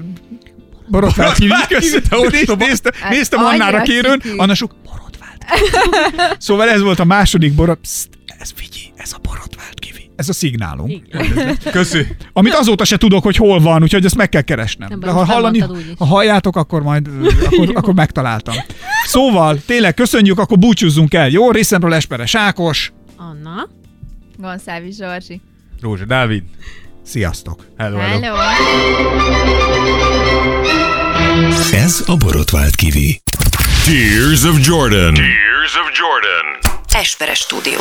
S5: borotvált hívjuk. Köszönöm, ostoba. Néztem, néztem
S7: annyira
S5: Annára kérőn,
S7: kikű.
S5: Anna sok borotvált. Szóval ez volt a második borot... Pszt, ez figyelj, ez a borotvált kivi. Ez a szignálunk.
S4: Köszi.
S5: Amit azóta se tudok, hogy hol van, úgyhogy ezt meg kell keresnem.
S6: Nem
S5: Nem,
S6: baj,
S5: De ha
S6: most
S5: hallani,
S6: elmondtad úgyis.
S5: ha halljátok, akkor majd ö, akkor, akkor megtaláltam. Szóval, tényleg köszönjük, akkor búcsúzzunk el. Jó, részemről Espere Sákos.
S6: Anna.
S7: Gonszávi Zsorzsi.
S4: Rózsa Dávid.
S5: Sziasztok!
S4: Hello, hello.
S7: Hello!
S2: Ez a borotvált kivi.
S3: Tears of Jordan. Tears of Jordan.
S1: Esperes stúdió.